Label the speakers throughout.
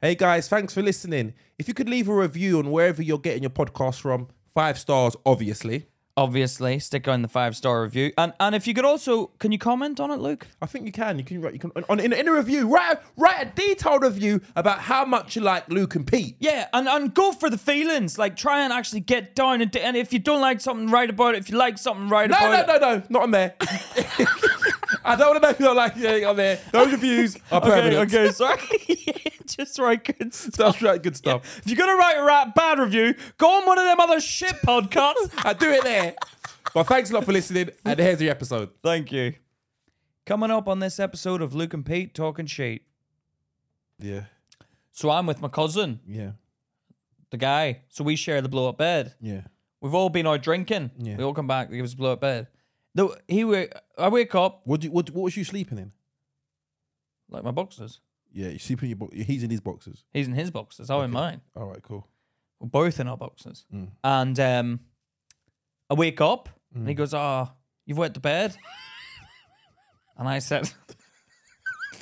Speaker 1: Hey guys, thanks for listening. If you could leave a review on wherever you're getting your podcast from, five stars, obviously.
Speaker 2: Obviously, stick on the five star review, and and if you could also, can you comment on it, Luke?
Speaker 1: I think you can. You can write. You can on, in, in a review. Write write a detailed review about how much you like Luke and Pete.
Speaker 2: Yeah, and, and go for the feelings. Like try and actually get down and, and if you don't like something, write about it. If you like something, write
Speaker 1: No,
Speaker 2: about
Speaker 1: no,
Speaker 2: it.
Speaker 1: no, no, not on there. I don't want to know if you don't like anything on there. Those reviews are
Speaker 2: Okay,
Speaker 1: permanent.
Speaker 2: okay, sorry. Just write good stuff.
Speaker 1: That's right, good stuff.
Speaker 2: If you're gonna write a rat bad review, go on one of them other shit podcasts.
Speaker 1: I do it there. But thanks a lot for listening, and here's the episode.
Speaker 2: Thank you. Coming up on this episode of Luke and Pete talking shit.
Speaker 1: Yeah,
Speaker 2: So I'm with my cousin,
Speaker 1: yeah,
Speaker 2: the guy. So we share the blow up bed.
Speaker 1: yeah.
Speaker 2: We've all been out drinking.
Speaker 1: Yeah.
Speaker 2: We all come back. He gives us a blow up bed. No, he. wa- I wake up
Speaker 1: What, do you, what, what was you sleeping in?
Speaker 2: like my boxers.
Speaker 1: Yeah, you sleeping in your bo- he's in his boxes.
Speaker 2: He's in his boxers. I'm in mine.
Speaker 1: All right, cool.
Speaker 2: We're both in our boxers. And um, I wake up and he goes, "Ah, you've wet the bed." and I said,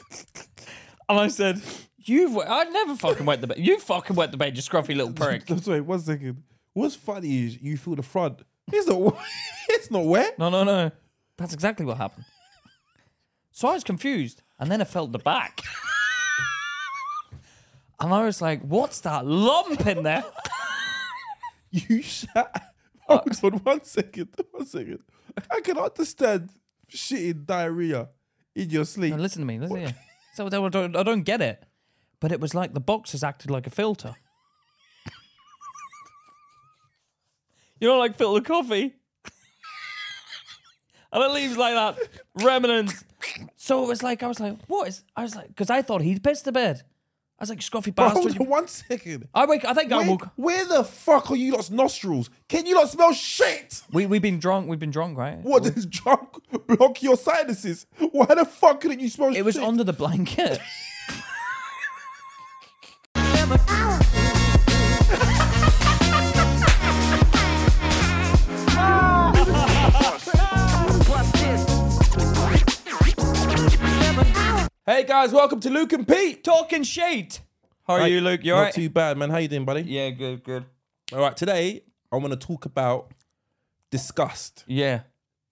Speaker 2: "And I said, you've wet- I never fucking wet the bed. You fucking wet the bed, you scruffy little prick."
Speaker 1: Sorry, one second. What's funny is you feel the front. It's not. It's not wet.
Speaker 2: No, no, no. That's exactly what happened. So I was confused, and then I felt the back. And I was like, what's that lump in there?
Speaker 1: You shat. Hold on one second. One second. I can understand shitting diarrhea in your sleep.
Speaker 2: No, listen to me. Listen to me. So I don't, I don't get it. But it was like the boxes acted like a filter. you know, like filter coffee. and it leaves like that remnants. So it was like I was like, what is? I was like, because I thought he'd pissed the bed. I was like, scruffy bastard.
Speaker 1: Hold on
Speaker 2: you-
Speaker 1: one second.
Speaker 2: I wake. I think I
Speaker 1: Where,
Speaker 2: woke.
Speaker 1: where the fuck are you lot's nostrils? Can you not smell shit?
Speaker 2: We we've been drunk. We've been drunk, right?
Speaker 1: What does drunk block your sinuses? Why the fuck couldn't you smell
Speaker 2: It was
Speaker 1: shit?
Speaker 2: under the blanket.
Speaker 1: Hey guys, welcome to Luke and Pete.
Speaker 2: Talking shit. How are you, Luke? You
Speaker 1: not
Speaker 2: alright?
Speaker 1: too bad, man. How you doing, buddy?
Speaker 2: yeah, good, good.
Speaker 1: All right, today I want to talk about disgust.
Speaker 2: Yeah.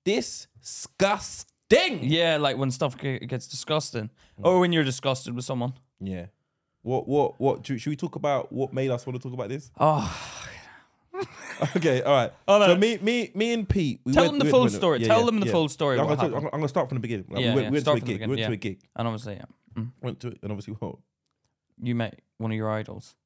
Speaker 1: Disgusting.
Speaker 2: Yeah, like when stuff ge- gets disgusting,
Speaker 1: Mm.
Speaker 2: or when you're disgusted with someone.
Speaker 1: Yeah. What? What? What? do- Should we talk about what made us want to talk about this?
Speaker 2: Oh,
Speaker 1: Okay. All right.
Speaker 2: Oh, no.
Speaker 1: So me, me, me, and Pete. We
Speaker 2: Tell
Speaker 1: went-
Speaker 2: them the
Speaker 1: we went-
Speaker 2: full
Speaker 1: we went-
Speaker 2: story. Tell them the full story,
Speaker 1: I'm
Speaker 2: what
Speaker 1: gonna, talk-
Speaker 2: happened.
Speaker 1: I'm gonna start from the beginning. Like,
Speaker 2: Yeah,
Speaker 1: we went,
Speaker 2: yeah,
Speaker 1: we went
Speaker 2: start
Speaker 1: to a
Speaker 2: from the
Speaker 1: gig. We went
Speaker 2: beginning,
Speaker 1: to a gig.
Speaker 2: and obviously, yeah, Mm.
Speaker 1: Went to and obviously. Oh,
Speaker 2: you met one of your idols,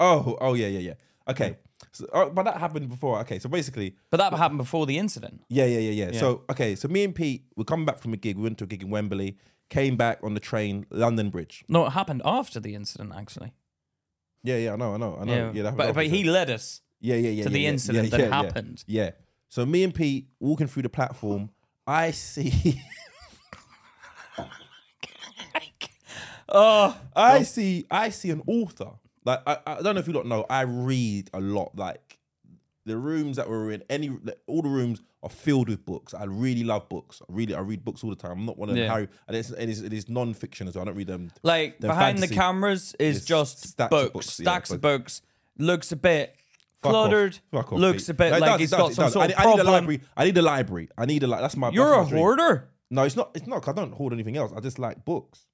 Speaker 1: oh, oh yeah, yeah, yeah. Okay. So, uh, but that happened before. Okay. So basically,
Speaker 2: but that happened before the incident.
Speaker 1: Yeah, yeah, yeah, yeah. So okay, so me and Pete were coming back from a gig. We went to a gig in Wembley. Came back on the train, London Bridge.
Speaker 2: No, it happened after the incident, actually.
Speaker 1: Yeah, yeah, I know, I know, I know. Oh, Yeah, that
Speaker 2: but
Speaker 1: happened
Speaker 2: but he
Speaker 1: after.
Speaker 2: led us.
Speaker 1: yeah, yeah, yeah,
Speaker 2: to
Speaker 1: yeah,
Speaker 2: the
Speaker 1: yeah,
Speaker 2: incident
Speaker 1: yeah,
Speaker 2: that
Speaker 1: yeah, yeah.
Speaker 2: happened.
Speaker 1: Yeah. So me and Pete walking through the platform, I see,
Speaker 2: Oh,
Speaker 1: I see, I see an author. Like I, I don't know if you don't know, I read a lot. Like the rooms that we're in, any all the rooms are filled with books. I really love books. I really, I read books all the time. I'm not one of them
Speaker 2: Yeah.
Speaker 1: Harry, and it's and it's, it is non-fiction as well. I don't read them.
Speaker 2: like
Speaker 1: The
Speaker 2: behind
Speaker 1: fantasy-
Speaker 2: the cameras is
Speaker 1: is
Speaker 2: just
Speaker 1: stacks of
Speaker 2: books,
Speaker 1: books, yeah,
Speaker 2: stacks of
Speaker 1: but-
Speaker 2: books. Looks a bit
Speaker 1: Fuck off.
Speaker 2: cluttered.
Speaker 1: Fuck off,
Speaker 2: looks
Speaker 1: Pete.
Speaker 2: a bit
Speaker 1: No, it
Speaker 2: like
Speaker 1: does,
Speaker 2: he's
Speaker 1: it does,
Speaker 2: got
Speaker 1: it
Speaker 2: some
Speaker 1: does.
Speaker 2: sort
Speaker 1: I,
Speaker 2: of
Speaker 1: I need a
Speaker 2: problem.
Speaker 1: library. I need a library. I need a li- That's my.
Speaker 2: You're a
Speaker 1: that's my dream.
Speaker 2: hoarder,
Speaker 1: No, it's not. It's not. 'cause I don't hoard anything else. I just like books.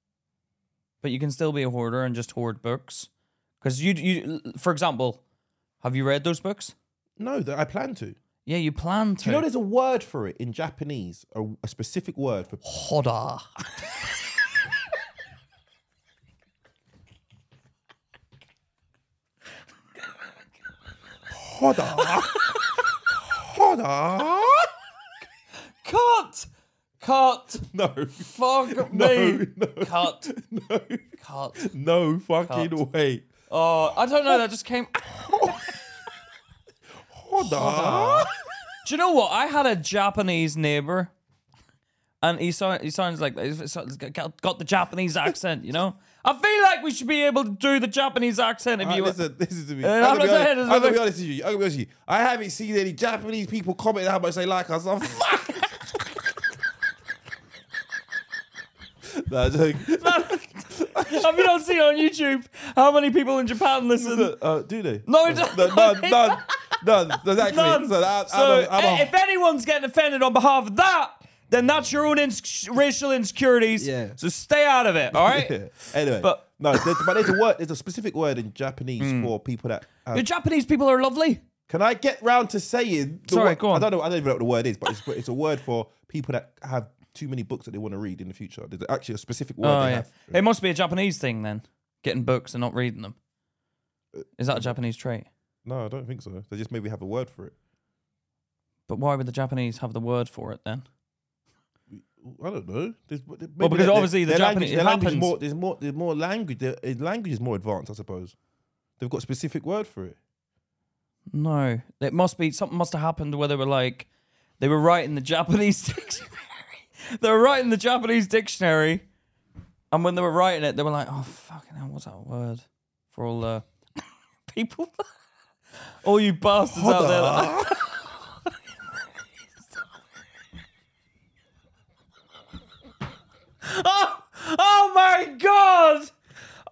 Speaker 2: but you can still be a hoarder and just hoard books. Because you, you, for example, have you read those books?
Speaker 1: No, that I plan to.
Speaker 2: Yeah, you plan to.
Speaker 1: Do you know there's a word for it in Japanese? A, a specific word for.
Speaker 2: Hoda.
Speaker 1: Hoda. Hoda.
Speaker 2: Cut! Cut!
Speaker 1: No.
Speaker 2: Fuck
Speaker 1: No.
Speaker 2: me!
Speaker 1: No.
Speaker 2: Cut!
Speaker 1: No.
Speaker 2: Cut!
Speaker 1: No fucking
Speaker 2: Can't.
Speaker 1: way.
Speaker 2: Oh, I don't know, that just came.
Speaker 1: Hoda.
Speaker 2: Do you know what? I had a Japanese neighbor, and he sound, he sounds like he's got got the Japanese accent. You know, I feel like we should be able to do the Japanese accent if
Speaker 1: Ah,
Speaker 2: you.
Speaker 1: listen, listen to me.
Speaker 2: Uh,
Speaker 1: I'm,
Speaker 2: I'm
Speaker 1: gonna be
Speaker 2: not
Speaker 1: honest, I'm
Speaker 2: saying it's
Speaker 1: gonna
Speaker 2: nothing-
Speaker 1: be honest with you. I'm gonna be honest with you. I haven't seen any Japanese people comment how much they like us. I'm fucked. Nah, it's like-
Speaker 2: Have you not seen on YouTube how many people in Japan listen?
Speaker 1: uh, do they?
Speaker 2: No, it doesn't.
Speaker 1: No, none, none, none. Exactly.
Speaker 2: None.
Speaker 1: So, I,
Speaker 2: So,
Speaker 1: I'm a, I'm
Speaker 2: eh,
Speaker 1: a,
Speaker 2: if anyone's getting offended on behalf of that, then that's your own ins- racial insecurities.
Speaker 3: Yeah.
Speaker 2: So stay out of it, all right?
Speaker 1: anyway,
Speaker 2: But-
Speaker 1: no, there's, but Hmm. there's a word. There's a specific word in Japanese for people that.
Speaker 2: the
Speaker 1: Have,
Speaker 2: Japanese people are lovely.
Speaker 1: can I get round to saying? the
Speaker 2: Sorry,
Speaker 1: word-
Speaker 2: go on.
Speaker 1: I don't know. I don't even know what the word is, but it's, but it's a word for people that have too many books that they want to read in the future. There's actually a specific word.
Speaker 2: Oh
Speaker 1: they
Speaker 2: yeah,
Speaker 1: have.
Speaker 2: it must be a Japanese thing then. Getting books and not reading them. Is that a Japanese trait?
Speaker 1: No, I don't think so. They just maybe have a word for it.
Speaker 2: But why would the Japanese have the word for it then?
Speaker 1: I don't know. There's, well,
Speaker 2: because obviously the
Speaker 1: language,
Speaker 2: Japanese-
Speaker 1: their
Speaker 2: it
Speaker 1: language is
Speaker 2: happens.
Speaker 1: more. There's more. There's more language. Their eh, language is more advanced, I suppose. They've got a specific word for it.
Speaker 2: No, it must be something must have happened where they were like, they were writing the Japanese dictionary. they were writing the Japanese dictionary, and when they were writing it, they were like, "Oh fucking hell, what's that word for all the people? all you bastards out there." that- oh, oh my god!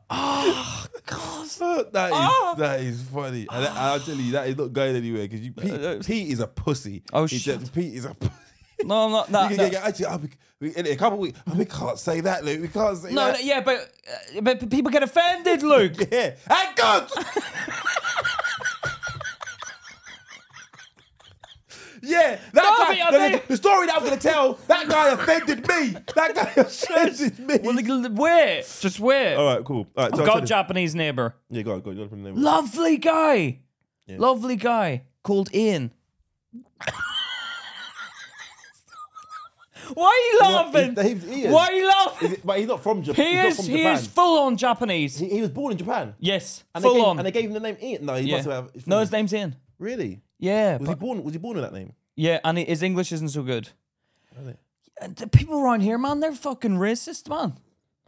Speaker 2: Oh god!
Speaker 1: that is
Speaker 2: Ah!
Speaker 1: that is funny. And I- I'll tell you, that is not going anywhere because Pete, Pete is a pussy.
Speaker 2: Uh, Oh,
Speaker 1: He
Speaker 2: shit.
Speaker 1: just- Pete is a. pussy.
Speaker 2: No, I'm not. Nah,
Speaker 1: You
Speaker 2: no.
Speaker 1: can get- actually, I'll be- we- in a couple of weeks, oh, we can't say that, Luke. We can't say
Speaker 2: No,
Speaker 1: that.
Speaker 2: no, yeah, but, uh, but but people get offended, Luke.
Speaker 1: Yeah. Hey, God! yeah, that
Speaker 2: No, but I
Speaker 1: guy, the,
Speaker 2: think-
Speaker 1: the story that I'm going to tell, that guy offended me. That guy offended me.
Speaker 2: Well, like, l- wait, just wait.
Speaker 1: All right, cool. All right, so I'll
Speaker 2: Got
Speaker 1: tell you-
Speaker 2: Japanese neighbor,
Speaker 1: Yeah, go on, go on. You're the name of it.
Speaker 2: lovely guy, lovely guy called Ian. Why are you
Speaker 1: What?
Speaker 2: laughing?
Speaker 1: He's- he's- he is.
Speaker 2: Why are you laughing?
Speaker 1: Is it- But he's not from Japan.
Speaker 2: he
Speaker 1: he's not
Speaker 2: is
Speaker 1: from
Speaker 2: he
Speaker 1: Japan.
Speaker 2: is full on Japanese.
Speaker 1: He, he was born in Japan.
Speaker 2: yes,
Speaker 1: And
Speaker 2: full
Speaker 1: they gave,
Speaker 2: on.
Speaker 1: And they gave him the name Ian. No, he
Speaker 2: yeah.
Speaker 1: must have. it's
Speaker 2: no,
Speaker 1: from-
Speaker 2: his name's Ian.
Speaker 1: Really?
Speaker 2: Yeah,
Speaker 1: Was
Speaker 2: but-
Speaker 1: he born? Was he born with that name?
Speaker 2: yeah, and his English isn't so good. And the people around here, man, they're fucking racist, man.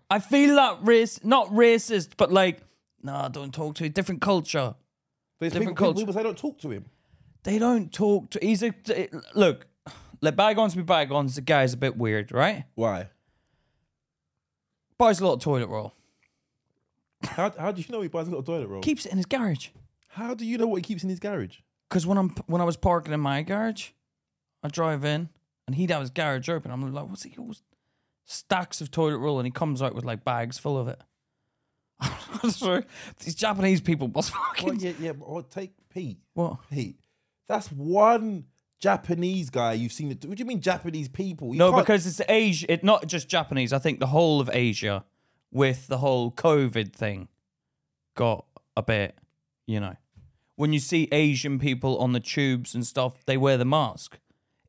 Speaker 2: I feel that race, not racist, but like, nah, don't talk to you. Different culture.
Speaker 1: But it's
Speaker 2: Different
Speaker 1: people, people-
Speaker 2: culture.
Speaker 1: People say don't talk to him.
Speaker 2: They don't talk to. He's a look. Let bygones be bygones. The guy's a bit weird, right?
Speaker 1: Why?
Speaker 2: Buys a lot of toilet roll.
Speaker 1: How, how do you know he buys a little toilet roll?
Speaker 2: Keeps it in his garage.
Speaker 1: How do you know what he keeps in his garage?
Speaker 2: Cause when I'm when I was parking in my garage, I drive in and he'd have his garage open. I'm like, what's he got? Stacks of toilet roll, and he comes out with like bags full of it. I'm sorry, these Japanese people must fucking
Speaker 1: Well, yeah, yeah. But, oh, take Pete.
Speaker 2: what?
Speaker 1: Pete, that's one Japanese guy you've seen. It. What do you mean Japanese people? You
Speaker 2: No,
Speaker 1: can't-
Speaker 2: because it's Asia. It not just Japanese. I think the whole of Asia, with the whole COVID thing, got a bit. You know, when you see Asian people on the tubes and stuff, they wear the mask.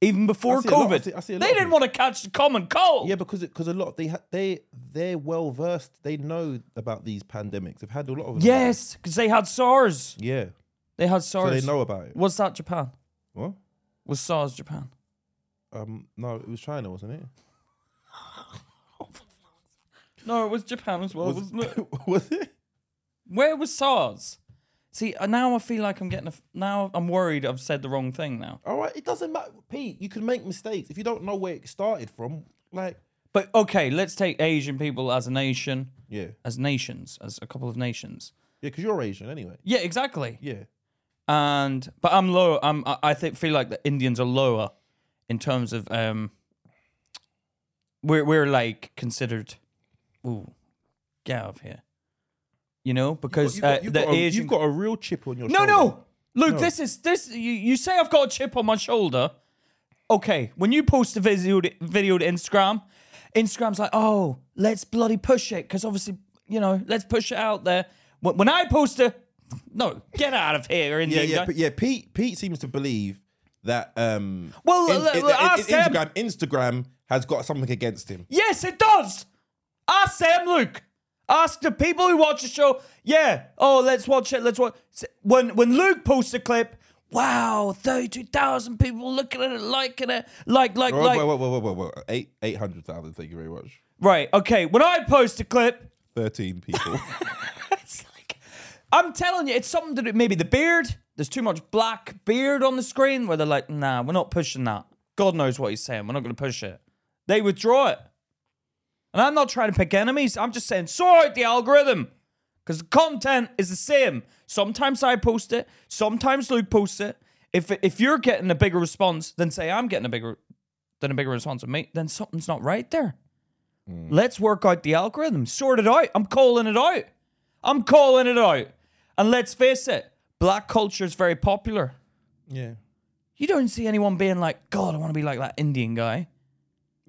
Speaker 2: Even before
Speaker 1: I see a lot- I
Speaker 2: COVID,
Speaker 1: see- I see a lot
Speaker 2: they
Speaker 1: of
Speaker 2: didn't
Speaker 1: it.
Speaker 2: want to catch the common cold.
Speaker 1: yeah, because because a lot they ha- they they're well versed. They know about these pandemics. They've had a lot of them.
Speaker 2: Yes, because they had SARS.
Speaker 1: Yeah,
Speaker 2: They had
Speaker 1: so
Speaker 2: SARS.
Speaker 1: they know about it.
Speaker 2: Was that Japan?
Speaker 1: What?
Speaker 2: Was SARS Japan?
Speaker 1: Um, no, it was China, wasn't it?
Speaker 2: No, it was Japan as well, was, not it?
Speaker 1: was it?
Speaker 2: Where was SARS? See, uh, now I feel like I'm getting. A f- now I'm worried. I've said the wrong thing now.
Speaker 1: All right, it doesn't matter, Pete. You can make mistakes if you don't know where it started from. Like,
Speaker 2: But okay, let's take Asian people as a nation,
Speaker 1: yeah, yeah,
Speaker 2: as nations, as a couple of nations.
Speaker 1: because you're Asian anyway.
Speaker 2: Yeah, exactly.
Speaker 1: Yeah,
Speaker 2: And but I'm low. I'm I- I think feel like the Indians are lower in terms of um. We're we're like considered, ooh, get out of here, you know, because
Speaker 1: you've got,
Speaker 2: uh,
Speaker 1: you've
Speaker 2: the
Speaker 1: got a,
Speaker 2: Asian.
Speaker 1: you've got a real chip on your
Speaker 2: no,
Speaker 1: shoulder.
Speaker 2: no, Luke. This is this. You you say I've got a chip on my shoulder. Okay, when you post a video to, video to Instagram, Instagram's like, oh, let's bloody push it because obviously, you know, let's push it out there. When, when I post a, no, get out of here,
Speaker 1: Yeah,
Speaker 2: Indian
Speaker 1: yeah,
Speaker 2: guy.
Speaker 1: but yeah. Pete Pete seems to believe that um
Speaker 2: Well,
Speaker 1: in-
Speaker 2: l-
Speaker 1: in-
Speaker 2: l-
Speaker 1: in-
Speaker 2: ask them.
Speaker 1: Instagram Instagram has got something against him.
Speaker 2: Yes, it does. Ask Sam Luke. Ask the people who watch the show. Yeah. Oh, let's watch it. Let's watch. When when Luke posts a clip, wow, thirty-two thousand people looking at it, liking it, like, like,
Speaker 1: Whoa,
Speaker 2: like.
Speaker 1: whoa, whoa, whoa, whoa, whoa, whoa. Eight eight hundred thousand. Thank you very much.
Speaker 2: Right. Okay. When I post a clip,
Speaker 1: Thirteen people.
Speaker 2: it's like I'm telling you, it's something to do. Maybe the beard. There's too much black beard on the screen where they're like, nah, we're not pushing that. God knows what he's saying. We're not going to push it. They withdraw it. And I'm not trying to pick enemies. I'm just saying, sort out the algorithm. Because the content is the same. Sometimes I post it. Sometimes Luke posts it. If if you're getting a bigger response than say I'm getting a bigger than a bigger response than me, then something's not right there. Let's work out the algorithm. Sort it out. I'm calling it out. I'm calling it out. And let's face it, black culture is very popular.
Speaker 1: Yeah.
Speaker 2: You don't see anyone being like, God, I want to be like that Indian guy.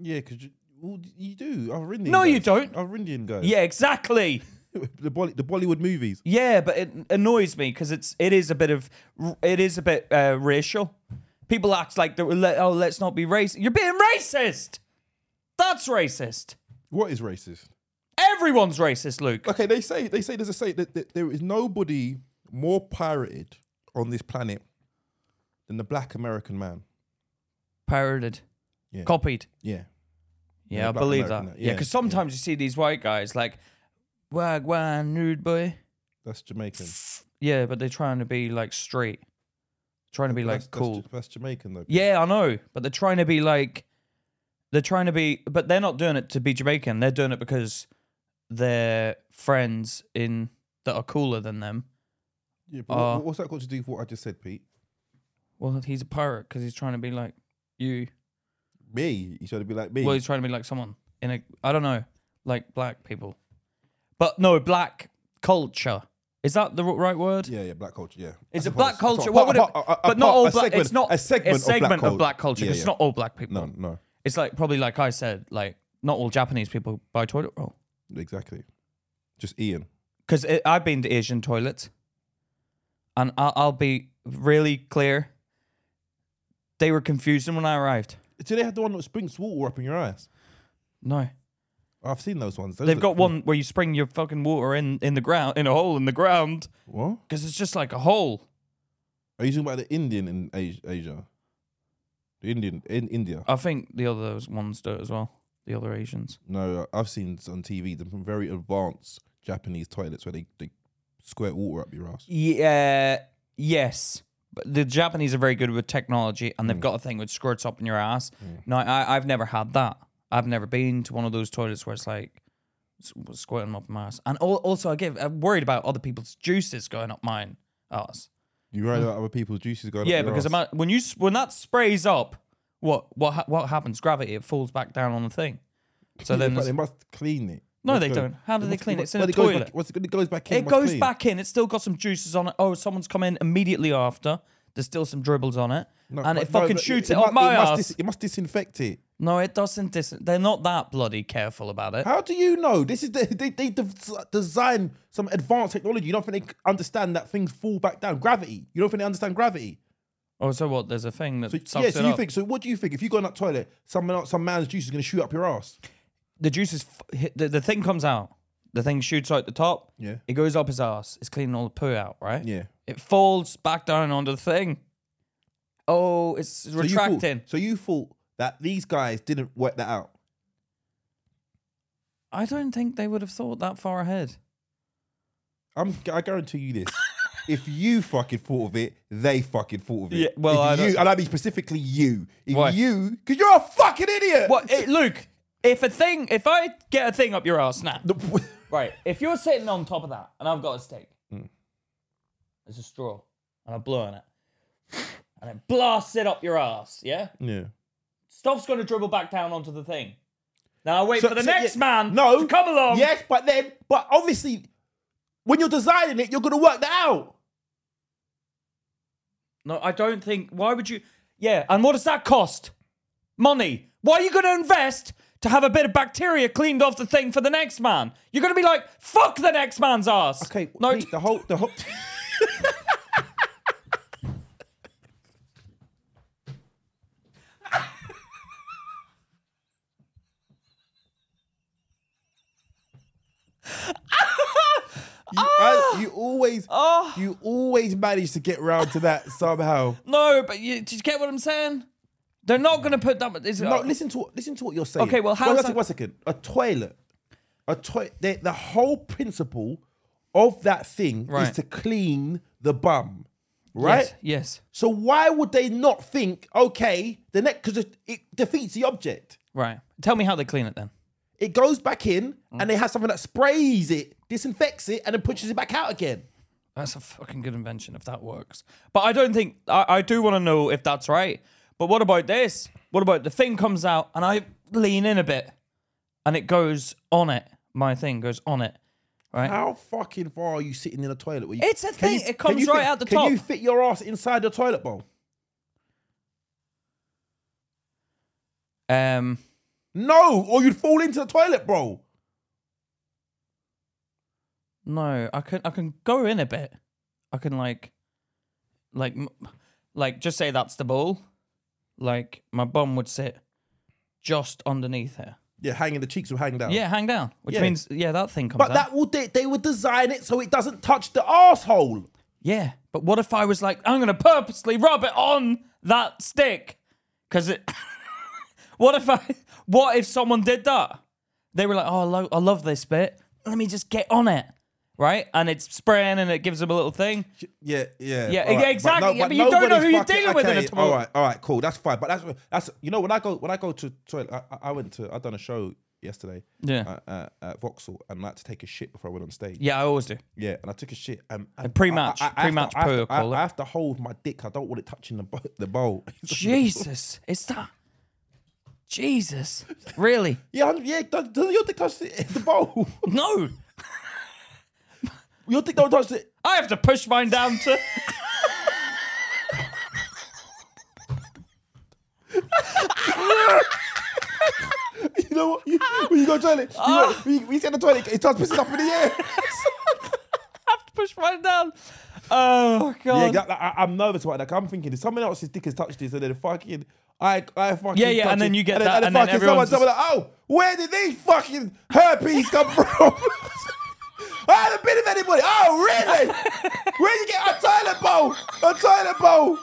Speaker 1: Yeah, because you, well, you do. I've Indian
Speaker 2: No,
Speaker 1: guys.
Speaker 2: you don't.
Speaker 1: I've Indian guys.
Speaker 2: Yeah, exactly.
Speaker 1: the, Bolly, the Bollywood movies.
Speaker 2: Yeah, but it annoys me because it's it is a bit of it is a bit uh, racial. People act like they're, le- oh, let's not be racist. You're being racist. That's racist.
Speaker 1: What is racist?
Speaker 2: Everyone's racist, Luke.
Speaker 1: Okay, they say they say there's a say that, that there is nobody more pirated on this planet than the black American man.
Speaker 2: Parroted,
Speaker 1: Yeah.
Speaker 2: copied.
Speaker 1: Yeah.
Speaker 2: Yeah,
Speaker 1: Yeah,
Speaker 2: I
Speaker 1: Black
Speaker 2: believe
Speaker 1: American,
Speaker 2: that.
Speaker 1: yeah,
Speaker 2: Yeah, because sometimes you see these white guys like wag wan nude boy.
Speaker 1: That's Jamaican.
Speaker 2: Yeah, but they're trying to be like straight, trying to be
Speaker 1: that's,
Speaker 2: like cool.
Speaker 1: That's, that's Jamaican though.
Speaker 2: Yeah, I know, but they're trying to be like, they're trying to be, but they're not doing it to be Jamaican. They're doing it because their friends in that are cooler than them.
Speaker 1: Yeah, but
Speaker 2: Uh,
Speaker 1: what, what's that got to do with what I just said, Pete?
Speaker 2: Well, he's a pirate because he's trying to be like you.
Speaker 1: Me? You trying to be like me?
Speaker 2: Well, he's trying to be like someone in a, I don't know, like black people, but no, black culture. Is that the r- right word?
Speaker 1: yeah, yeah, black culture. Yeah.
Speaker 2: It's
Speaker 1: I
Speaker 2: a black
Speaker 1: suppose- I
Speaker 2: culture.
Speaker 1: suppose-
Speaker 2: What would it?
Speaker 1: a- a- a
Speaker 2: But not
Speaker 1: part-
Speaker 2: all
Speaker 1: a
Speaker 2: black.
Speaker 1: segment-
Speaker 2: It's not
Speaker 1: a segment,
Speaker 2: a segment
Speaker 1: of
Speaker 2: of black culture. 'cause
Speaker 1: Yeah,
Speaker 2: It's
Speaker 1: yeah.
Speaker 2: not all black people.
Speaker 1: No, no,
Speaker 2: It's like probably like I said, like not all Japanese people buy toilet roll.
Speaker 1: exactly. Just Ian.
Speaker 2: because I've been to Asian toilets, and I'll, I'll be really clear. They were confusing when I arrived.
Speaker 1: Do they have the one that springs water up in your eyes?
Speaker 2: No,
Speaker 1: I've seen those ones. Those
Speaker 2: they've
Speaker 1: look
Speaker 2: got
Speaker 1: cool.
Speaker 2: one where you spring your fucking water in in the ground in a hole in the ground
Speaker 1: What?
Speaker 2: because it's just like a hole.
Speaker 1: Are you talking about the Indian in Asia? Asia? The Indian in India?
Speaker 2: I think the other ones do it as well. The other Asians.
Speaker 1: No, I've seen this on TV the very advanced Japanese toilets where they, they squirt water up your ass.
Speaker 2: Yeah. Yes. But the Japanese are very good with technology, and they've
Speaker 1: Mm.
Speaker 2: got a thing which squirts up in your ass. No, I, I've never had that. I've never been to one of those toilets where it's like s- squirting up my ass. And al- also, I give I'm worried about other people's juices going up mine ass.
Speaker 1: You worry about other people's juices going
Speaker 2: uh, Yeah,
Speaker 1: up your
Speaker 2: because
Speaker 1: ass.
Speaker 2: ima- when you s- when that sprays up, what what ha- what happens? Gravity it falls back down on the thing. So
Speaker 1: Yeah,
Speaker 2: then
Speaker 1: but
Speaker 2: there's-
Speaker 1: they must clean it.
Speaker 2: No,
Speaker 1: Must
Speaker 2: they
Speaker 1: go-
Speaker 2: don't. How do they
Speaker 1: must-
Speaker 2: clean it?
Speaker 1: must-
Speaker 2: It's in
Speaker 1: well,
Speaker 2: a
Speaker 1: it goes
Speaker 2: toilet.
Speaker 1: Back, what's it, it goes back in.
Speaker 2: It
Speaker 1: must
Speaker 2: goes
Speaker 1: clean.
Speaker 2: back in. It's still got some juices on it. Oh, someone's come in immediately after. There's still some dribbles on it,
Speaker 1: No,
Speaker 2: and
Speaker 1: but-
Speaker 2: it
Speaker 1: no,
Speaker 2: fucking
Speaker 1: but
Speaker 2: shoots it,
Speaker 1: it must-
Speaker 2: up my
Speaker 1: it must
Speaker 2: ass.
Speaker 1: dis- It must disinfect it.
Speaker 2: no, it doesn't. Dis- they're not that bloody careful about it.
Speaker 1: How do you know? This is the, they they de- design some advanced technology. You don't think they understand that things fall back down gravity. You don't think they understand gravity.
Speaker 2: Oh, so what? There's a thing that
Speaker 1: So,
Speaker 2: sucks
Speaker 1: yeah,
Speaker 2: it
Speaker 1: so you
Speaker 2: up.
Speaker 1: think so? What do you think? If you go in that toilet, someone else, some man's juice is going to shoot up your ass.
Speaker 2: the juices, f- hit, the, the thing comes out. The thing shoots out the top.
Speaker 1: Yeah.
Speaker 2: It goes up his ass. It's cleaning all the poo out, right?
Speaker 1: Yeah.
Speaker 2: It falls back down onto the thing. Oh, it's
Speaker 1: So you
Speaker 2: retracting.
Speaker 1: thought- So you thought that these guys didn't work that out?
Speaker 2: I don't think they would have thought that far ahead.
Speaker 1: I'm, I guarantee you this. If you fucking thought of it, they fucking thought of it.
Speaker 2: Yeah, well,
Speaker 1: If
Speaker 2: I
Speaker 1: you,
Speaker 2: don't-
Speaker 1: and I mean specifically you. If
Speaker 2: Why?
Speaker 1: you, because you're a fucking idiot.
Speaker 2: What, it, Luke? If a thing, if I get a thing up your ass now,
Speaker 1: The-
Speaker 2: Right, if you're sitting on top of that and I've got a stick,
Speaker 1: Mm.
Speaker 2: there's a straw, and I blow on it, and it blasts it up your ass, yeah?
Speaker 1: yeah.
Speaker 2: Stuff's gonna dribble back down onto the thing. Now I wait
Speaker 1: So-
Speaker 2: for the
Speaker 1: so,
Speaker 2: next
Speaker 1: yeah,
Speaker 2: man
Speaker 1: no,
Speaker 2: to come along.
Speaker 1: Yes, but then, but obviously, when you're designing it, you're gonna work that out.
Speaker 2: No, I don't think. Why would you? Yeah, and what does that cost? Money. Why are you gonna invest to have a bit of bacteria cleaned off the thing for the next man? You're gonna be like, fuck the next man's ass.
Speaker 1: Okay,
Speaker 2: no,
Speaker 1: Pete, the whole, the whole. You, I- you always,
Speaker 2: Oh.
Speaker 1: you always manage to get round to that somehow.
Speaker 2: no, but you, did you get what I'm saying? They're not gonna put that. Is,
Speaker 1: No, listen to what- listen to what you're saying.
Speaker 2: Okay, well, how's
Speaker 1: one,
Speaker 2: that-
Speaker 1: second, one second. A toilet, a toilet. The, the whole principle of that thing is
Speaker 2: Right.
Speaker 1: to clean the bum, right?
Speaker 2: Yes, yes.
Speaker 1: So why would they not think? Okay, the next because it, it defeats the object.
Speaker 2: Right. Tell me how they clean it then.
Speaker 1: It goes back in, and they have something that sprays it, disinfects it, and then pushes it back out again.
Speaker 2: That's a fucking good invention if that works. But I don't think I, I do want to know if that's right. But what about this? What about the thing comes out and I lean in a bit and it goes on it. My thing goes on it.
Speaker 1: How fucking far are you sitting in a toilet? Where you-
Speaker 2: It's a
Speaker 1: can
Speaker 2: thing.
Speaker 1: you-
Speaker 2: It
Speaker 1: can
Speaker 2: comes
Speaker 1: you
Speaker 2: right
Speaker 1: fit-
Speaker 2: out the
Speaker 1: can
Speaker 2: top.
Speaker 1: you fit your ass inside the toilet bowl?
Speaker 2: Um
Speaker 1: No, or you'd fall into the toilet bowl.
Speaker 2: no, I can I can go in a bit. I can like like m- like just say that's the ball. Like my bum would sit just underneath here.
Speaker 1: Yeah, hanging the cheeks will hang down.
Speaker 2: Yeah, hang down, which
Speaker 1: Oh. Yeah.
Speaker 2: means yeah, that thing comes
Speaker 1: But
Speaker 2: out.
Speaker 1: that will they, they would design it so it doesn't touch the asshole.
Speaker 2: Yeah, but what if I was like, I'm gonna purposely rub it on that stick? Cause it. what if I? What if someone did that? They were like, oh, I, lo- I love this bit. Let me just get on it, right? And it's spraying, and it gives them a little thing.
Speaker 1: Yeah, yeah,
Speaker 2: Yeah,
Speaker 1: all
Speaker 2: yeah, exactly. Yeah, but you don't know
Speaker 1: nobody's
Speaker 2: who you're
Speaker 1: fucking-
Speaker 2: dealing with in a
Speaker 1: All
Speaker 2: tomorrow.
Speaker 1: right, all right, cool. That's fine. But that's that's you know when I go when I go to toilet, I, I- I went to I done a show yesterday.
Speaker 2: Yeah.
Speaker 1: At, at, at Vauxhall, and I had to take a shit before I went on stage. Yeah,
Speaker 2: Yeah, I always do.
Speaker 1: and I took a shit. Um, and
Speaker 2: pre-match-
Speaker 1: I- I- I have to-
Speaker 2: pre-match
Speaker 1: I have
Speaker 2: poo,
Speaker 1: to- I,
Speaker 2: call it.
Speaker 1: I have to hold my dick. I don't want it touching the bo- the bowl.
Speaker 2: Jesus, it's that. Jesus, really?
Speaker 1: yeah, I'm- yeah. Does, does your dick touch the, the bowl?
Speaker 2: No,
Speaker 1: your dick don't touch it.
Speaker 2: I have to push mine down to.
Speaker 1: You know what? You, when you go to the toilet, you go,
Speaker 2: Ah.
Speaker 1: when you, when you sit in the toilet, it starts pissing up in the air.
Speaker 2: push mine down. Oh
Speaker 1: Yeah,
Speaker 2: god.
Speaker 1: exactly. I, I'm nervous about that. 'cause I'm thinking if someone else's dick has touched this, and then fucking, I, I fucking.
Speaker 2: Yeah, yeah,
Speaker 1: touch
Speaker 2: and then
Speaker 1: it,
Speaker 2: you get that, and then
Speaker 1: fucking someone,
Speaker 2: everyone's
Speaker 1: someone like, oh, where did these fucking herpes come from? I haven't been with anybody. Oh, really? Where'd you get a toilet bowl? A toilet bowl?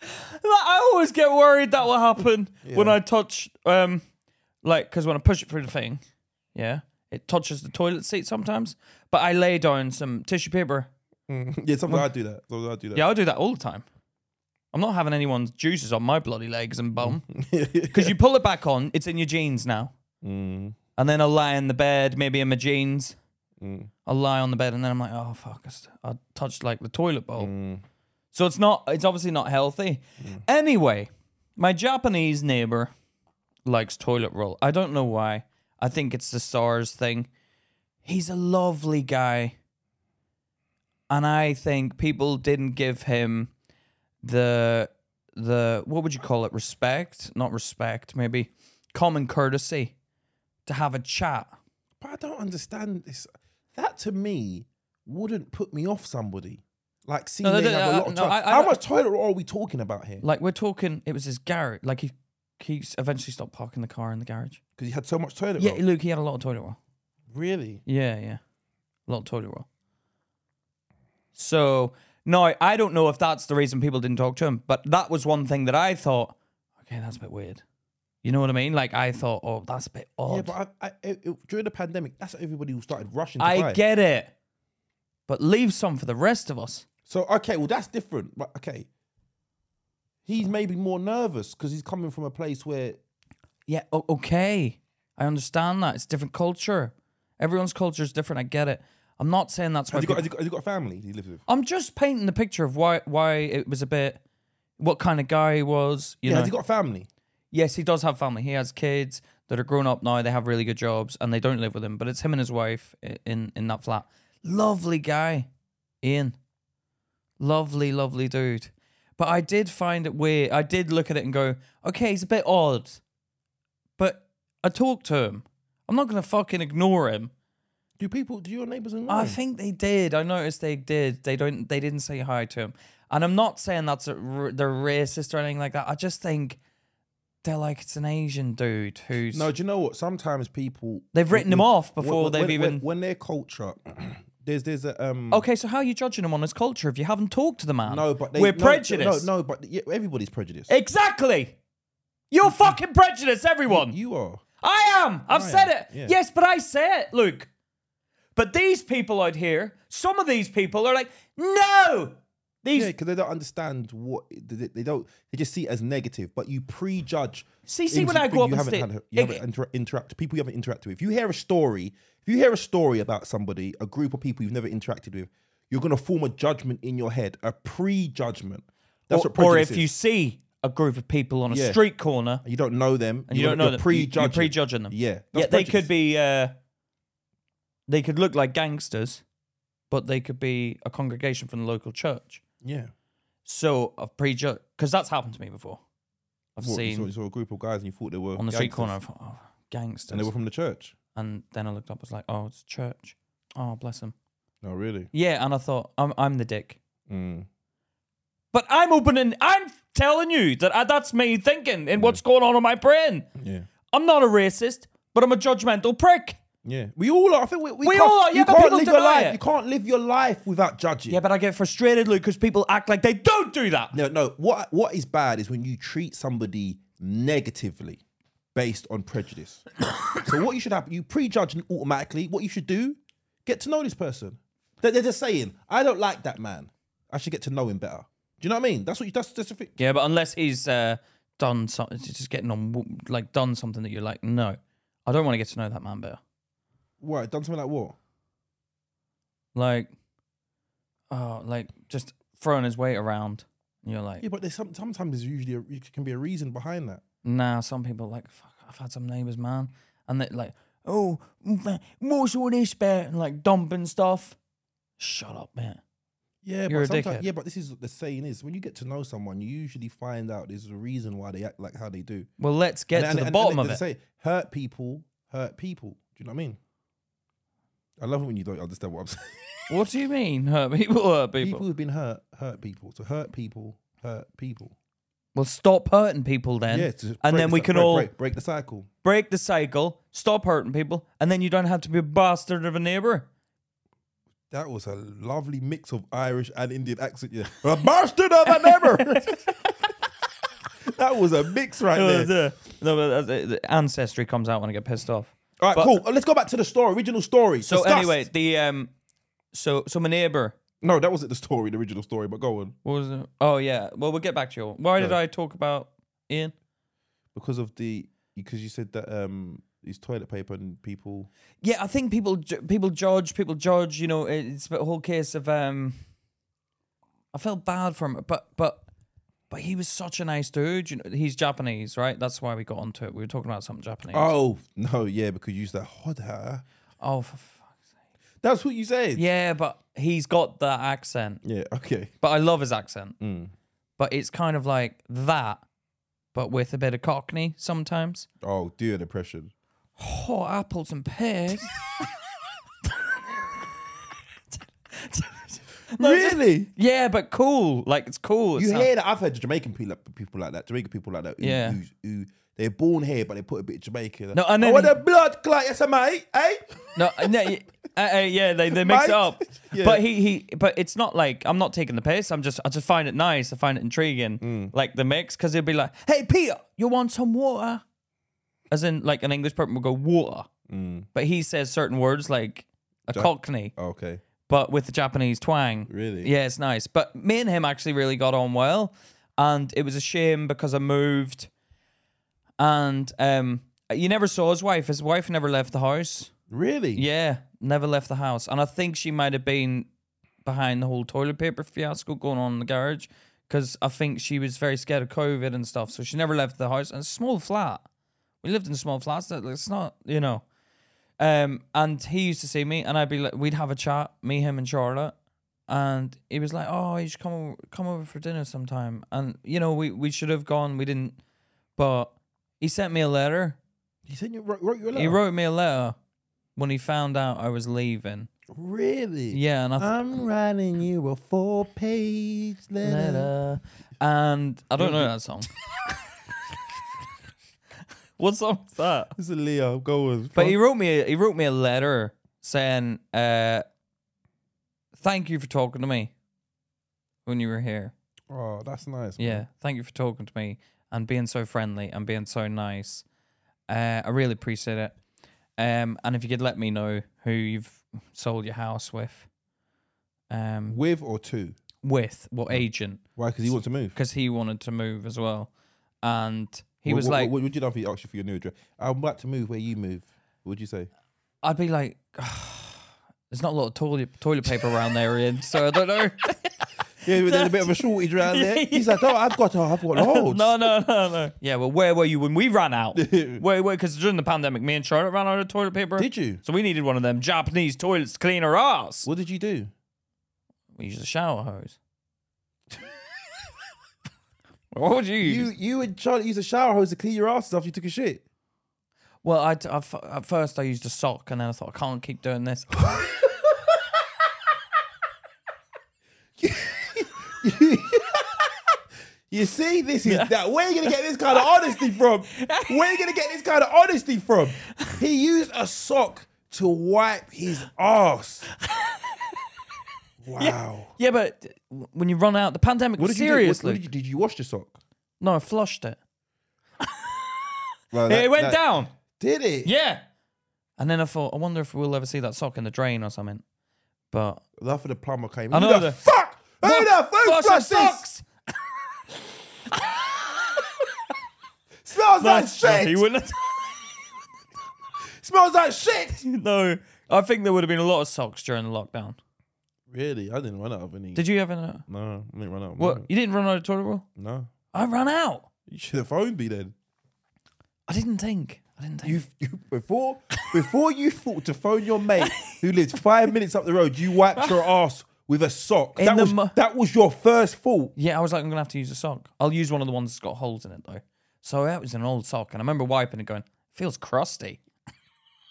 Speaker 2: Like, I always get worried that will happen when I touch, um, like, because when I push it through the thing, yeah, it touches the toilet seat sometimes. But I lay down some tissue paper.
Speaker 1: Yeah, sometimes I do that. Sometimes I do that.
Speaker 2: Yeah, I do that all the time. I'm not having anyone's juices on my bloody legs and bum. Because you pull it back on, it's in your jeans now. And then I'll lie in the bed, maybe in my jeans. I'll lie on the bed, and then I'm like, oh fuck, I, st- I touched like the toilet bowl. So it's not, it's obviously not healthy. Anyway, my Japanese neighbor likes toilet roll. I don't know why. I think it's the SARS thing. He's a lovely guy. And I think people didn't give him the the what would you call it? Respect? Not respect, maybe common courtesy to have a chat.
Speaker 1: But I don't understand this. That to me wouldn't put me off somebody. Like seeing
Speaker 2: no,
Speaker 1: they
Speaker 2: no,
Speaker 1: have a
Speaker 2: no,
Speaker 1: lot of
Speaker 2: no,
Speaker 1: toilet.
Speaker 2: I- I
Speaker 1: How
Speaker 2: don't-
Speaker 1: much toilet roll are we talking about here?
Speaker 2: Like we're talking it was his garage like he he eventually stopped parking the car in the garage.
Speaker 1: Because you had so much toilet
Speaker 2: Yeah,
Speaker 1: roll.
Speaker 2: Luke, he had a lot of toilet roll.
Speaker 1: Really?
Speaker 2: Yeah, yeah. A lot of toilet roll. So, no, I don't know if that's the reason people didn't talk to him, but that was one thing that I thought, okay, that's a bit weird. You know what I mean? Like, I thought, oh, that's a bit odd.
Speaker 1: Yeah, but I, I, it, it- during the pandemic, that's what everybody who started rushing. To buy.
Speaker 2: I get it. But leave some for the rest of us.
Speaker 1: So okay, well that's different. But okay, he's maybe more nervous because he's coming from a place where
Speaker 2: Yeah, o- okay. I understand that. It's different culture. Everyone's culture is different. I get it. I'm not saying that's why.
Speaker 1: has he,
Speaker 2: people-
Speaker 1: got, has, he got, has he got a family he lives with?
Speaker 2: I'm just painting the picture of why why it was a bit, what kind of guy he was. You
Speaker 1: Yeah,
Speaker 2: know,
Speaker 1: has he got a family?
Speaker 2: yes, he does have family. He has kids that are grown up now. They have really good jobs, and they don't live with him. But it's him and his wife i- in in that flat. Lovely guy, Ian. Lovely, lovely dude. But I did find it weird. I did look at it and go, okay, he's a bit odd. But I talked to him. I'm not gonna fucking ignore him.
Speaker 1: Do people? Do your neighbors and
Speaker 2: I think they did. I noticed they did. They don't. They didn't say hi to him. And I'm not saying that's a, r- they're racist or anything like that. I just think they're like it's an Asian dude who's
Speaker 1: No, do you know what? Sometimes people
Speaker 2: They've written him off before
Speaker 1: when,
Speaker 2: they've
Speaker 1: when-
Speaker 2: even- Oh,
Speaker 1: when, when their culture. there's there's a um.
Speaker 2: okay. So how are you judging him on his culture if you haven't talked to the man?
Speaker 1: No, but they,
Speaker 2: we're
Speaker 1: no,
Speaker 2: prejudiced.
Speaker 1: No, no, but yeah, everybody's prejudiced.
Speaker 2: exactly. You're fucking prejudiced, everyone.
Speaker 1: You are.
Speaker 2: I am. I've
Speaker 1: I
Speaker 2: said
Speaker 1: am,
Speaker 2: it.
Speaker 1: yeah.
Speaker 2: Yes, but I say it, Luke. But these people out here, some of these people are like, no, These
Speaker 1: Yeah, because they don't understand what they, they don't. They just see it as negative. But you prejudge.
Speaker 2: See- see,
Speaker 1: things
Speaker 2: when I
Speaker 1: you-
Speaker 2: grew up
Speaker 1: you
Speaker 2: in
Speaker 1: haven't
Speaker 2: state-
Speaker 1: had, you haven't
Speaker 2: it-
Speaker 1: inter- interact people you haven't interacted with. If you hear a story, if you hear a story about somebody, a group of people you've never interacted with, you're gonna form a judgment in your head, a prejudgment. That's
Speaker 2: or,
Speaker 1: what
Speaker 2: or
Speaker 1: prejudice
Speaker 2: if you
Speaker 1: is.
Speaker 2: see a group of people on a
Speaker 1: Yeah.
Speaker 2: street corner
Speaker 1: you don't know them,
Speaker 2: and you
Speaker 1: you're
Speaker 2: don't know
Speaker 1: you're
Speaker 2: them, you-
Speaker 1: prejudging.
Speaker 2: you're prejudging them.
Speaker 1: Yeah, that's
Speaker 2: yeah, they could
Speaker 1: prejudice.
Speaker 2: be. Uh, they could look like gangsters, but they could be a congregation from the local church.
Speaker 1: Yeah,
Speaker 2: So I've prejudged because that's happened to me before. I've
Speaker 1: What, you,
Speaker 2: seen
Speaker 1: saw, you saw a group of guys and you thought they were
Speaker 2: on the street
Speaker 1: gangsters
Speaker 2: corner. I thought, oh, gangsters,
Speaker 1: and they were from the church.
Speaker 2: and then I looked up. I was like, oh, it's a church. Oh, bless them.
Speaker 1: Oh, really?
Speaker 2: Yeah, and I thought, I'm I'm the dick.
Speaker 1: Mm.
Speaker 2: But I'm opening. I'm telling you that I, that's me thinking and what's going on in my brain.
Speaker 1: Yeah.
Speaker 2: I'm not a racist, but I'm a judgmental prick.
Speaker 1: Yeah, we all are. I think we, we,
Speaker 2: We
Speaker 1: can't,
Speaker 2: all are, yeah,
Speaker 1: you
Speaker 2: but
Speaker 1: can't
Speaker 2: people
Speaker 1: live your
Speaker 2: deny
Speaker 1: life.
Speaker 2: it.
Speaker 1: You can't live your life without judging.
Speaker 2: Yeah, but I get frustrated, Luke, because people act like they don't do that.
Speaker 1: No, no. What what is bad is when you treat somebody negatively based on prejudice. so what you should happen, you prejudge them automatically. What you should do, get to know this person. They're, they're just saying, I don't like that man. I should get to know him better. Do you know what I mean? That's what you. That's that's the thing.
Speaker 2: Yeah, but unless he's uh, done something, just getting on, w- like done something that you're like, no, I don't want to get to know that man better.
Speaker 1: What done something like what?
Speaker 2: Like, oh, like just throwing his weight around. And you're like,
Speaker 1: Yeah, but there's some, sometimes there's usually a, it can be a reason behind that.
Speaker 2: nah. Some people are like, fuck, I've had some neighbors, man, and they like, oh, mm, what's all this about? And like dumping stuff. Shut up, man.
Speaker 1: Yeah,
Speaker 2: You're a
Speaker 1: but sometimes,
Speaker 2: dickhead.
Speaker 1: yeah, but this is what the saying is when you get to know someone, you usually find out there's a reason why they act like how they do.
Speaker 2: Well, let's get
Speaker 1: And-
Speaker 2: to the
Speaker 1: and- and-
Speaker 2: bottom
Speaker 1: and
Speaker 2: of
Speaker 1: they
Speaker 2: it.
Speaker 1: Say, hurt people, hurt people. Do you know what I mean? I love it when you don't understand what I'm saying.
Speaker 2: what do you mean, hurt people? Hurt people.
Speaker 1: People who've been hurt, hurt people. To hurt people, hurt people.
Speaker 2: Well, stop hurting people then.
Speaker 1: yeah, to break
Speaker 2: and then
Speaker 1: the
Speaker 2: we
Speaker 1: cy-
Speaker 2: can
Speaker 1: break,
Speaker 2: all
Speaker 1: break, break the cycle.
Speaker 2: break the cycle, stop hurting people, and then you don't have to be a bastard of a neighbor.
Speaker 1: That was a lovely mix of Irish and Indian accent. Yeah, a bastard of a neighbor. that was a mix right
Speaker 2: No,
Speaker 1: there.
Speaker 2: Uh, the, ancestry comes out when I get pissed off.
Speaker 1: All right,
Speaker 2: but-
Speaker 1: cool. Uh, Let's go back to the story, original story.
Speaker 2: So
Speaker 1: Disgust.
Speaker 2: anyway, the um, so so my neighbor.
Speaker 1: no, that wasn't the story, the original story. But go on.
Speaker 2: What was it? Oh yeah. Well, we'll get back to you. Why did
Speaker 1: Yeah.
Speaker 2: I talk about Ian?
Speaker 1: Because of the, because you said that um, it's toilet paper and people.
Speaker 2: Yeah, I think people ju- people judge people judge. You know, it's a whole case of um. I felt bad for him, but but but he was such a nice dude. You know, he's Japanese, right? That's why we got onto it. We were talking about something Japanese.
Speaker 1: Oh no, yeah, because you used that hoda.
Speaker 2: oh for fuck.
Speaker 1: That's what you said.
Speaker 2: Yeah, but he's got that accent.
Speaker 1: Yeah. Okay.
Speaker 2: But I love his accent.
Speaker 1: Mm.
Speaker 2: But it's kind of like that, but with a bit of cockney sometimes.
Speaker 1: Oh dear, depression.
Speaker 2: Oh, apples and pears.
Speaker 1: Really?
Speaker 2: yeah, but cool. Like it's cool. It's
Speaker 1: You
Speaker 2: not-
Speaker 1: hear that? I've heard Jamaican people like, people like that. Jamaican people like that. Who,
Speaker 2: Yeah.
Speaker 1: Who, who, they're born here, but they put a bit of Jamaican.
Speaker 2: No, and then-
Speaker 1: oh, what a blood clot, yes, mate. Eh?
Speaker 2: no, no, y- uh, uh, yeah, they, they mix it
Speaker 1: Mate.
Speaker 2: up.
Speaker 1: Yeah.
Speaker 2: But he, he, but it's not like I'm not taking the piss. I'm just, I just find it nice. I find it intriguing,
Speaker 1: Mm.
Speaker 2: like the mix, because it'd be like, "Hey, Peter, you want some water?" As in, like an English person would go water,
Speaker 1: Mm.
Speaker 2: but he says certain words like a Cockney,
Speaker 1: Okay.
Speaker 2: but with the Japanese twang.
Speaker 1: Really?
Speaker 2: Yeah, it's nice. But me and him actually really got on well, and it was a shame because I moved, and um, you never saw his wife. His wife never left the house.
Speaker 1: Really?
Speaker 2: Yeah, never left the house. And I think she might have been behind the whole toilet paper fiasco going on in the garage because I think she was very scared of COVID and stuff. So she never left the house. And it's a small flat. We lived in small flats. that- It's not, you know. Um, and he used to see me, and I'd be like, we'd have a chat, me, him, and Charlotte. And he was like, "Oh, you should come over, come over for dinner sometime." And you know, we we should have gone, we didn't. But he sent me a letter.
Speaker 1: You said you wrote, wrote your letter.
Speaker 2: He wrote me a letter when he found out I was leaving.
Speaker 1: Really?
Speaker 2: Yeah, and I th-
Speaker 1: I'm writing you a four-page letter.
Speaker 2: letter. and I don't know that song. what song's that?
Speaker 1: This is Leo. Go on.
Speaker 2: But he wrote me. He wrote me a letter saying, uh, "Thank you for talking to me when you were here.
Speaker 1: oh, that's nice. man.
Speaker 2: Yeah, thank you for talking to me and being so friendly and being so nice. Uh, I really appreciate it. Um, and if you could let me know who you've sold your house with, um,
Speaker 1: With or two?
Speaker 2: with, what agent,
Speaker 1: Why? Because he wants to move.
Speaker 2: because he wanted to move as well, and he
Speaker 1: What-
Speaker 2: was
Speaker 1: what,
Speaker 2: like,
Speaker 1: what, what would you do if he asked you for your new address? I'm about to move where you move. What would you say?
Speaker 2: I'd be like, there's not a lot of toilet toilet paper around there, Ian, so I don't know.
Speaker 1: Yeah, but there's a bit of a shortage around there. He's like, oh, I've got, I've got loads.
Speaker 2: no, no, no, no. Yeah, well, where were you when we ran out? wait, wait, because during the pandemic, me and Charlotte ran out of toilet paper.
Speaker 1: Did you?
Speaker 2: So we needed one of them Japanese toilets to clean our ass.
Speaker 1: What did you do?
Speaker 2: We used a shower hose. what would you use?
Speaker 1: You, you and Charlie used a shower hose to clean your ass after you took a shit.
Speaker 2: Well, I, I f- at first I used a sock, and then I thought I can't keep doing this.
Speaker 1: You see, this is that. Where are you gonna get this kind of honesty from? Where are you gonna get this kind of honesty from? He used a sock to wipe his ass. Wow.
Speaker 2: yeah, but when you run out, the pandemic.
Speaker 1: What did you
Speaker 2: seriously,
Speaker 1: do? What- What, did, you, did you wash your sock?
Speaker 2: no, I flushed it.
Speaker 1: Well,
Speaker 2: it
Speaker 1: that-
Speaker 2: went
Speaker 1: that-
Speaker 2: down.
Speaker 1: Did it?
Speaker 2: Yeah. And then I thought, I wonder if we'll ever see that sock in the drain or something. But
Speaker 1: Laugh of the plumber came.
Speaker 2: I
Speaker 1: Who
Speaker 2: know
Speaker 1: the
Speaker 2: the-
Speaker 1: fuck? Who
Speaker 2: What?
Speaker 1: the fuck
Speaker 2: Flush your
Speaker 1: flushed this?
Speaker 2: socks.
Speaker 1: Smells like
Speaker 2: He
Speaker 1: shit.
Speaker 2: wouldn't.
Speaker 1: Smells like shit.
Speaker 2: no, I think there would have been a lot of socks during the lockdown.
Speaker 1: Really? I didn't run out of any.
Speaker 2: Did you ever know?
Speaker 1: no, I didn't run out. Of
Speaker 2: What?
Speaker 1: mine.
Speaker 2: You didn't run out of toilet roll?
Speaker 1: No.
Speaker 2: I ran out.
Speaker 1: You should have phoned me then.
Speaker 2: I didn't think. I didn't think.
Speaker 1: You, you before before you thought to phone your mate who lives five minutes up the road, you wiped your ass with a sock.
Speaker 2: In
Speaker 1: that
Speaker 2: the
Speaker 1: was
Speaker 2: mu-
Speaker 1: that was your first thought.
Speaker 2: Yeah, I was like, I'm gonna have to use a sock. I'll use one of the ones that's got holes in it though. So that was an old sock, and I remember wiping it, going, feels crusty.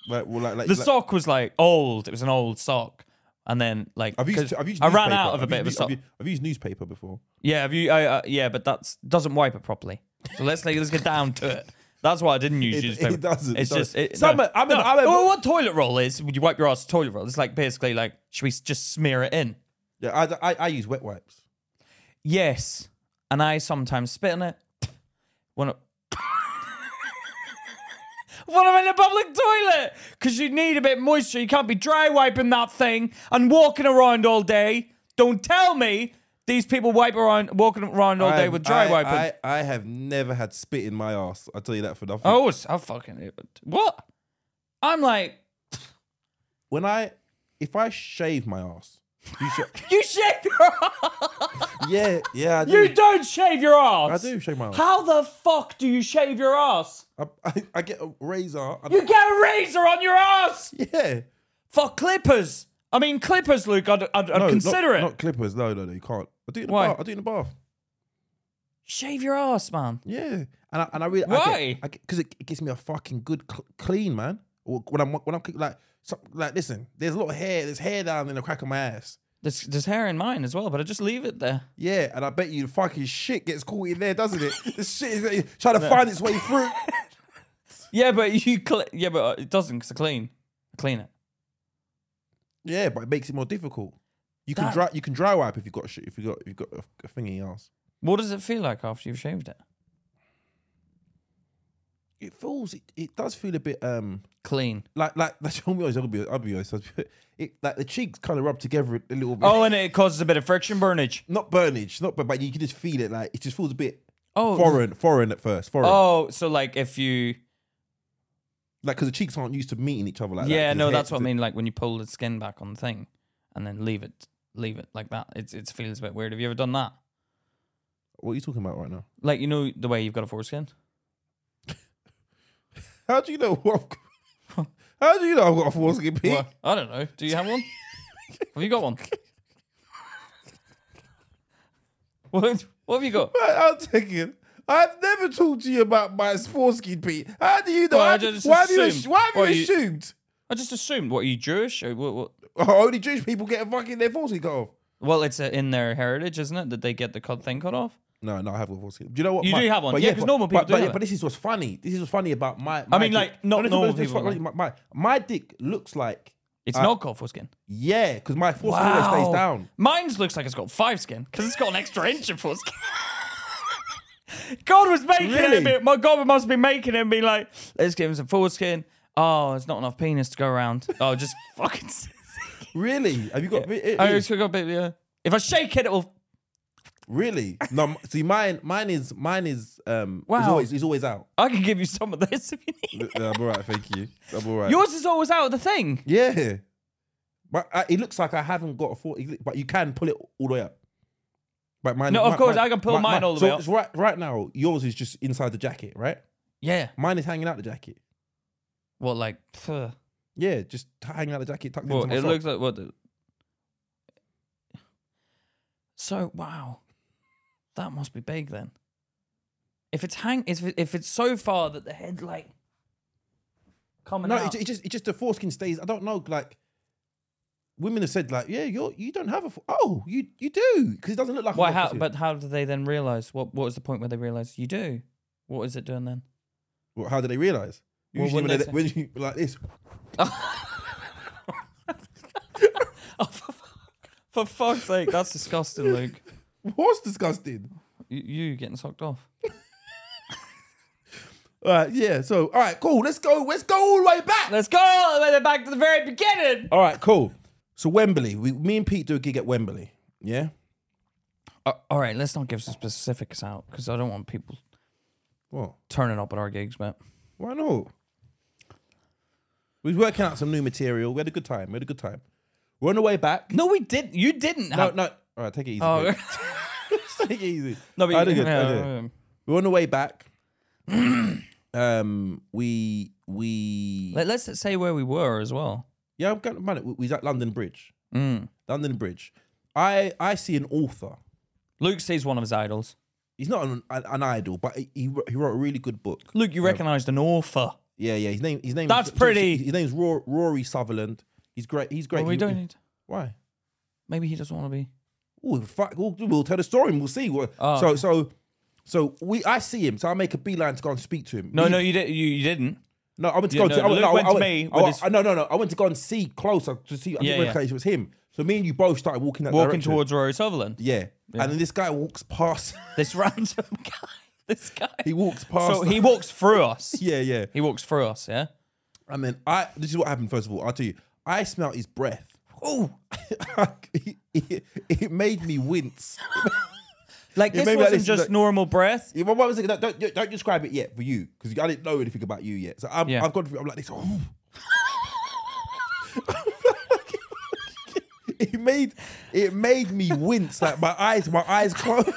Speaker 1: Like, well, like, like,
Speaker 2: The
Speaker 1: like-
Speaker 2: sock was like old. It was an old sock, and then like
Speaker 1: I've used,
Speaker 2: 'cause
Speaker 1: I've used
Speaker 2: I ran
Speaker 1: newspaper.
Speaker 2: out of a
Speaker 1: I've
Speaker 2: bit of a
Speaker 1: used-
Speaker 2: sock.
Speaker 1: I've used, I've used newspaper before.
Speaker 2: Yeah, have you? I, uh, yeah, but that's doesn't wipe it properly. So let's like, let's get down to it. That's why I didn't use
Speaker 1: It-
Speaker 2: newspaper.
Speaker 1: it doesn't,
Speaker 2: It's
Speaker 1: it
Speaker 2: just.
Speaker 1: doesn't.
Speaker 2: It,
Speaker 1: Some-
Speaker 2: no.
Speaker 1: I mean-
Speaker 2: No.
Speaker 1: I mean-
Speaker 2: well, what toilet roll is? Would you wipe your ass with toilet roll? It's like basically like should we just smear it in?
Speaker 1: Yeah, I, I, I use wet wipes.
Speaker 2: Yes, and I sometimes spit on it. When. I- When I'm in a public toilet, because you need a bit of moisture. You can't be dry wiping that thing and walking around all day. Don't tell me these people wipe around, walking around all day
Speaker 1: I've-
Speaker 2: with Oh, dry
Speaker 1: I,
Speaker 2: wiping.
Speaker 1: I, I have never had spit in my ass. I tell you that for nothing.
Speaker 2: I always, I Oh, fucking, what? I'm like,
Speaker 1: When I, if I shave my ass, you should,
Speaker 2: you shave your ass.
Speaker 1: yeah, yeah, I do.
Speaker 2: You don't shave your
Speaker 1: I
Speaker 2: ass.
Speaker 1: do shave my ass.
Speaker 2: How the fuck do you shave your ass?
Speaker 1: I, I, I get a razor. and-
Speaker 2: You get a razor on your ass.
Speaker 1: yeah.
Speaker 2: Fuck clippers. I mean, clippers, Luke. I'd, I'd, I'd
Speaker 1: No,
Speaker 2: consider
Speaker 1: not,
Speaker 2: it.
Speaker 1: Not clippers. No, no, no. You can't. I do it in the
Speaker 2: Why?
Speaker 1: bath. I do it in the bath.
Speaker 2: Shave your ass, man.
Speaker 1: Yeah. And I, and I really
Speaker 2: Why?
Speaker 1: Because it, it gives me a fucking good cl- clean, man. Or When I'm when I'm cl- like some, like listen, there's a lot of hair. There's hair down in the crack of my ass.
Speaker 2: There's, there's hair in mine as well, but I just leave it there.
Speaker 1: Yeah, and I bet you the fucking shit gets caught in there, doesn't it? the shit is trying to find its way through.
Speaker 2: Yeah, but you, cle yeah, but uh, it doesn't because I clean. I clean it.
Speaker 1: Yeah, but it makes it more difficult. You can
Speaker 2: That-
Speaker 1: dry you can dry wipe if you got a shit if you got if you got a, a thing in your ass.
Speaker 2: What does it feel like after you've shaved it?
Speaker 1: It feels it, it does feel a bit um
Speaker 2: Clean.
Speaker 1: like like that's I'll be honest, I'll be, I'll be honest. I'll be- It, like the cheeks kind of rub together a little bit.
Speaker 2: Oh, and it causes a bit of friction burnage.
Speaker 1: Not burnage, not but but you can just feel it like it just feels a bit
Speaker 2: Oh,
Speaker 1: foreign, foreign at first, foreign.
Speaker 2: Oh, so like if you,
Speaker 1: Like because the cheeks aren't used to meeting each other like that.
Speaker 2: yeah,
Speaker 1: 'cause
Speaker 2: no,
Speaker 1: it's
Speaker 2: that's what I
Speaker 1: hair-
Speaker 2: mean. Like when you pull the skin back on the thing, and then leave it, leave it like that. It's it feels a bit weird. Have you ever done that?
Speaker 1: What are you talking about right now?
Speaker 2: Like you know the way you've got a foreskin.
Speaker 1: How do you know? What I've got- How do you know I've got a foreskin pig?
Speaker 2: Well, I don't know. Do you have one? have you got one? What, what have you got?
Speaker 1: Right, I'm thinking. I've never talked to you about my foreskin, Pete. How do you know?
Speaker 2: Well, I
Speaker 1: How-
Speaker 2: just
Speaker 1: why, have you,
Speaker 2: assumed.
Speaker 1: assu- why have you
Speaker 2: Well, you-
Speaker 1: assumed?
Speaker 2: I just assumed. What are you Jewish? Or what, what?
Speaker 1: Oh, only Jewish people get a fucking their foreskin cut off.
Speaker 2: Well, it's uh in their heritage, isn't it? That they get the cut thing cut off.
Speaker 1: No, no, I have got a foreskin. Do you know what?
Speaker 2: You do have one.
Speaker 1: but
Speaker 2: Yeah, 'cause
Speaker 1: but-
Speaker 2: normal people
Speaker 1: but,
Speaker 2: do
Speaker 1: but,
Speaker 2: have
Speaker 1: yeah,
Speaker 2: it.
Speaker 1: but this is what's funny. This is what's funny about my. my
Speaker 2: mean,
Speaker 1: dick.
Speaker 2: like, not
Speaker 1: this is
Speaker 2: normal
Speaker 1: what's
Speaker 2: people,
Speaker 1: funny. My, my my dick looks like
Speaker 2: It's not got foreskin.
Speaker 1: yeah, because my foreskin always stays down.
Speaker 2: Mine's looks like it's got five skin because it's got an extra inch of foreskin. God was making
Speaker 1: Really?
Speaker 2: it. be- My God must be making him be like, let's give him some foreskin. Oh, it's not enough penis to go around. Oh, just fucking.
Speaker 1: Really? Have you got? It, it,
Speaker 2: I
Speaker 1: it-
Speaker 2: just got a bit. Yeah. If I shake it, it'll
Speaker 1: Really? No. m- See, mine, mine is, mine is. Um, He's
Speaker 2: Wow.
Speaker 1: always, he's always out.
Speaker 2: I can give you some of this if you need.
Speaker 1: Yeah, I'm all right. Thank you. I'm all right.
Speaker 2: Yours is always out of the thing.
Speaker 1: yeah. But I, it looks like I haven't got a forty. But you can pull it all the way up. But mine.
Speaker 2: No, of
Speaker 1: mi-
Speaker 2: course,
Speaker 1: mi-
Speaker 2: I can pull
Speaker 1: mi-
Speaker 2: mine
Speaker 1: mi-
Speaker 2: all the
Speaker 1: so
Speaker 2: way up.
Speaker 1: it's Right, right now, yours is just inside the jacket, right?
Speaker 2: Yeah.
Speaker 1: Mine is hanging out the jacket.
Speaker 2: What like? pff.
Speaker 1: Yeah, just t- hanging out the jacket, tucked
Speaker 2: Well,
Speaker 1: into my
Speaker 2: it
Speaker 1: sock.
Speaker 2: looks like what? The... So wow, that must be big then. If it's hang, if it- if it's so far that the head like coming
Speaker 1: No, it,
Speaker 2: out,
Speaker 1: ju- it just it just the foreskin stays. I don't know. Like women have said, like yeah, you you don't have a fo- oh you you do because it doesn't look like. a
Speaker 2: Why? How,
Speaker 1: foreskin.
Speaker 2: but how do they then realize? What What was the point where they realized you do? What is it doing then?
Speaker 1: Well, how do they realize? Usually
Speaker 2: Usually
Speaker 1: when,
Speaker 2: they
Speaker 1: they,
Speaker 2: say-
Speaker 1: when you like this,
Speaker 2: For fuck's sake, that's disgusting, Luke.
Speaker 1: what's disgusting?
Speaker 2: You, you getting sucked off?
Speaker 1: All right, yeah. So all right, cool. Let's go. Let's go all the way back.
Speaker 2: Let's go all the way back to the very beginning.
Speaker 1: All right, cool. So Wembley, we, me and Pete do a gig at Wembley. Yeah.
Speaker 2: Uh, all right, let's not give some specifics out because I don't want people
Speaker 1: What?
Speaker 2: turning up at our gigs, mate.
Speaker 1: Why not? We was working out some new material. We had a good time. We had a good time. We're on the way back.
Speaker 2: No, we didn't. You didn't.
Speaker 1: No,
Speaker 2: have-
Speaker 1: no. All right, take it easy.
Speaker 2: Oh.
Speaker 1: Pete. take it easy.
Speaker 2: no, but
Speaker 1: I had a
Speaker 2: you
Speaker 1: good-
Speaker 2: didn't.
Speaker 1: I did. We're on the way back. um, we we
Speaker 2: Let, us say where we were as well.
Speaker 1: yeah, I'm going man. We we was at London Bridge.
Speaker 2: Mm.
Speaker 1: London Bridge. I I see an author.
Speaker 2: Luke sees one of his idols.
Speaker 1: He's not an, an, an idol, but he he wrote- he wrote a really good book.
Speaker 2: Luke, you recognised an author.
Speaker 1: Yeah, yeah. His name his name.
Speaker 2: That's pretty.
Speaker 1: His name's Rory, Rory Sutherland. He's great. He's great.
Speaker 2: Well, we
Speaker 1: He-
Speaker 2: don't need.
Speaker 1: Why?
Speaker 2: Maybe he doesn't want to be.
Speaker 1: Ooh, fuck, we'll, we'll tell the story and we'll see. What,
Speaker 2: Oh,
Speaker 1: so
Speaker 2: okay.
Speaker 1: so so we I see him, so I make a beeline to go and speak to him.
Speaker 2: No,
Speaker 1: Me-
Speaker 2: no, you did. You, you didn't.
Speaker 1: no, I went to go
Speaker 2: Yeah, no,
Speaker 1: to I went,
Speaker 2: Luke
Speaker 1: no, I
Speaker 2: went
Speaker 1: I
Speaker 2: to
Speaker 1: went, I
Speaker 2: me with
Speaker 1: went-
Speaker 2: his-
Speaker 1: I- no, no, no. I went to go and see closer to see. I
Speaker 2: Yeah,
Speaker 1: didn't
Speaker 2: yeah.
Speaker 1: recognize it was him. So me and you both started walking that
Speaker 2: Walking
Speaker 1: direction.
Speaker 2: towards Rory Sutherland.
Speaker 1: Yeah. and then this guy walks past.
Speaker 2: This random guy. This guy.
Speaker 1: he walks past.
Speaker 2: so he walks through us.
Speaker 1: yeah, yeah.
Speaker 2: He walks through us. Yeah.
Speaker 1: I mean, I this is what happened. First of all, I'll tell you, I smelt his breath.
Speaker 2: Oh,
Speaker 1: it, it- it made me wince.
Speaker 2: like
Speaker 1: Yeah,
Speaker 2: this
Speaker 1: maybe
Speaker 2: wasn't
Speaker 1: like this is
Speaker 2: just
Speaker 1: like-
Speaker 2: normal breath.
Speaker 1: Yeah, well, what was it? Don't, don't, don't describe it yet for you because I didn't know anything about you yet. So I'm,
Speaker 2: Yeah.
Speaker 1: I've gone through. I'm like this. Oh. it made it made me wince. Like my eyes, my eyes closed.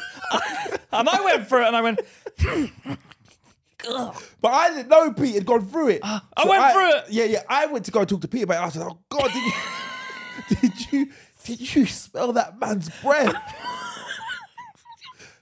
Speaker 2: And I went through it, and I went. Ugh.
Speaker 1: But I didn't know Pete had gone through it. I
Speaker 2: went through it.
Speaker 1: Yeah, yeah. I went to go talk to Pete about it. I said, "Oh God, did you did you did you smell that man's breath?"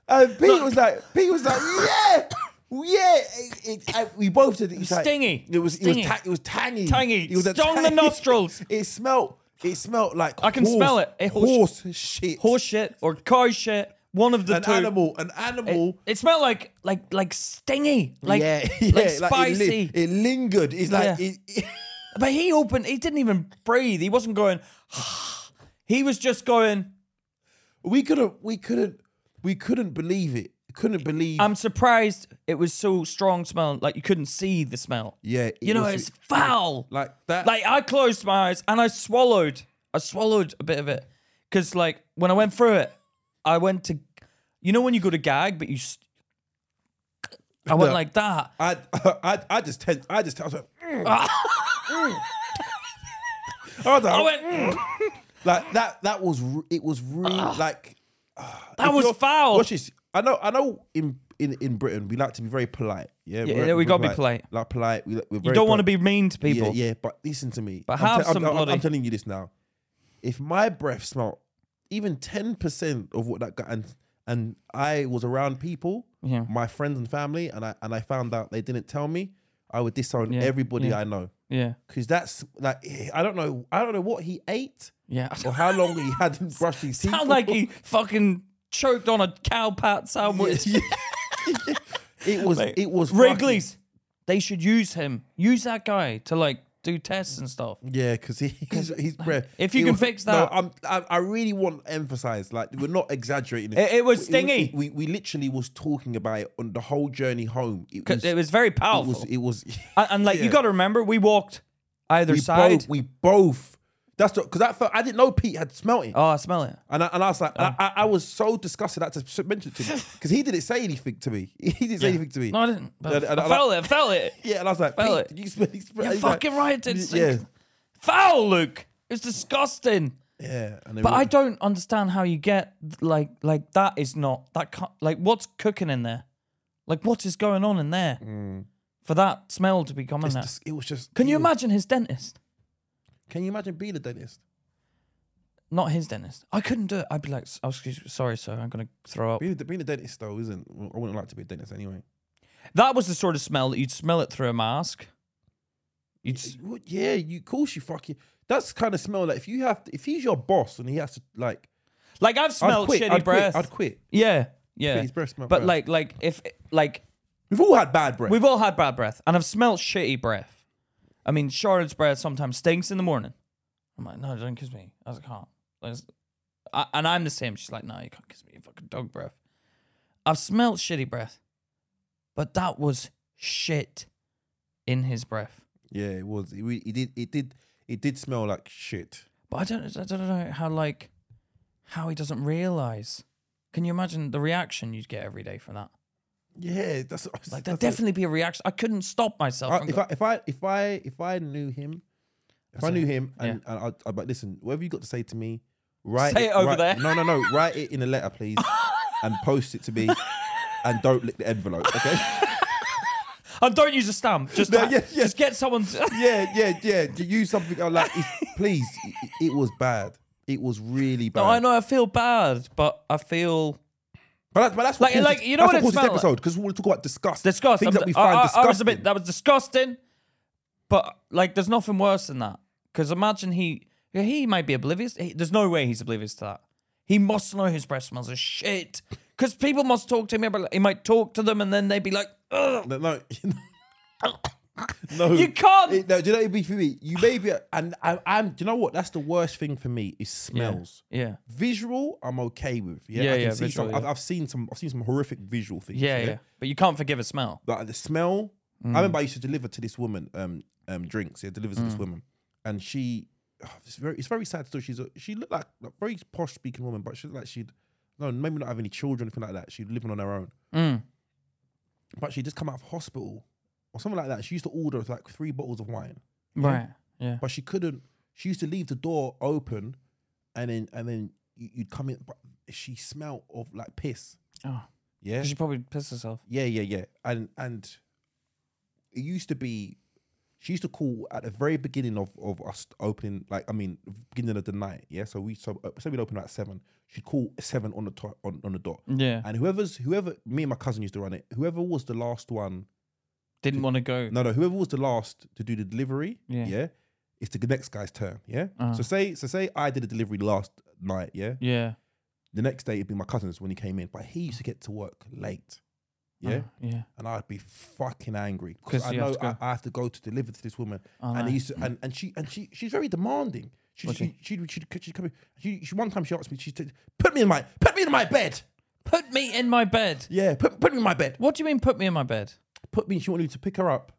Speaker 1: and Pete was like, Pete was like, "Yeah." Yeah, it, it, and we both said it was like-
Speaker 2: Stingy.
Speaker 1: it was
Speaker 2: Stingy.
Speaker 1: it was ta- it was tangy,
Speaker 2: Tangy.
Speaker 1: It was a
Speaker 2: Stung the nostrils.
Speaker 1: It smelt. It smelt like I
Speaker 2: can smell it. It horse-
Speaker 1: horse, shit,
Speaker 2: Horse shit or cow shit. One of the
Speaker 1: an
Speaker 2: two.
Speaker 1: animal, an animal.
Speaker 2: It smelled like like like stingy, like
Speaker 1: yeah, yeah,
Speaker 2: like
Speaker 1: it li-
Speaker 2: spicy.
Speaker 1: it, lingered. It's like
Speaker 2: Yeah.
Speaker 1: it, it-
Speaker 2: but he opened. He didn't even breathe. He wasn't going. he was just going.
Speaker 1: we couldn't, we couldn't, we couldn't believe it. Couldn't believe.
Speaker 2: I'm surprised it was so strong smelling. Like you couldn't see the smell.
Speaker 1: yeah, it
Speaker 2: you know
Speaker 1: was-
Speaker 2: it's foul.
Speaker 1: like that.
Speaker 2: Like I closed my eyes and I swallowed. I swallowed a bit of it because like when I went through it, I went to, you know when you go to gag but you, s I I went
Speaker 1: No.
Speaker 2: like that.
Speaker 1: I, I, I just, ten, I just, I was like, mm, mm. I was like,
Speaker 2: I went. "Mm."
Speaker 1: like that. That was, re- it was really like
Speaker 2: Ah, That was foul.
Speaker 1: Watch this. I know, I know. In in in Britain, we like to be very polite. Yeah,
Speaker 2: Yeah, yeah, we gotta be polite.
Speaker 1: Like polite. We, we're
Speaker 2: You don't want to be mean to people.
Speaker 1: Yeah, yeah, but listen to me.
Speaker 2: But
Speaker 1: I'm
Speaker 2: have
Speaker 1: I'm-
Speaker 2: some
Speaker 1: I'm, I'm
Speaker 2: bloody-
Speaker 1: telling you this now. If my breath smelled even 10% of what that guy and and I was around people,
Speaker 2: Yeah.
Speaker 1: my friends and family, and I and I found out they didn't tell me, I would disown
Speaker 2: Yeah,
Speaker 1: everybody
Speaker 2: yeah.
Speaker 1: I know.
Speaker 2: yeah.
Speaker 1: Cause that's like I don't know I don't know what he ate
Speaker 2: Yeah.
Speaker 1: or how long he hadn't brushed his teeth.
Speaker 2: Sound like he fucking choked on a cow pat sandwich.
Speaker 1: Yeah, yeah. it was it was fucking-
Speaker 2: Wrigley's. They should use him. Use that guy to like do tests and stuff.
Speaker 1: Yeah, because he, his, his breath.
Speaker 2: if you
Speaker 1: it
Speaker 2: can fix that-
Speaker 1: no, I'm, I, I really want to emphasize, like, we're not exaggerating.
Speaker 2: It- it was
Speaker 1: We-
Speaker 2: stingy.
Speaker 1: We, we, we literally was talking about it on the whole journey home. It
Speaker 2: 'Cause
Speaker 1: was,
Speaker 2: It was very
Speaker 1: it
Speaker 2: powerful.
Speaker 1: was, it was
Speaker 2: and, and, like you
Speaker 1: yeah.
Speaker 2: got to remember, we walked either
Speaker 1: we
Speaker 2: side.
Speaker 1: both, we both That's because that felt I didn't know Pete had smelt it,
Speaker 2: Oh, I smell it.
Speaker 1: and I, and I was like, I, I, I was so disgusted I had to mention it to him because he didn't say anything to me. He didn't say anything to me.
Speaker 2: No, I didn't. But
Speaker 1: And- and
Speaker 2: I
Speaker 1: I-
Speaker 2: felt it. I felt it.
Speaker 1: Yeah, and I was like,
Speaker 2: Well,
Speaker 1: Pete, did you smell? He's
Speaker 2: You're fucking right. It did.
Speaker 1: Yeah,
Speaker 2: stink. Foul, Luke. It's disgusting.
Speaker 1: yeah. And they
Speaker 2: But
Speaker 1: were-
Speaker 2: I don't understand how you get like like that is not that can't, like what's cooking in there, like what is going on in there for that smell to be coming
Speaker 1: Mm. it's
Speaker 2: there.
Speaker 1: dis- it was just.
Speaker 2: Can you
Speaker 1: ew.
Speaker 2: imagine his dentist?
Speaker 1: Can you imagine being a dentist?
Speaker 2: Not his dentist. I couldn't do it. I'd be like, oh, excuse me, sorry, sir, I'm gonna throw up.
Speaker 1: Being a, being a dentist though isn't. I wouldn't like to be a dentist anyway.
Speaker 2: That was the sort of smell that you'd smell it through a mask. You'd s-
Speaker 1: Well, yeah, you. Of course, you fucking. That's kind of smell like if you have to, if he's your boss and he has to like.
Speaker 2: like I've
Speaker 1: I'd
Speaker 2: smelled
Speaker 1: quit,
Speaker 2: shitty
Speaker 1: I'd
Speaker 2: breath.
Speaker 1: Quit, I'd quit.
Speaker 2: yeah, yeah.
Speaker 1: his breath smelled
Speaker 2: but
Speaker 1: bad.
Speaker 2: like like if like
Speaker 1: We've all had bad breath.
Speaker 2: We've all had bad breath, and I've smelled shitty breath. I mean, Charlotte's breath sometimes stinks in the morning. I'm like, no, don't kiss me. I was like, can't. Like, it's- I, and I'm the same. She's like, no, you can't kiss me. You fucking dog breath. I've smelled shitty breath, but that was shit in his breath.
Speaker 1: yeah, it was. It, re- it did. It did. It did smell like shit.
Speaker 2: But I don't, I don't know how like how he doesn't realize. Can you imagine the reaction you'd get every day from that?
Speaker 1: Yeah, that's what I was-
Speaker 2: Like,
Speaker 1: that's
Speaker 2: there'd
Speaker 1: what-
Speaker 2: definitely be a reaction. I couldn't stop myself.
Speaker 1: I,
Speaker 2: from
Speaker 1: Uh, if
Speaker 2: go-
Speaker 1: I if I if I if I knew him, if I
Speaker 2: That's
Speaker 1: knew
Speaker 2: it.
Speaker 1: him, and, and I, I but listen, whatever you got to say to me, write
Speaker 2: Say it over
Speaker 1: write-
Speaker 2: there.
Speaker 1: No, no, no, write it in a letter, please, and post it to me, and don't lick the envelope, okay?
Speaker 2: and "Oh, don't use a stamp. Just,
Speaker 1: No,
Speaker 2: type-
Speaker 1: yeah, yeah.
Speaker 2: just get someone. To-
Speaker 1: yeah, yeah, yeah. To use something I'm like, it's- please, it, it was bad. It was really bad.
Speaker 2: No, Oh, I know I feel bad, but I feel
Speaker 1: But, that, but that's what
Speaker 2: Like-
Speaker 1: caused
Speaker 2: like,
Speaker 1: this-
Speaker 2: you know
Speaker 1: that's
Speaker 2: what it
Speaker 1: caused
Speaker 2: smelled
Speaker 1: this episode because we want to talk about disgust,
Speaker 2: disgust.
Speaker 1: things
Speaker 2: I'm-
Speaker 1: that we find
Speaker 2: I, I-
Speaker 1: disgusting.
Speaker 2: I was a bit that was disgusting, but like, there's nothing worse than that. Because imagine he yeah, he might be oblivious. He- there's no way he's oblivious to that. He must know his breath smells of shit. Because people must talk to him about. He might talk to them, and then they'd be like, "Ugh,
Speaker 1: No, no. no.
Speaker 2: You can't-
Speaker 1: It- no, do you know what it'd be for me? You may be, and I, I'm. Do you know what? That's the worst thing for me is smells.
Speaker 2: yeah,
Speaker 1: Visual, I'm okay with. Yeah,
Speaker 2: Yeah,
Speaker 1: I can
Speaker 2: yeah,
Speaker 1: see
Speaker 2: visual,
Speaker 1: some,
Speaker 2: yeah.
Speaker 1: I've, I've seen some. I've seen some horrific visual things.
Speaker 2: yeah, yeah." But you can't forgive a smell.
Speaker 1: Like the smell. I remember I used to deliver to this woman um um drinks. Yeah, delivers to this woman, and she. oh, it's very it's very sad story. She's a, she looked like a very posh speaking woman, but she looked like she'd no maybe not have any children, anything like that. She'd living on her own,
Speaker 2: Mm.
Speaker 1: but she'd just come out of hospital or something like that. She used to order like three bottles of wine,
Speaker 2: Right. Yeah.
Speaker 1: but she couldn't. She used to leave the door open, and then and then you- you'd come in, but she smelled of like piss.
Speaker 2: Oh,
Speaker 1: Yeah,
Speaker 2: she probably pissed herself.
Speaker 1: yeah, yeah, yeah. And and it used to be, she used to call at the very beginning of of us opening, like I mean, beginning of the night. Yeah, so we so uh, so we'd open at seven. She'd call seven on the to- on on the dot.
Speaker 2: Yeah.
Speaker 1: And whoever's whoever me and my cousin used to run it. Whoever was the last one
Speaker 2: Didn't want to go.
Speaker 1: no, no. Whoever was the last to do the delivery,
Speaker 2: Yeah.
Speaker 1: yeah, it's the next guy's turn. Yeah. So say, so say I did a delivery last night. Yeah.
Speaker 2: Yeah.
Speaker 1: The next day it'd be my cousin's when he came in, but he used to get to work late. Yeah.
Speaker 2: Oh, yeah.
Speaker 1: And I'd be fucking angry
Speaker 2: 'Cause
Speaker 1: because I
Speaker 2: you have
Speaker 1: know
Speaker 2: to go.
Speaker 1: I, I have to go to deliver to this woman,
Speaker 2: Oh,
Speaker 1: and
Speaker 2: no.
Speaker 1: he used to, and, and she and she she's very demanding. She
Speaker 2: Was
Speaker 1: she she she she come in. She, she one time she asked me. She said, "Put me in my put me in my bed."
Speaker 2: Put me in my bed.
Speaker 1: Yeah, put put me in my bed.
Speaker 2: What do you mean? Put me in my bed
Speaker 1: Put me. She wanted me to pick her up,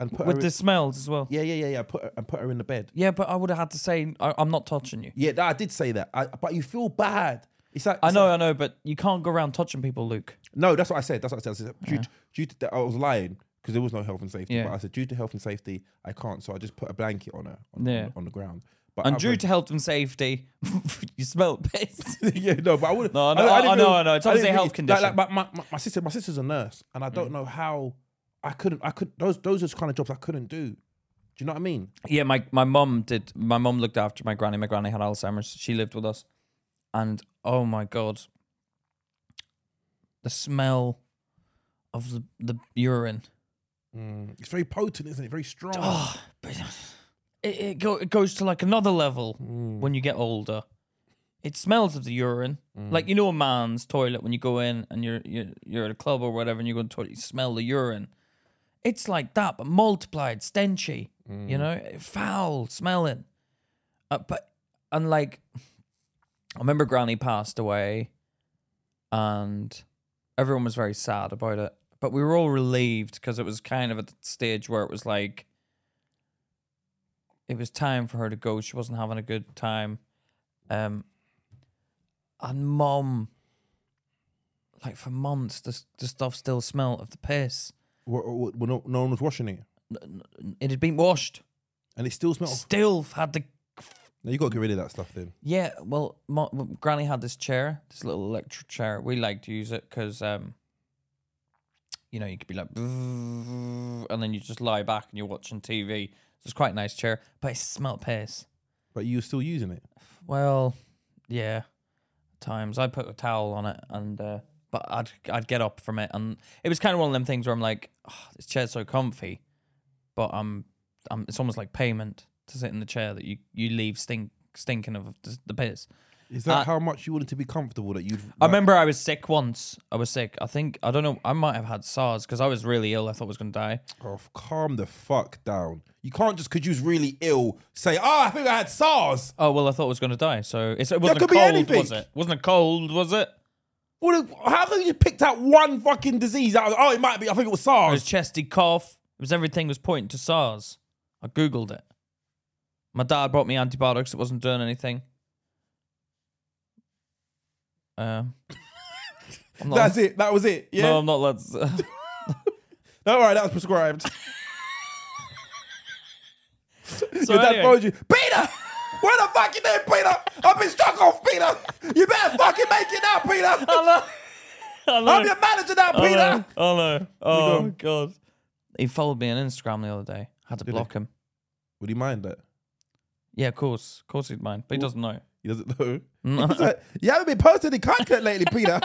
Speaker 1: and put
Speaker 2: with
Speaker 1: her
Speaker 2: the
Speaker 1: in,
Speaker 2: smells as well.
Speaker 1: yeah yeah yeah yeah. Put her, and put her in the bed.
Speaker 2: Yeah, but I would have had to say I, I'm not touching you.
Speaker 1: Yeah, I did say that. I, but you feel bad. It's like
Speaker 2: I
Speaker 1: it's
Speaker 2: know,
Speaker 1: like-
Speaker 2: I know, but you can't go around touching people, Luke.
Speaker 1: no, that's what I said. That's what I said. I said due, to, due to that, I was lying because there was no health and safety.
Speaker 2: Yeah.
Speaker 1: But I said due to health and safety, I can't. So I just put a blanket on her on,
Speaker 2: Yeah.
Speaker 1: on, on the ground. But
Speaker 2: And
Speaker 1: other
Speaker 2: due
Speaker 1: than-
Speaker 2: to health and safety, you smell piss.
Speaker 1: yeah, no, but I would.
Speaker 2: No, I know- I know, I know. It's obviously a health Mm.
Speaker 1: Like, like my, my- my, my sister, my sister's a nurse, and I don't know how I couldn't. I could those those are the kind of jobs I couldn't do. Do you know what I mean?
Speaker 2: yeah, my my mum did. My mum looked after my granny. My granny had Alzheimer's. She lived with us, and oh my god, the smell of the the urine.
Speaker 1: Mm, It's very potent, isn't it? Very strong.
Speaker 2: Oh, but it it, go, it goes to like another level when you get older. It smells of the urine, like you know a man's toilet when you go in and you're you're, you're at a club or whatever, and you go to the toilet, you smell the urine. It's like that, but multiplied, stenchy. You know, foul smelling. Uh, but and like, I remember Granny passed away, and everyone was very sad about it. But we were all relieved because it was kind of at the stage where it was like, it was time for her to go. She wasn't having a good time. Um, and mom, like for months, the, the stuff still smelled of the piss.
Speaker 1: Wh- wh- wh- no, no one was washing it,
Speaker 2: It had been washed.
Speaker 1: and it still smells.
Speaker 2: Still had the
Speaker 1: Now you got to get rid of that stuff then.
Speaker 2: Yeah, well, mo- m- Granny had this chair, this little electric chair. We like to use it because, um, you know, you could be like, and then you just lie back and you're watching TV. So it's quite a nice chair, but it smelled piss.
Speaker 1: But you were still using it.
Speaker 2: Well, yeah, times I put a towel on it, and uh, but I'd I'd get up from it, and it was kind of one of them things where I'm like, oh, this chair's so comfy, but I'm, I'm it's almost like payment to sit in the chair that you you leave stink stinking of the, the piss.
Speaker 1: Is that
Speaker 2: Uh,
Speaker 1: how much you wanted to be comfortable that you'd?
Speaker 2: I remember I was sick once. I was sick. I think I don't know. I might have had SARS because I was really ill. I thought I was gonna die.
Speaker 1: Oh, calm the fuck down. You can't just because you was really ill say, "Oh, I think I had SARS."
Speaker 2: Oh well, I thought I was gonna die. So it's, it wasn't
Speaker 1: could
Speaker 2: a
Speaker 1: be
Speaker 2: cold,
Speaker 1: anything.
Speaker 2: was it? Wasn't a cold, was it?
Speaker 1: Well, how come you picked out one fucking disease? Out of- oh, it might be. I think it was
Speaker 2: It was
Speaker 1: SARS.
Speaker 2: chesty cough. It was everything was pointing to SARS. I googled it. My dad brought me antibiotics. It wasn't doing anything. Um, I'm not,
Speaker 1: That's it. That was it. Yeah.
Speaker 2: No, I'm not. Let's.
Speaker 1: All right, that was prescribed. Your dad
Speaker 2: anyway.
Speaker 1: phoned you, Peter. Where the fuck you been, Peter? I've been struck off, Peter. You better fucking make it now, Peter.
Speaker 2: Hello. Hello.
Speaker 1: I'm your manager now,
Speaker 2: Hello.
Speaker 1: Peter.
Speaker 2: Hello. Oh
Speaker 1: go.
Speaker 2: god. He followed me on Instagram the other day. Had to
Speaker 1: he?
Speaker 2: block him.
Speaker 1: Would he mind that?
Speaker 2: Yeah, of course. Of course he'd mind. But he doesn't know.
Speaker 1: He doesn't know.
Speaker 2: No.
Speaker 1: He's like, you haven't been posting the content lately, Peter.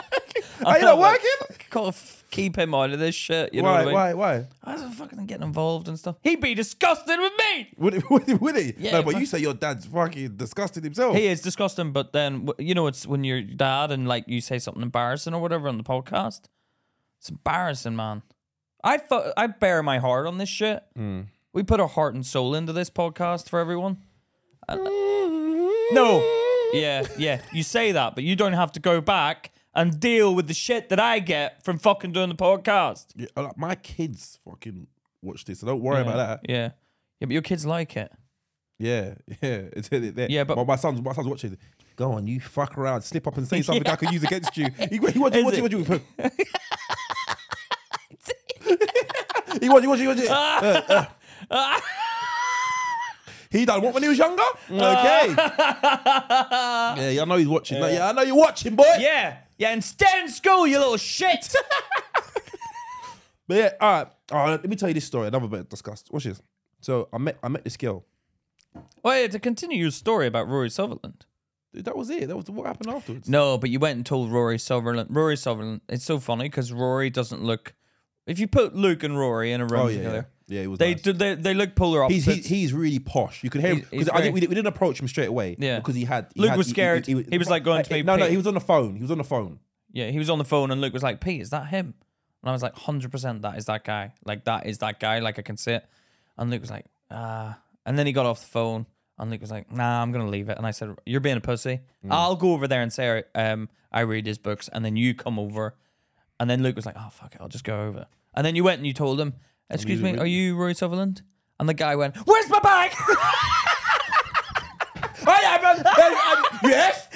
Speaker 1: Are you not working?
Speaker 2: Gotta f- keep him out of this shit. Oh, You know
Speaker 1: why?
Speaker 2: what I mean?
Speaker 1: Why? Why?
Speaker 2: I was fucking getting involved and stuff. He'd be disgusted with me.
Speaker 1: Would he? Would he? Would he?
Speaker 2: Yeah,
Speaker 1: no, but
Speaker 2: fuck.
Speaker 1: you say your dad's fucking disgusted himself.
Speaker 2: He is disgusting, but then w- you know it's when you're dad and like you say something embarrassing or whatever on the podcast. It's embarrassing, man. I fu- I bear my heart on this shit.
Speaker 1: Hmm.
Speaker 2: We put our heart and soul into this podcast for everyone. No. Yeah, yeah. You say that, but you don't have to go back and deal with the shit that I get from fucking doing the podcast.
Speaker 1: Yeah, like, my kids fucking watch this. So don't worry about that.
Speaker 2: Yeah. Yeah, but your kids like it.
Speaker 1: Yeah, yeah, it's in it there.
Speaker 2: Yeah, but-
Speaker 1: my, my son's my son's watching. Go on, you fuck around, slip up and say something I could use against you. He, he, watch- he, watch- he,
Speaker 2: Is
Speaker 1: watch- he,
Speaker 2: it-
Speaker 1: watch- he, watch- he, watch- he, watch- he, watch- he, uh, uh. he done what when he was younger? Okay. yeah, I know he's watching. Yeah, yeah I know you're watching, boy.
Speaker 2: Yeah. Yeah, and stay in school, you little shit.
Speaker 1: But yeah, all right, all right. Let me tell you this story. Another bit of disgust. Watch this. So I met I met this girl.
Speaker 2: Wait, to continue your story about Rory Sutherland.
Speaker 1: Dude, that was it. That was what happened afterwards.
Speaker 2: No, but you went and told Rory Sutherland. Rory Sutherland. It's so funny because Rory doesn't look. If you put Luke and Rory in a room
Speaker 1: Oh yeah, yeah,
Speaker 2: together,
Speaker 1: yeah. It was
Speaker 2: they
Speaker 1: nice.
Speaker 2: do. They, they look polar
Speaker 1: He's
Speaker 2: opposites.
Speaker 1: he, he's really posh. You could hear him
Speaker 2: He's- he's
Speaker 1: because I think we,
Speaker 2: very-
Speaker 1: we didn't approach him straight away.
Speaker 2: Yeah.
Speaker 1: because he had he
Speaker 2: Luke
Speaker 1: had-
Speaker 2: was scared. He was, like, going to
Speaker 1: Uh,
Speaker 2: make
Speaker 1: No, no,
Speaker 2: pee.
Speaker 1: he was on the phone. He was on the phone.
Speaker 2: Yeah, he was on the phone and Luke was like, Pete, is that him? And I was like, 100% that is that guy. Like, that is that guy. Like, I can see it. And Luke was like, ah. And then he got off the phone and Luke was like, nah, I'm going to leave it. And I said, you're being a pussy. I'll go over there and say, um, I read his books and then you come over. And then Luke was like, oh, fuck it. I'll just go over. And then you went and you told him, excuse
Speaker 1: you
Speaker 2: me,
Speaker 1: were-
Speaker 2: are you Roy Sutherland? And the guy went, where's my bag?
Speaker 1: I am, and, and, and, yes,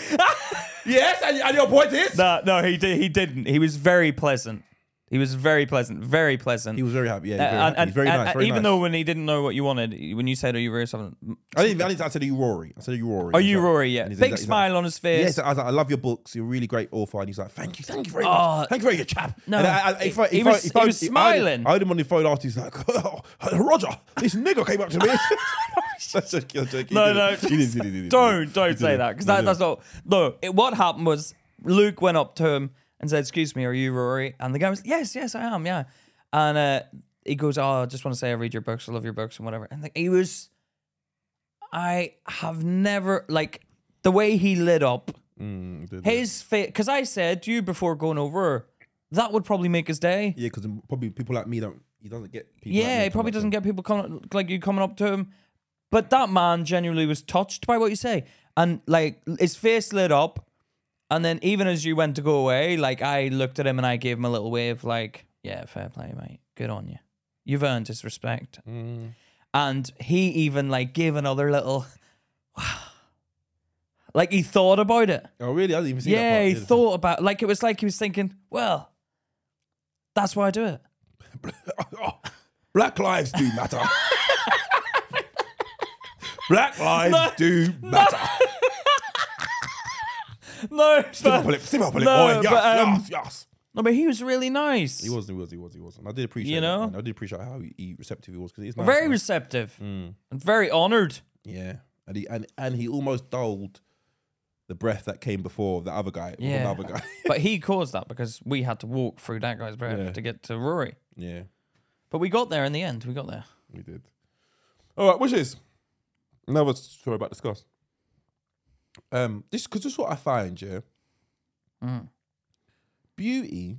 Speaker 1: yes, and, and your point is
Speaker 2: no, no, he, did, he didn't. He was very pleasant. He was very pleasant, very pleasant. Uh,
Speaker 1: he was very happy. Yeah, he was very,
Speaker 2: and,
Speaker 1: happy. He's very
Speaker 2: and-
Speaker 1: nice.
Speaker 2: and
Speaker 1: Very
Speaker 2: even
Speaker 1: nice.
Speaker 2: though when he didn't know what you wanted, when you said, "Are you Rory Sutherland?"
Speaker 1: I didn't, I didn't. I said, "Are you Rory?" I said, "Are you Rory?"
Speaker 2: "Are
Speaker 1: He's
Speaker 2: you
Speaker 1: like-
Speaker 2: Rory?" Yeah,
Speaker 1: and he's
Speaker 2: big
Speaker 1: like- he's like-
Speaker 2: smile on his face.
Speaker 1: Yes, I was like, I love your books. You're a really great author. And he's like, thank you, thank you very
Speaker 2: Oh,
Speaker 1: much. Thank you very much, chap.
Speaker 2: no,
Speaker 1: And I, I,
Speaker 2: he-
Speaker 1: if I-
Speaker 2: he
Speaker 1: if
Speaker 2: was-
Speaker 1: I- if
Speaker 2: he
Speaker 1: I-
Speaker 2: was
Speaker 1: if I had him-
Speaker 2: smiling.
Speaker 1: I had him on the phone after. He's like, "Oh, Roger, this nigger came up to me. That's a joke. He
Speaker 2: no,
Speaker 1: didn't.
Speaker 2: no,
Speaker 1: He didn't, he didn't, he didn't.
Speaker 2: don't,
Speaker 1: He
Speaker 2: don't
Speaker 1: didn't.
Speaker 2: say that because
Speaker 1: No,
Speaker 2: that,
Speaker 1: no.
Speaker 2: that's not. No, it, what happened was Luke went up to him and said, "Excuse me, are you Rory?" And the guy was, "Yes, yes, I am, yeah." And uh, he goes, "Oh, I just want to say I read your books, I love your books, and whatever." And like, he was, I have never like the way he lit up.
Speaker 1: Mm, he didn't.
Speaker 2: His face, because I said to you before going over, that would probably make his day.
Speaker 1: Yeah, because probably people like me don't. He doesn't get. People like
Speaker 2: Yeah,
Speaker 1: me
Speaker 2: he probably
Speaker 1: coming
Speaker 2: doesn't get people coming like you coming up to him. But that man genuinely was touched by what you say, and like his face lit up. And then even as you went to go away, like I looked at him and I gave him a little wave, like, "Yeah, fair play, mate. Good on you. You've earned his respect." And he even like gave another little, like he thought about it.
Speaker 1: Oh, really? I didn't even see that.
Speaker 2: Yeah,
Speaker 1: part.
Speaker 2: he
Speaker 1: the-
Speaker 2: thought about like it was like he was thinking, well, that's why I do it.
Speaker 1: Oh, Black lives do matter. Black lives do matter.
Speaker 2: No,
Speaker 1: Simple,
Speaker 2: but,
Speaker 1: simple, simple. Oh,
Speaker 2: No,
Speaker 1: yes,
Speaker 2: but, um,
Speaker 1: yes, yes.
Speaker 2: no, but he was really nice.
Speaker 1: He was, he was, he was, he was. And I did appreciate
Speaker 2: You
Speaker 1: it,
Speaker 2: know?
Speaker 1: man. I did appreciate how he, he receptive he was because he's nice,
Speaker 2: very
Speaker 1: man. Hmm.
Speaker 2: receptive and very honored.
Speaker 1: Yeah, and he and, and he almost dulled the breath that came before the other guy. Yeah,
Speaker 2: Yeah.
Speaker 1: the other guy.
Speaker 2: but he caused that because we had to walk through that guy's breath
Speaker 1: Yeah.
Speaker 2: to get to Rory.
Speaker 1: yeah,
Speaker 2: But we got there in the end. We got there.
Speaker 1: we did. All right, wishes. Another story about discuss. Um, this because this is what I find. Yeah,
Speaker 2: Mm.
Speaker 1: beauty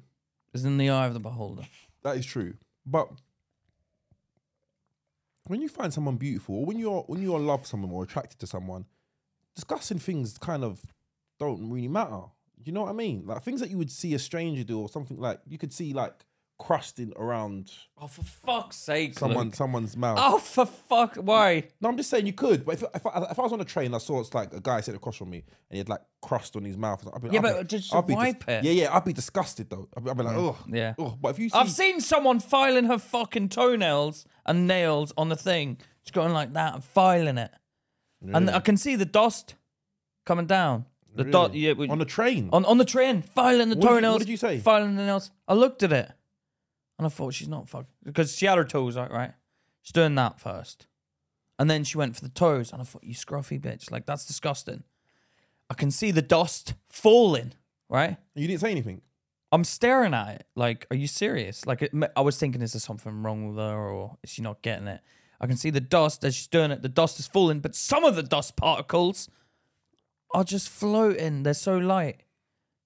Speaker 2: It's in the eye of the beholder.
Speaker 1: that is true, but when you find someone beautiful, or when you're when you're in love with someone or attracted to someone, discussing things kind of don't really matter. You know what I mean? Like things that you would see a stranger do or something like you could see like crusting around
Speaker 2: Oh, for fuck's sake!
Speaker 1: someone
Speaker 2: Luke.
Speaker 1: someone's mouth.
Speaker 2: Oh, for fuck! Why?
Speaker 1: No, I'm just saying you could. But if, if, I, if I was on a train, and I saw it's like a guy sitting across from me, and he had like crust on his mouth. I'd be, I'd
Speaker 2: Yeah, but
Speaker 1: be,
Speaker 2: just
Speaker 1: I'd be
Speaker 2: wipe it.
Speaker 1: Yeah, yeah, I'd be disgusted though. I'd be, I'd be like, oh,
Speaker 2: Yeah.
Speaker 1: But if you, see,
Speaker 2: I've seen someone filing her fucking toenails and nails on the thing. She's going like that and filing it, and I can see the dust coming down. The dust.
Speaker 1: Really?
Speaker 2: Yeah, we-
Speaker 1: on a train,
Speaker 2: on on the train, filing the
Speaker 1: Mm. What did you- what
Speaker 2: toenails.
Speaker 1: did you say?
Speaker 2: Filing the nails. I looked at it, and I thought she's not fucking because she had her toes out, right? She's doing that first, and then she went for the toes, and I thought, you scruffy bitch, like that's disgusting. I can see the dust falling, right?
Speaker 1: you didn't say anything.
Speaker 2: I'm staring at it. Like, are you serious? Like, it, I was thinking, is there something wrong with her, or is she not getting it? I can see the dust as she's doing it. The dust is falling, but some of the dust particles are just floating. They're so light.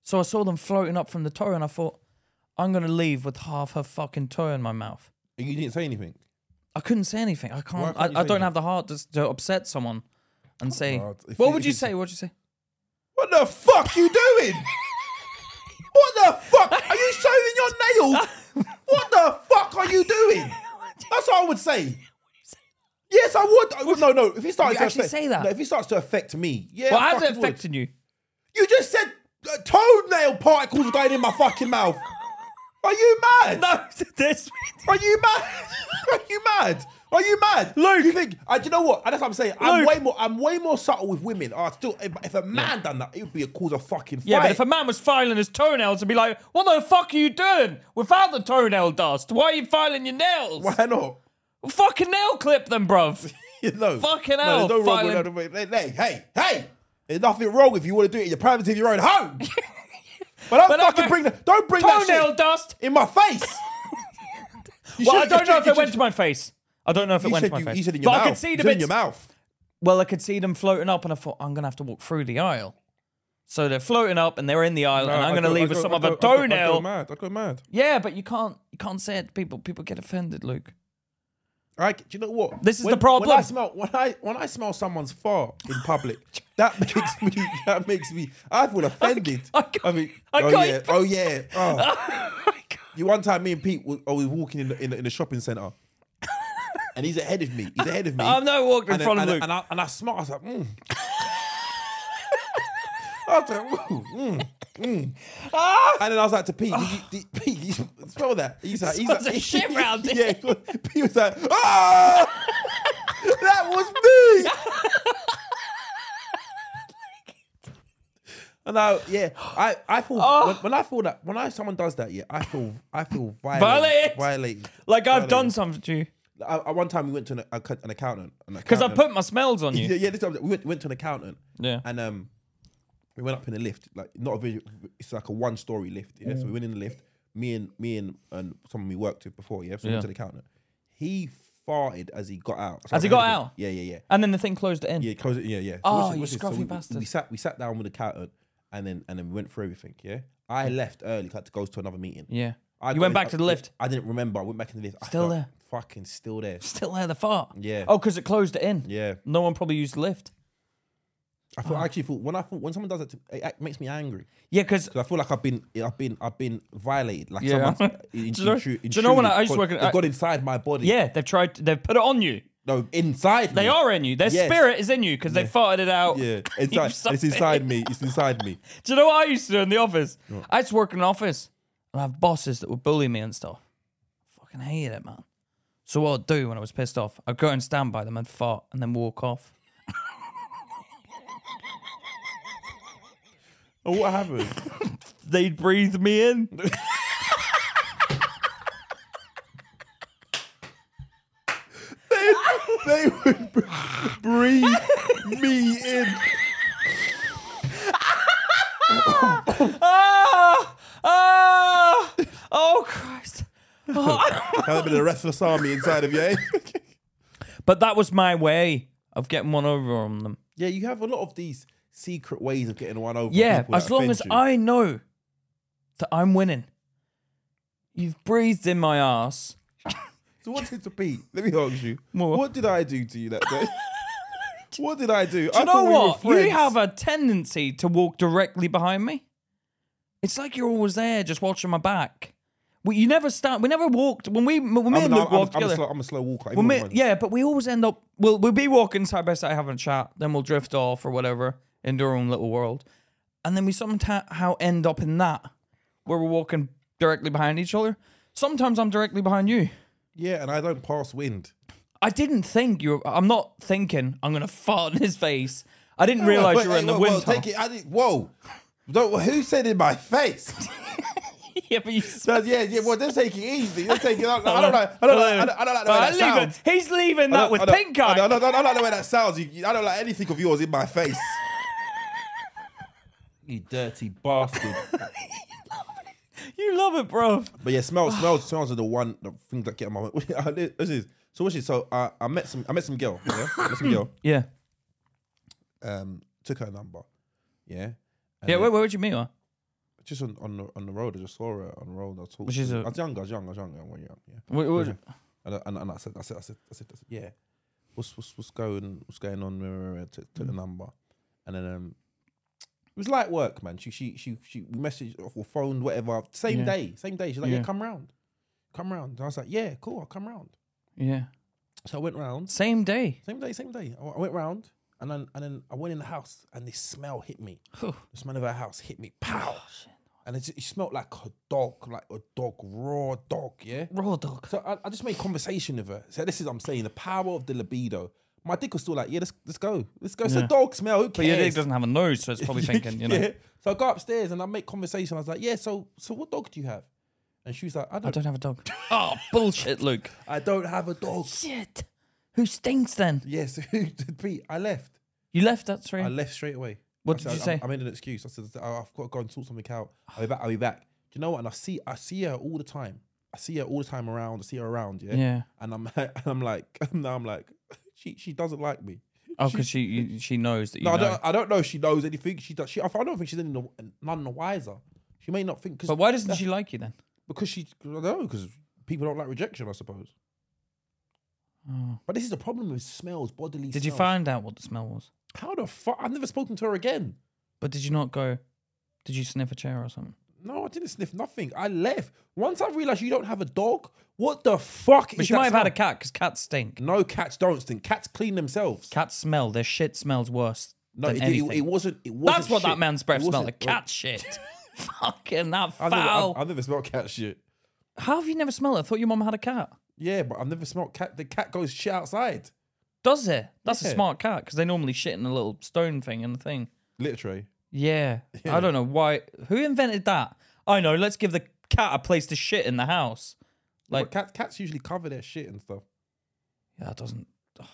Speaker 2: So I saw them floating up from the toe, and I thought, I'm gonna leave with half her fucking toe in my mouth.
Speaker 1: And you didn't say anything.
Speaker 2: I couldn't say anything. I can't.
Speaker 1: can't you
Speaker 2: I, I
Speaker 1: say
Speaker 2: don't
Speaker 1: anything?
Speaker 2: have the heart to, to upset someone and say,
Speaker 1: God, if
Speaker 2: "What
Speaker 1: you-
Speaker 2: would
Speaker 1: if
Speaker 2: you
Speaker 1: it's-
Speaker 2: say? What'd you say?"
Speaker 1: What the fuck you doing? what the fuck? Are you showing your nails? what the fuck are you doing? That's what I would say. Yes, I would. I would- No, no. If he starts
Speaker 2: you
Speaker 1: to
Speaker 2: actually
Speaker 1: affect,
Speaker 2: say that?
Speaker 1: No, if he starts to affect me, yeah.
Speaker 2: Well,
Speaker 1: I
Speaker 2: how's it
Speaker 1: fucking would.
Speaker 2: affecting you?
Speaker 1: You just said uh, toenail particles are going in my fucking mouth. Are you mad?
Speaker 2: No, this.
Speaker 1: Are you mad? Are you mad? Are you mad?
Speaker 2: Luke.
Speaker 1: you think? I do you know what? And that's what I'm saying. I'm
Speaker 2: Luke.
Speaker 1: way more. I'm way more subtle with women. I still, if, if a man done that, it would be a cause of fucking fight.
Speaker 2: Yeah, but if a man was filing his toenails, I'd be like, "What the fuck are you doing without the toenail dust? Why are you filing your nails?
Speaker 1: why not?
Speaker 2: Fucking nail clip them, bruv."
Speaker 1: You know,
Speaker 2: Fucking
Speaker 1: No,
Speaker 2: hell,
Speaker 1: There's no wrong
Speaker 2: violent-
Speaker 1: with that. Hey, hey, hey! There's nothing wrong if you want to do it in your privacy of your own home. but don't
Speaker 2: But I
Speaker 1: fucking
Speaker 2: mean-
Speaker 1: bring that. Don't bring that
Speaker 2: toenail
Speaker 1: shit
Speaker 2: dust.
Speaker 1: in my face. You
Speaker 2: Well, I
Speaker 1: should-
Speaker 2: don't know
Speaker 1: you
Speaker 2: if
Speaker 1: should-
Speaker 2: it went to my face. I don't know if it
Speaker 1: You
Speaker 2: went
Speaker 1: said
Speaker 2: to my
Speaker 1: you-
Speaker 2: face.
Speaker 1: you said in your
Speaker 2: but
Speaker 1: mouth.
Speaker 2: I could see
Speaker 1: You
Speaker 2: the
Speaker 1: said in
Speaker 2: bits.
Speaker 1: your mouth.
Speaker 2: Well, I could see them floating up, and I thought, I'm gonna have to walk through the aisle. So they're floating up, and they're in the aisle, and I'm gonna leave with some other
Speaker 1: I'd go
Speaker 2: toenail.
Speaker 1: mad. I'd go mad.
Speaker 2: Yeah, but you can't. You can't say it to people. People get offended, Luke.
Speaker 1: I, do you know what?
Speaker 2: This is
Speaker 1: When-
Speaker 2: the problem.
Speaker 1: When I smell when I when I smell someone's fart in public, that makes me that makes me I feel offended.
Speaker 2: I got-
Speaker 1: mean,
Speaker 2: I
Speaker 1: oh,
Speaker 2: got
Speaker 1: yeah,
Speaker 2: it.
Speaker 1: oh yeah, oh. You one time, me and Pete were I was walking in the, in the, in the shopping centre, and he's ahead of me. He's ahead of me.
Speaker 2: I've never walked in
Speaker 1: and, then-
Speaker 2: front of
Speaker 1: and,
Speaker 2: Luke.
Speaker 1: and I and I smiled. I was like, mm. I was like, ooh, mm, mm.
Speaker 2: Ah!
Speaker 1: And then I was like to Pete, did you, did, Pete, you smell that? He's like, he's
Speaker 2: Smells
Speaker 1: like,
Speaker 2: of Ah! shit round here.
Speaker 1: yeah. he was- Pete was like, ah, that was me. And I, yeah, I, I feel
Speaker 2: Ah!
Speaker 1: when, when I feel that when I someone does that, yeah, I feel I feel violated.
Speaker 2: Violated.
Speaker 1: violated.
Speaker 2: Like I've
Speaker 1: Violated.
Speaker 2: done something to you
Speaker 1: I, I, one time we went to an, a, an accountant
Speaker 2: because I put my smells on you.
Speaker 1: yeah, yeah. This time we went, went to an accountant.
Speaker 2: Yeah.
Speaker 1: And um, we went up in the lift, like not a visual. It's like a one-story lift. Yeah. So we went in the lift. Me and me and and someone we worked with before. Yeah. So we
Speaker 2: Yeah.
Speaker 1: went to the accountant. He farted as he got out. So
Speaker 2: As he
Speaker 1: I
Speaker 2: got
Speaker 1: heard him.
Speaker 2: out?
Speaker 1: Yeah, yeah, yeah.
Speaker 2: And then the thing closed it in.
Speaker 1: Yeah, close it. Yeah, yeah. So
Speaker 2: Oh,
Speaker 1: what's it-
Speaker 2: you
Speaker 1: what's it?
Speaker 2: scruffy
Speaker 1: we,
Speaker 2: bastard.
Speaker 1: We sat we sat down with the accountant, and then and then we went through everything. Yeah. I left early. 'cause I had to go to another meeting.
Speaker 2: Yeah.
Speaker 1: I
Speaker 2: you
Speaker 1: got
Speaker 2: went
Speaker 1: in-
Speaker 2: back
Speaker 1: I-
Speaker 2: to the lift.
Speaker 1: I didn't remember. I went back in the lift. I
Speaker 2: Still
Speaker 1: felt
Speaker 2: there.
Speaker 1: Fucking still there.
Speaker 2: Still there, the fart.
Speaker 1: Yeah.
Speaker 2: Oh, because it closed it in.
Speaker 1: Yeah.
Speaker 2: No one probably used the lift.
Speaker 1: I
Speaker 2: Oh.
Speaker 1: feel, I actually feel when I feel, when someone does that, to, it, it makes me angry.
Speaker 2: Yeah, because.
Speaker 1: Because I feel like I've been, I've been, I've been violated. Like
Speaker 2: Yeah.
Speaker 1: someone's in,
Speaker 2: Do you know-
Speaker 1: intru-
Speaker 2: do you know when I-
Speaker 1: intruded,
Speaker 2: I used to
Speaker 1: got-
Speaker 2: work in-
Speaker 1: they've got inside my body.
Speaker 2: Yeah, they've tried. They've put it on you.
Speaker 1: No, inside
Speaker 2: They
Speaker 1: me.
Speaker 2: are in you. Their
Speaker 1: Yes.
Speaker 2: spirit is in you because they farted it out.
Speaker 1: Yeah,
Speaker 2: You've
Speaker 1: inside.
Speaker 2: sucked
Speaker 1: It's
Speaker 2: it
Speaker 1: inside me. It's inside me.
Speaker 2: Do you know what I used to do in the office? I used to work in an office and I have bosses that would bully me and stuff. Fucking hated it, man. So what I'd do when I was pissed off, I'd go and stand by them and fart and then walk off.
Speaker 1: Oh, what happened?
Speaker 2: They'd breathe me in.
Speaker 1: they would br- breathe me in.
Speaker 2: ah! Ah! Oh Christ.
Speaker 1: That'd be the restless army inside of you. eh?
Speaker 2: But that was my way of getting one over on them.
Speaker 1: yeah, you have a lot of these secret ways of getting one over.
Speaker 2: Yeah,
Speaker 1: people that
Speaker 2: as long
Speaker 1: offend
Speaker 2: as
Speaker 1: you.
Speaker 2: I know that I'm winning. You've breathed in my ass.
Speaker 1: So what did Pete? Let me ask you.
Speaker 2: What?
Speaker 1: What? did I do to you that day? what did I do?
Speaker 2: Do you know what? you have a tendency to walk directly behind me. It's like you're always there, just watching my back. We, you never stand. We never walked when we when me
Speaker 1: I'm,
Speaker 2: and
Speaker 1: an-
Speaker 2: Luke
Speaker 1: I'm-
Speaker 2: walked
Speaker 1: I'm
Speaker 2: together.
Speaker 1: A slow, I'm a slow walker. I
Speaker 2: Well,
Speaker 1: walk
Speaker 2: ma-
Speaker 1: around.
Speaker 2: yeah, but we always end up. We'll we'll be walking side by side having a chat, then we'll drift off or whatever into our own little world, and then we somehow end up in that where we're walking directly behind each other. Sometimes I'm directly behind you.
Speaker 1: yeah, and I don't pass wind.
Speaker 2: I didn't think you. Were, I'm not thinking I'm gonna fart in his face. I didn't realize
Speaker 1: Wait,
Speaker 2: you were in
Speaker 1: hey,
Speaker 2: the
Speaker 1: whoa, whoa,
Speaker 2: wind. tunnel.
Speaker 1: Take it. I did, whoa. Don't, who said in my face?
Speaker 2: yeah, but you.
Speaker 1: That's- yeah, yeah. Well, they're taking it easy. They're taking. it- I don't, I don't
Speaker 2: Hello.
Speaker 1: like. I don't like.
Speaker 2: Hello.
Speaker 1: I don't, I don't like the way
Speaker 2: But
Speaker 1: that
Speaker 2: leave
Speaker 1: sounds.
Speaker 2: it. He's leaving
Speaker 1: I
Speaker 2: that
Speaker 1: don't-
Speaker 2: with
Speaker 1: I don't-
Speaker 2: pink
Speaker 1: I
Speaker 2: eye.
Speaker 1: don't, I don't- I don't like the way that sounds. You- you- I don't like anything of yours in my face. you dirty bastard.
Speaker 2: You love it, bro.
Speaker 1: But yeah, smells, smells, smells are the one the things that get on my. this is so. What is so? uh, I, I met some. I met some girl. Yeah, I met some girl.
Speaker 2: Yeah.
Speaker 1: Um, took her number. Yeah. And
Speaker 2: Yeah.
Speaker 1: then
Speaker 2: Where, where would you meet her?
Speaker 1: Just on, on the on the road. I just saw her on the road. I was talking.
Speaker 2: She's
Speaker 1: to her.
Speaker 2: a-
Speaker 1: I was younger. I was younger. I was younger. I was young. Yeah.
Speaker 2: Where, where-
Speaker 1: And, I- and, and I, said, I said, I said, I said, I said, yeah. What's what's what's going what's going on? Blah, blah, blah, Took
Speaker 2: Mm.
Speaker 1: took the number, and then um, it was light work, man. She she she she we messaged or phoned whatever. Same
Speaker 2: Yeah.
Speaker 1: day, same day. She's like, yeah.
Speaker 2: Yeah.
Speaker 1: come round, come round. And I was like, yeah, cool, I'll come round.
Speaker 2: Yeah.
Speaker 1: So I went round.
Speaker 2: Same day.
Speaker 1: Same day, same day. I I went round, and then and then I went in the house, and this smell hit me.
Speaker 2: Phew.
Speaker 1: The smell of her house hit me. Pow!
Speaker 2: Oh,
Speaker 1: And it, it smelled like a dog, like a dog, raw dog. Yeah.
Speaker 2: Raw dog.
Speaker 1: So I, I just made conversation with her. So this is I'm saying the power of the libido. My dick was still like, yeah, let's let's go, let's go. It's
Speaker 2: Yeah.
Speaker 1: a dog smell. Who
Speaker 2: But
Speaker 1: cares?
Speaker 2: your dick doesn't have a nose, so it's probably thinking, you know.
Speaker 1: Yeah. So I go upstairs and I make conversation. I was like, yeah, so so what dog do you have? And she was like, I
Speaker 2: I
Speaker 1: don't,
Speaker 2: don't have a dog. oh, bullshit, Luke.
Speaker 1: I don't have a dog.
Speaker 2: Shit. Who stinks then?
Speaker 1: Yes, who did Pete? I left.
Speaker 2: You left at three.
Speaker 1: I left straight away.
Speaker 2: What
Speaker 1: I
Speaker 2: did
Speaker 1: said,
Speaker 2: you
Speaker 1: I-
Speaker 2: say?
Speaker 1: I, I made an excuse. I said, "Oh, I've got to go and sort something out. I'll be back. I'll be back. Do you know what? And I see, I see her all the time. I see her all the time around. I see her around. Yeah.
Speaker 2: Yeah.
Speaker 1: And I'm, and I'm like, now I'm like, she, she doesn't like me.
Speaker 2: Oh, because she you, she knows that you
Speaker 1: No, I
Speaker 2: know.
Speaker 1: don't, I don't know if she knows anything. She does. She, I don't think she's any the, none the wiser. She may not think
Speaker 2: But
Speaker 1: because
Speaker 2: why doesn't she like you then?
Speaker 1: because she I don't know because people don't like rejection. I suppose. But this is the problem with smells, bodily.
Speaker 2: Oh. Did you
Speaker 1: smells.
Speaker 2: find out what the smell was?
Speaker 1: How the fuck? I've never spoken to her again.
Speaker 2: But did you not go? Did you sniff a chair or something?
Speaker 1: No, I didn't sniff nothing. I left. Once I realized you don't have a dog, what the fuck
Speaker 2: But
Speaker 1: is
Speaker 2: you
Speaker 1: that
Speaker 2: might have had a
Speaker 1: smell?
Speaker 2: cat because cats stink.
Speaker 1: No, cats don't stink. Cats clean themselves.
Speaker 2: Cats smell. Their shit smells worse
Speaker 1: no,
Speaker 2: than
Speaker 1: it, it,
Speaker 2: anything.
Speaker 1: it wasn't. It wasn't.
Speaker 2: That's what
Speaker 1: shit.
Speaker 2: that man's
Speaker 1: It
Speaker 2: breath smelled
Speaker 1: wasn't-
Speaker 2: like. Cat shit. Fucking that
Speaker 1: I've never, I've,
Speaker 2: foul.
Speaker 1: I've never smelled cat shit.
Speaker 2: How have you never smelled it? I thought your mum had a cat.
Speaker 1: Yeah, but I've never smelled cat. The cat goes shit outside.
Speaker 2: Does it? That's a
Speaker 1: Yeah.
Speaker 2: smart cat because they normally shit in a little stone thing in the thing.
Speaker 1: Literally.
Speaker 2: Yeah. I don't know why. Who invented that? I know. Let's give the cat a place to shit in the house. Like-
Speaker 1: Like cat, cats usually cover their shit and stuff.
Speaker 2: Yeah, that doesn't. Ugh.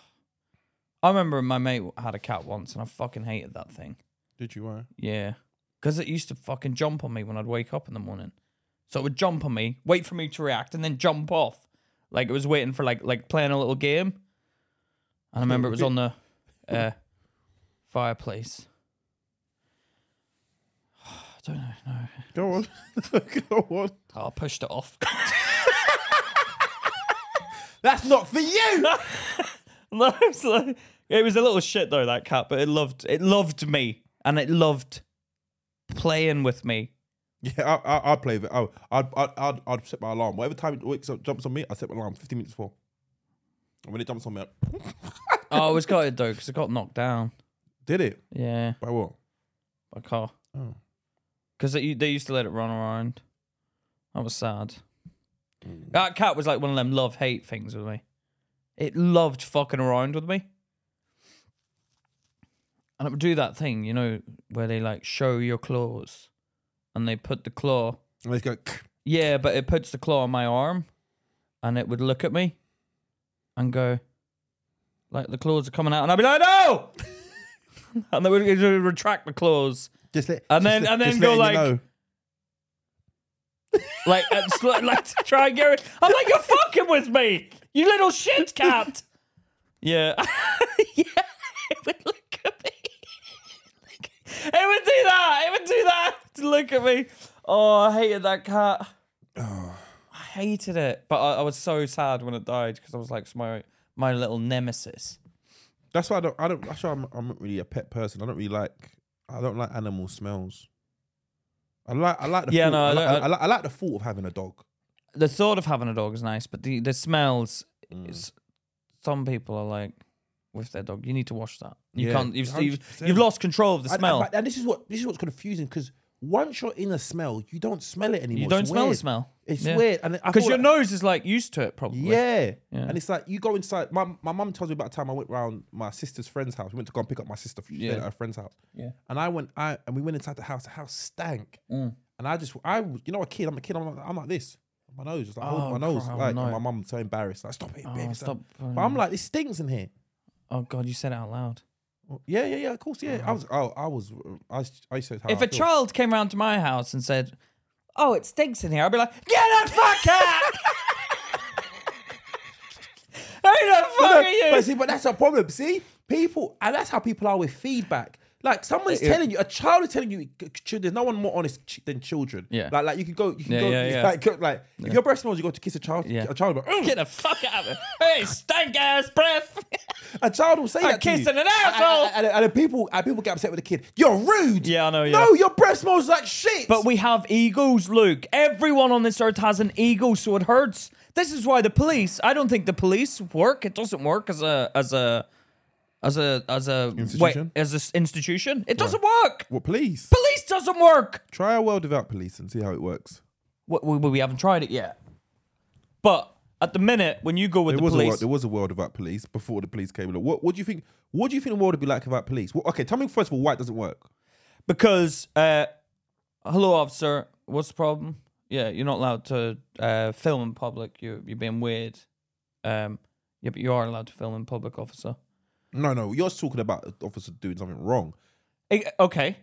Speaker 2: I remember my mate had a cat once and I fucking hated that thing.
Speaker 1: Did you? Why?
Speaker 2: Yeah. Because it used to fucking jump on me when I'd wake up in the morning. So it would jump on me, wait for me to react, and then jump off. Like it was waiting for like like playing a little game. And I remember it was on the uh, fireplace. I don't know. No.
Speaker 1: Go on. Go on.
Speaker 2: Oh, I pushed it off.
Speaker 1: That's not for you.
Speaker 2: No, it's like- it was a little shit though that cat, but it loved it loved me and it loved playing with me.
Speaker 1: Yeah, I, I, I'd play with it. Oh, I'd, I'd, I'd, I'd set my alarm. Whatever time it wakes up, jumps on me, I set my alarm 15 minutes before. And when it jumps on me, I-
Speaker 2: Oh, I was gutted though because I got knocked down.
Speaker 1: did it
Speaker 2: Yeah,
Speaker 1: by what?
Speaker 2: by a car.
Speaker 1: Oh.
Speaker 2: Because they, they used to let it run around. That was sad. That cat was like one of them love hate things with me. It loved fucking around with me. And it would do that thing, you know, where they like show your claws and they put the claw.
Speaker 1: And they go.
Speaker 2: Yeah, but it puts the claw on my arm and it would look at me and go, like the claws are coming out. And I'd be like, no! and they would, it would retract the claws.
Speaker 1: Just let, just
Speaker 2: And then-
Speaker 1: let-
Speaker 2: and then
Speaker 1: just
Speaker 2: go
Speaker 1: letting you
Speaker 2: like-
Speaker 1: know.
Speaker 2: Like, and sl- like to try and get rid. I'm like, you're fucking with me, you little shit cat. Yeah, yeah. It would look at me. Like, it would do that. It would do that to look at me. Oh, I hated that cat. I hated it, but I, I was so sad when it died because I was like, it's my my little nemesis.
Speaker 1: That's why I don't. I don't. That's why I'm, I'm not really a pet person. I don't really like. I don't like animal smells. I like. I like the.
Speaker 2: Yeah,
Speaker 1: thought,
Speaker 2: no,
Speaker 1: I
Speaker 2: I
Speaker 1: like,
Speaker 2: don't-
Speaker 1: I like. I like the thought of having a dog.
Speaker 2: The thought of having a dog is nice, but the the smells.
Speaker 1: Mm.
Speaker 2: Is, some people are like. With their dog, you need to wash that. You
Speaker 1: Yeah,
Speaker 2: can't. You've, you've,
Speaker 1: 100%.
Speaker 2: you've lost control of the
Speaker 1: And-
Speaker 2: smell.
Speaker 1: And, and this is what this is what's confusing because once you're in a smell, you don't smell it anymore.
Speaker 2: You don't
Speaker 1: It's
Speaker 2: smell the
Speaker 1: weird.
Speaker 2: smell.
Speaker 1: It's weird, and I
Speaker 2: Because
Speaker 1: thought
Speaker 2: your
Speaker 1: that-
Speaker 2: nose is like used to it, probably.
Speaker 1: Yeah.
Speaker 2: Yeah.
Speaker 1: and it's like you go inside. My my mum tells me about the time I went round my sister's friend's house. We went to go and pick up my sister. She stayed
Speaker 2: Yeah.
Speaker 1: at her friend's house.
Speaker 2: Yeah.
Speaker 1: and I went. I and we went inside the house. The house stank,
Speaker 2: Mm.
Speaker 1: and I just I was- you know a kid. I'm a kid. I'm like, I'm like this. My nose, just like holding
Speaker 2: Oh,
Speaker 1: my nose,
Speaker 2: cry- oh,
Speaker 1: like and
Speaker 2: no. Oh,
Speaker 1: my mum so embarrassed. Like stop it, baby.
Speaker 2: stop.
Speaker 1: But I'm like, this stinks in here.
Speaker 2: Oh god, you said it out loud.
Speaker 1: Oh, Yeah, yeah, yeah. Of course, yeah. I was, oh, I was, I, I used to. tell her
Speaker 2: if
Speaker 1: I
Speaker 2: a
Speaker 1: feel.
Speaker 2: child came round to my house and said, "Oh, it stinks in here," I'd be like, "Get that fuck out!" Who the fuck
Speaker 1: No,
Speaker 2: are you?
Speaker 1: But see, but that's a problem. See, people, and that's how people are with feedback. Like someone's
Speaker 2: Yeah.
Speaker 1: telling you, a child is telling you, ch- there's no one more honest ch- than children.
Speaker 2: Yeah.
Speaker 1: Like, like you can go, you can
Speaker 2: Yeah,
Speaker 1: go,
Speaker 2: yeah, yeah.
Speaker 1: like, go- like if your breath smells, you go to kiss a child.
Speaker 2: Yeah.
Speaker 1: A child, mm, will go, "Ugh."
Speaker 2: Get the fuck out of here! Hey, stank ass breath.
Speaker 1: a child will say that to you.
Speaker 2: kissing an
Speaker 1: And-
Speaker 2: asshole.
Speaker 1: And, and, and, and people, and people get upset with the kid. You're rude.
Speaker 2: Yeah, I know,
Speaker 1: No,
Speaker 2: yeah.
Speaker 1: your breath smells like shit.
Speaker 2: But we have egos, Luke. Everyone on this earth has an ego, so it hurts. This is why the police. I don't think the police work. It doesn't work as a as a as a as a
Speaker 1: Institution?
Speaker 2: as an institution. It doesn't work.
Speaker 1: well, please
Speaker 2: Police doesn't work.
Speaker 1: try a world without police and see how it works.
Speaker 2: We, we, we haven't tried it yet. But at the minute, when you go with
Speaker 1: There
Speaker 2: the
Speaker 1: was, a
Speaker 2: police,
Speaker 1: world, there was a world without police before the police came along. What, what do you think? What do you think the world would be like without police? Well, okay, tell me first of all why it doesn't work.
Speaker 2: because uh, hello officer, what's the problem? Yeah, you're not allowed to uh, film in public. You you're being weird. Um, yeah, but you are allowed to film in public, officer.
Speaker 1: No, no, you're talking about an officer doing something wrong.
Speaker 2: Eh, Okay.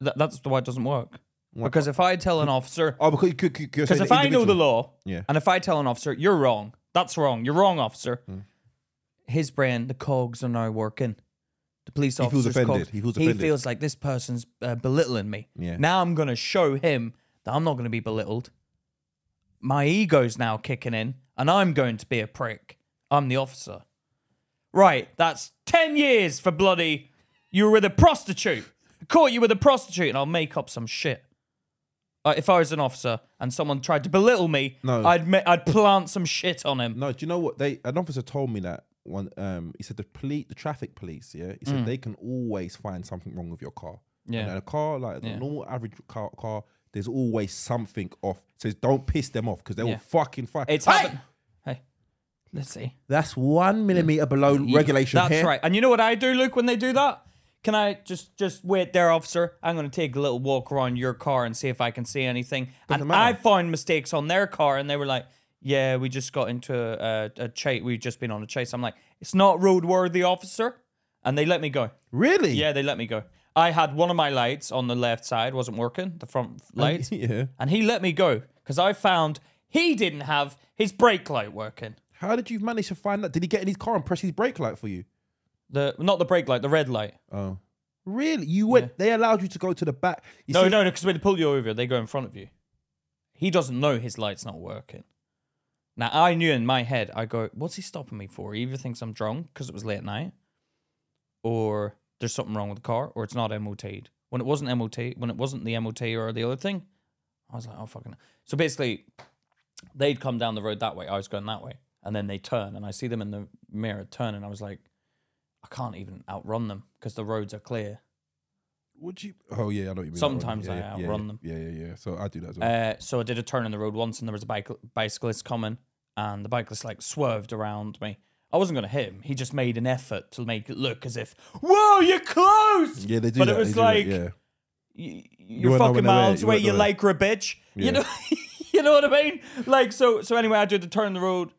Speaker 2: That, that's why it doesn't work. Because if I tell an officer,
Speaker 1: Oh, because you could. you could say
Speaker 2: because
Speaker 1: the
Speaker 2: if I know the
Speaker 1: individual-
Speaker 2: law,
Speaker 1: Yeah.
Speaker 2: and if I tell an officer, you're wrong, that's wrong, you're wrong, officer,
Speaker 1: Hmm.
Speaker 2: his brain, the cogs are now working. The police
Speaker 1: feels
Speaker 2: officer's
Speaker 1: offended.
Speaker 2: cogs-
Speaker 1: He feels offended.
Speaker 2: feels like this person's uh, belittling me.
Speaker 1: Yeah.
Speaker 2: Now I'm going to show him that I'm not going to be belittled. My ego's now kicking in, and I'm going to be a prick. I'm the officer. Right, that's 10 years for bloody. You were with a prostitute. I caught you with a prostitute, and I'll make up some shit. Uh, if I was an officer and someone tried to belittle me,
Speaker 1: No.
Speaker 2: I'd ma- I'd plant some shit on him.
Speaker 1: No, do you know what they? An officer told me that one. Um, he said the police, the traffic police. Yeah, he said they can always find something wrong with your car.
Speaker 2: Mm. Yeah.
Speaker 1: and in a car like the normal average car, car, there's always something off. So it's- don't piss them off because they will
Speaker 2: Yeah.
Speaker 1: fucking fight.
Speaker 2: It's
Speaker 1: hey,
Speaker 2: happen- Hey, let's see.
Speaker 1: that's one millimeter below regulation.
Speaker 2: That's
Speaker 1: here.
Speaker 2: right. And you know what I do, Luke, when they do that? Can I just just wait there, officer? I'm going to take a little walk around your car and see if I can see anything. and
Speaker 1: matter.
Speaker 2: I found mistakes on their car, and they were like, "Yeah, we just got into a, a, a chase. We've just been on a chase." I'm like, "It's not roadworthy, officer," and they let me go.
Speaker 1: Really?
Speaker 2: Yeah, they let me go. I had one of my lights on the left side wasn't working, the front light,
Speaker 1: Yeah.
Speaker 2: and he let me go because I found he didn't have his brake light working.
Speaker 1: How did you manage to find that? Did he get in his car and press his brake light for you?
Speaker 2: The not the brake light, the red light.
Speaker 1: Oh. Really? You went. They allowed you to go to the back. You
Speaker 2: No,
Speaker 1: see-
Speaker 2: no, no, because when they pull you over, they go in front of you. He doesn't know his light's not working. Now, I knew in my head, I go, what's he stopping me for? He either thinks I'm drunk because it was late night, or there's something wrong with the car, or it's not MOT'd. When it wasn't MOT, when it wasn't the MOT or the other thing, I was like, oh, fucking. So basically, they'd come down the road that way. I was going that way. and then they turn, and I see them in the mirror turn, and I was like, I can't even outrun them because the roads are clear.
Speaker 1: Would you? Oh yeah, I know what you mean.
Speaker 2: Sometimes
Speaker 1: yeah,
Speaker 2: I
Speaker 1: yeah,
Speaker 2: outrun
Speaker 1: yeah,
Speaker 2: them.
Speaker 1: Yeah, yeah, yeah. So I do that as well.
Speaker 2: Uh, so I did a turn in the road once, and there was a bike, bicyclist coming, and the bicyclist like swerved around me. I wasn't gonna hit him. He just made an effort to make it look as if, whoa, you're close.
Speaker 1: yeah, they do.
Speaker 2: but
Speaker 1: that.
Speaker 2: it was
Speaker 1: they do that,
Speaker 2: like
Speaker 1: yeah.
Speaker 2: y-
Speaker 1: You
Speaker 2: you're
Speaker 1: weren't
Speaker 2: fucking
Speaker 1: nowhere near
Speaker 2: miles
Speaker 1: it, you
Speaker 2: away,
Speaker 1: weren't
Speaker 2: you
Speaker 1: nowhere.
Speaker 2: lycra bitch.
Speaker 1: Yeah.
Speaker 2: You know, you know what I mean? Like so. So anyway, I did the turn in the road.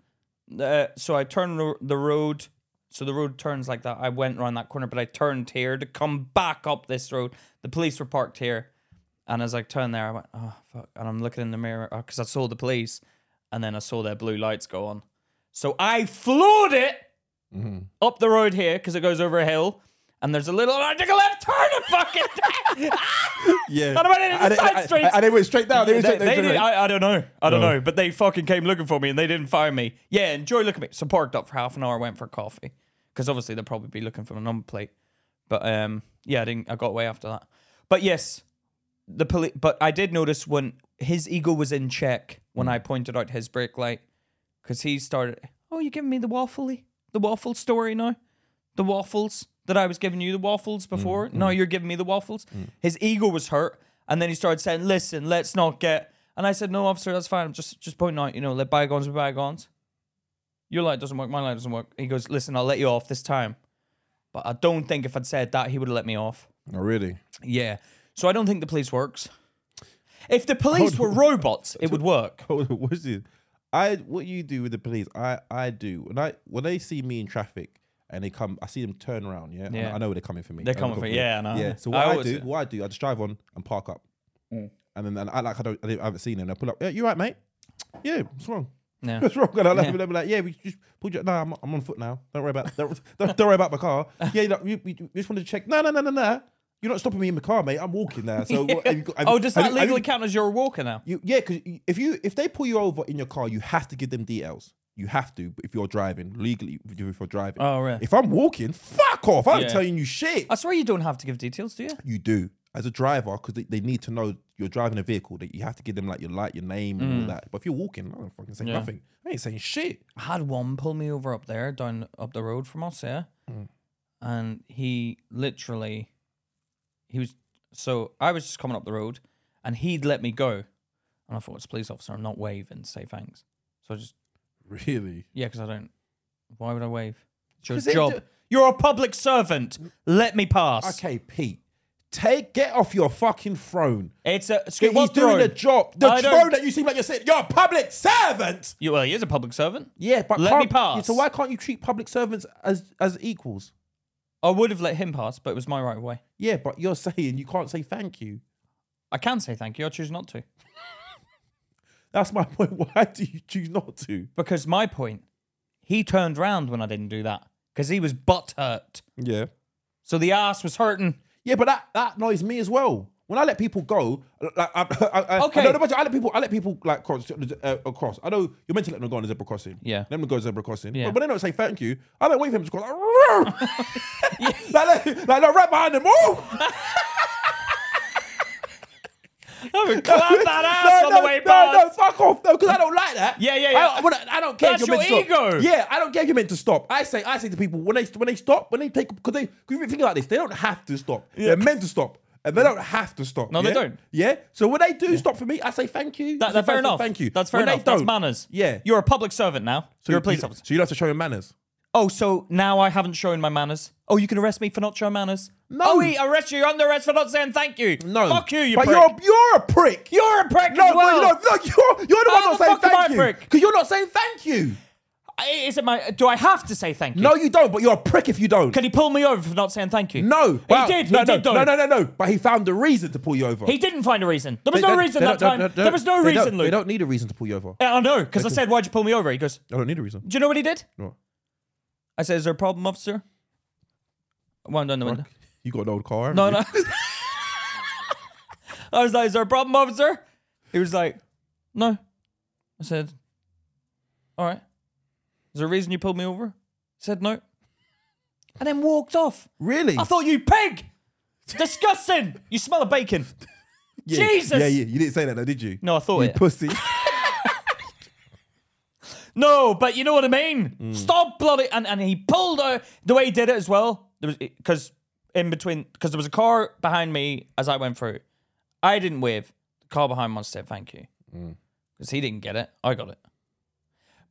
Speaker 2: Uh, so I turned the- the road. So the road turns like that. I went around that corner, but I turned here to come back up this road. The police were parked here, and as I turned there, I went, "Oh fuck!" And I'm looking in the mirror because I saw the police, and then I saw their blue lights go on. So I floored it
Speaker 1: Mm-hmm.
Speaker 2: up the road here because it goes over a hill, and there's a little. I took a left turn and fucking.
Speaker 1: Yeah.
Speaker 2: I went into the
Speaker 1: And they-
Speaker 2: side
Speaker 1: and-
Speaker 2: streets.
Speaker 1: And they went straight down. They went
Speaker 2: They,
Speaker 1: straight
Speaker 2: they
Speaker 1: down.
Speaker 2: did, I, I don't know. I don't
Speaker 1: No.
Speaker 2: know. But they fucking came looking for me and they didn't find me. Yeah, enjoy looking at me. So parked up for half an hour, went for coffee. Because obviously they'll probably be looking for my number plate. But um, yeah, I didn't I got away after that. But yes, the police but I did notice when his ego was in check when
Speaker 1: Hmm.
Speaker 2: I pointed out his brake light. Cause he started Oh, you're giving me the waffly the waffle story now? The waffles that I was giving you the
Speaker 1: Mm,
Speaker 2: waffles before. No, you're giving me the waffles. His ego was hurt, and then he started saying, "Listen, let's not get." And I said, "No, officer, that's fine. I'm just just pointing out, you know, let bygones be bygones. Your light doesn't work. My light doesn't work." He goes, "Listen, I'll let you off this time." But I don't think if I'd said that, he would have let me off.
Speaker 1: Oh, really?
Speaker 2: Yeah. So I don't think the police works. If the police were robots, it would work.
Speaker 1: Hold on, what's this? I what you do with the police? I I do when I when they see me in traffic and they come, I see them turn around. Yeah, And
Speaker 2: Yeah.
Speaker 1: I know they're coming for me.
Speaker 2: They're
Speaker 1: I know
Speaker 2: coming for- yeah, I know.
Speaker 1: yeah. So
Speaker 2: I
Speaker 1: what I,
Speaker 2: always
Speaker 1: do,
Speaker 2: do. Mm.
Speaker 1: what I do, I just drive on and park up, and then and I like I don't I, didn't- I haven't seen them. They pull up. Yeah, you right, mate? Yeah, what's wrong?
Speaker 2: Yeah.
Speaker 1: What's wrong? And I will be like, yeah, we just pulled you. No, I'm, I'm on foot now. Don't worry about don't, don't, don't worry about my car. Yeah, you, know, you, you you just wanted to check. No, no, no, no, no. You're not stopping me in my car, mate. I'm walking there. So what- have you got- have
Speaker 2: oh,
Speaker 1: you-
Speaker 2: does
Speaker 1: have
Speaker 2: that
Speaker 1: you- have you-
Speaker 2: legally count as you're a walker now?
Speaker 1: you yeah, because if you if they pull you over in your car, you have to give them details. You have to if you're driving legally. If you're driving,
Speaker 2: Oh, right.
Speaker 1: If I'm walking, fuck off. I'm
Speaker 2: Yeah.
Speaker 1: telling you shit.
Speaker 2: I swear you don't have to give details, do you?
Speaker 1: you do as a driver because they, they need to know you're driving a vehicle. That you have to give them like your light, your name, and
Speaker 2: Mm.
Speaker 1: all that. But if you're walking, I don't fucking say nothing. I ain't saying shit.
Speaker 2: I had one pull me over up there, down up the road from us, yeah.
Speaker 1: Hmm.
Speaker 2: And he literally, he was so I was just coming up the road, and he'd let me go, and I thought it's a police officer. I'm not waving, say thanks. So I just
Speaker 1: Really?
Speaker 2: yeah, because I don't. Why would I wave? It's your
Speaker 1: 'Cause it-
Speaker 2: job. You're a public servant. Let me pass.
Speaker 1: Okay, Pete. Take get off your fucking throne.
Speaker 2: It's a excuse,
Speaker 1: He's
Speaker 2: what
Speaker 1: doing
Speaker 2: throne?
Speaker 1: a job. The
Speaker 2: I don't-
Speaker 1: throne that you seem like you're saying you're a public servant.
Speaker 2: You- well, he is a public servant.
Speaker 1: Yeah, but
Speaker 2: Let me
Speaker 1: can't,
Speaker 2: pass.
Speaker 1: So why can't you treat public servants as as equals?
Speaker 2: I would have let him pass, but it was my right of way.
Speaker 1: Yeah, but you're saying you can't say thank you.
Speaker 2: I can say thank you. I choose not to
Speaker 1: That's my point. Why do you choose not to?
Speaker 2: because my point. He turned round when I didn't do that because he was butt hurt.
Speaker 1: Yeah.
Speaker 2: So the ass was hurting.
Speaker 1: Yeah, but that that annoys me as well. When I let people go, like I, I, I,
Speaker 2: Okay.
Speaker 1: I, know the bunch- I let people, I let people like cross, uh, across. I know you're meant to let them go on a zebra crossing.
Speaker 2: Yeah.
Speaker 1: let them go on a zebra crossing.
Speaker 2: Yeah.
Speaker 1: But when they don't say thank you, I don't wait for them to go like, like, like, like, right behind them. Woo!
Speaker 2: I would clap that ass
Speaker 1: no,
Speaker 2: on
Speaker 1: no,
Speaker 2: the way
Speaker 1: no,
Speaker 2: past.
Speaker 1: No, fuck off. No, because I don't like that.
Speaker 2: Yeah, yeah, yeah.
Speaker 1: I, don't- I don't care.
Speaker 2: That's
Speaker 1: if you're meant
Speaker 2: your
Speaker 1: to stop.
Speaker 2: ego.
Speaker 1: Yeah, I don't care if you're meant to stop. I say, I say to people when they when they stop, when they take, because they cause you think about this, they don't have to stop. They're meant to stop. And they don't have to stop.
Speaker 2: No, they
Speaker 1: yeah?
Speaker 2: don't.
Speaker 1: Yeah. So when they do stop for me, I say thank you. I
Speaker 2: That-
Speaker 1: say
Speaker 2: that's fair
Speaker 1: thank you,
Speaker 2: enough.
Speaker 1: Thank you.
Speaker 2: That's fair
Speaker 1: When they
Speaker 2: enough. That's
Speaker 1: don't-
Speaker 2: manners.
Speaker 1: Yeah.
Speaker 2: You're a public servant now. You're a police
Speaker 1: you,
Speaker 2: officer.
Speaker 1: So you don't have to show your manners.
Speaker 2: Oh, so now I haven't shown my manners. Oh, you can arrest me for not showing manners. No. Oh, we arrest you. You're under arrest for not saying thank you.
Speaker 1: No.
Speaker 2: Fuck you, you
Speaker 1: But
Speaker 2: prick.
Speaker 1: you're you're a prick.
Speaker 2: You're, a prick
Speaker 1: no,
Speaker 2: as well.
Speaker 1: but you don't, no, you're you're the
Speaker 2: How
Speaker 1: one
Speaker 2: the
Speaker 1: not saying
Speaker 2: fuck am I a
Speaker 1: thank you.
Speaker 2: prick?
Speaker 1: Because you're not saying thank you.
Speaker 2: I- Is it my? Do I have to say thank you?
Speaker 1: No, you don't. But you're a prick if you don't.
Speaker 2: Can he pull me over for not saying thank you?
Speaker 1: No,
Speaker 2: He
Speaker 1: well,
Speaker 2: did.
Speaker 1: No,
Speaker 2: he
Speaker 1: no,
Speaker 2: did. though.
Speaker 1: no, no, no, no. But he found a reason to pull you over.
Speaker 2: He didn't find a reason. There was
Speaker 1: They
Speaker 2: no
Speaker 1: don't-
Speaker 2: reason
Speaker 1: they
Speaker 2: that
Speaker 1: don't-
Speaker 2: time.
Speaker 1: they don't-
Speaker 2: there was no
Speaker 1: they don't-
Speaker 2: reason,
Speaker 1: They
Speaker 2: Luke.
Speaker 1: don't need a reason to pull you over. I
Speaker 2: Yeah, I know, because I said, "Why'd you pull me over?" He goes,
Speaker 1: don't need a reason.
Speaker 2: "Do you know what he did?"
Speaker 1: No.
Speaker 2: I said, "Is there a problem, officer?" One down the window.
Speaker 1: You got an old car. haven't
Speaker 2: No,
Speaker 1: you?
Speaker 2: no. I was like, "Is there a problem, officer?" He was like, "No." I said, "All right." Is there a reason you pulled me over? He said no, and then walked off.
Speaker 1: Really?
Speaker 2: I thought you pig. Disgusting. You smell of bacon.
Speaker 1: Yeah.
Speaker 2: Jesus.
Speaker 1: Yeah, yeah. You didn't say that, though, did you?
Speaker 2: No, I thought
Speaker 1: You
Speaker 2: it.
Speaker 1: pussy.
Speaker 2: No, but you know what I mean. Stop bloody and and he pulled out the way he did it as well. There was because in between because there was a car behind me as I went through. I didn't wave. The car behind me said thank you because he didn't get it. I got it.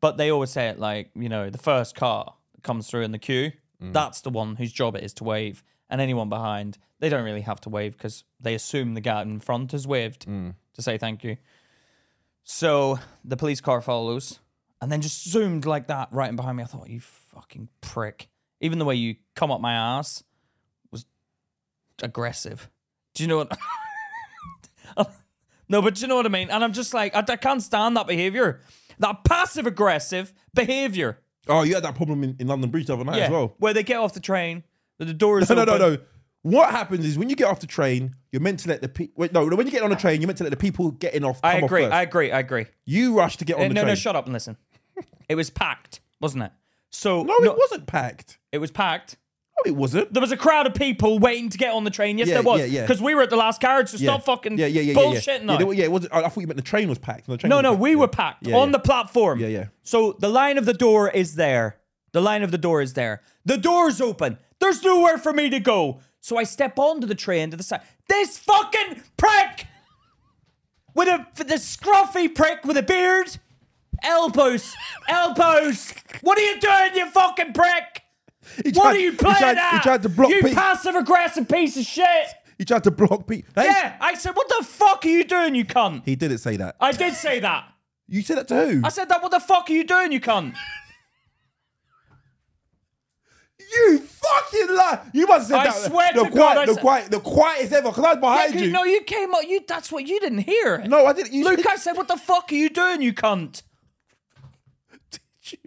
Speaker 2: But they always say it like you know the first car that comes through in the queue. That's the one whose job it is to wave, and anyone behind they don't really have to wave because they assume the guy in front has waved to say thank you. So the police car follows and then just zoomed like that right in behind me. I thought, you fucking prick. Even the way you come up my ass was aggressive. Do you know what? no, but do you know what I mean? And I'm just like, I, I can't stand that behavior. That passive aggressive behavior.
Speaker 1: Oh, you had that problem in, in London Bridge the other night
Speaker 2: Yeah.
Speaker 1: as well.
Speaker 2: Where they get off the train, the, the door is
Speaker 1: No, no, no,
Speaker 2: open.
Speaker 1: no. What happens is when you get off the train, you're meant to let the people. No, no, when you get on the train, you're meant to let the people getting off. Come
Speaker 2: I agree.
Speaker 1: Off first.
Speaker 2: I agree. I agree.
Speaker 1: you rush to get on
Speaker 2: Uh,
Speaker 1: the
Speaker 2: no,
Speaker 1: train.
Speaker 2: no, shut up and listen. it was packed, wasn't it? So
Speaker 1: no, it wasn't packed.
Speaker 2: It was packed.
Speaker 1: No, it wasn't.
Speaker 2: there was a crowd of people waiting to get on the train. Yes,
Speaker 1: Yeah,
Speaker 2: there was.
Speaker 1: yeah, yeah.
Speaker 2: Because we were at the last carriage, so stop fucking
Speaker 1: yeah, yeah, yeah, yeah, yeah.
Speaker 2: bullshitting
Speaker 1: Yeah,
Speaker 2: us.
Speaker 1: there- yeah, it wasn't. I, I thought you meant the train was packed. No, the train
Speaker 2: no,
Speaker 1: wasn't
Speaker 2: no,
Speaker 1: packed.
Speaker 2: we
Speaker 1: Yeah.
Speaker 2: were packed
Speaker 1: Yeah,
Speaker 2: on
Speaker 1: yeah.
Speaker 2: the platform.
Speaker 1: Yeah, yeah.
Speaker 2: So the line of the door is there. The line of the door is there. The door's open. There's nowhere for me to go. So I step onto the train to the side. This fucking prick with a the scruffy prick with a beard, elbows, elbows. What are you doing, you fucking prick?
Speaker 1: He
Speaker 2: What
Speaker 1: tried-
Speaker 2: are you
Speaker 1: he
Speaker 2: playing
Speaker 1: tried-
Speaker 2: at?
Speaker 1: He tried to block.
Speaker 2: You
Speaker 1: Pete.
Speaker 2: passive aggressive piece of shit.
Speaker 1: He tried to block Pete. Hey,
Speaker 2: Yeah, I said, what the fuck are you doing, you cunt?
Speaker 1: He didn't say that.
Speaker 2: I did say that.
Speaker 1: you said that to who?
Speaker 2: I said that. What the fuck are you doing, you cunt?
Speaker 1: you fucking lie. You must have
Speaker 2: I
Speaker 1: said that.
Speaker 2: swear
Speaker 1: the
Speaker 2: to God,
Speaker 1: quiet,
Speaker 2: I
Speaker 1: the
Speaker 2: said-
Speaker 1: quiet, the quietest ever. Because I was behind you.
Speaker 2: No, you came up. You that's what you didn't hear. It.
Speaker 1: No, I didn't. You
Speaker 2: Luke,
Speaker 1: said-
Speaker 2: I said, what the fuck are you doing, you cunt?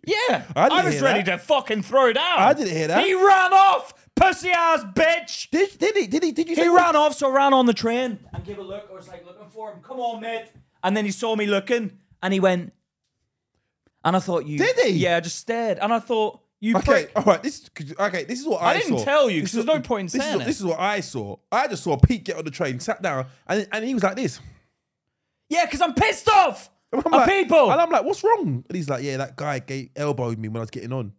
Speaker 2: Yeah,
Speaker 1: I didn't
Speaker 2: was
Speaker 1: hear
Speaker 2: ready
Speaker 1: that.
Speaker 2: to fucking throw down.
Speaker 1: I didn't hear that.
Speaker 2: He ran off, pussy ass bitch.
Speaker 1: Did, did he? Did he? Did you?
Speaker 2: He
Speaker 1: say
Speaker 2: ran off, so I ran on the train and gave a look. I was like looking for him. Come on, mate. And then he saw me looking, and he went. And I thought you
Speaker 1: Did he?
Speaker 2: Yeah, I just stared, and I thought you
Speaker 1: Okay,
Speaker 2: prick.
Speaker 1: all right. This okay. This is what I,
Speaker 2: didn't
Speaker 1: saw.
Speaker 2: tell you,
Speaker 1: This
Speaker 2: 'cause
Speaker 1: is
Speaker 2: there's
Speaker 1: what-
Speaker 2: no point in
Speaker 1: this
Speaker 2: saying
Speaker 1: is,
Speaker 2: it.
Speaker 1: This is what I saw. I just saw Pete get on the train, sat down, and and he was like this.
Speaker 2: Yeah, because I'm pissed off.
Speaker 1: And I'm
Speaker 2: at
Speaker 1: like-
Speaker 2: people.
Speaker 1: and I'm like, what's wrong? And he's like, yeah, that guy gave, elbowed me when I was getting on.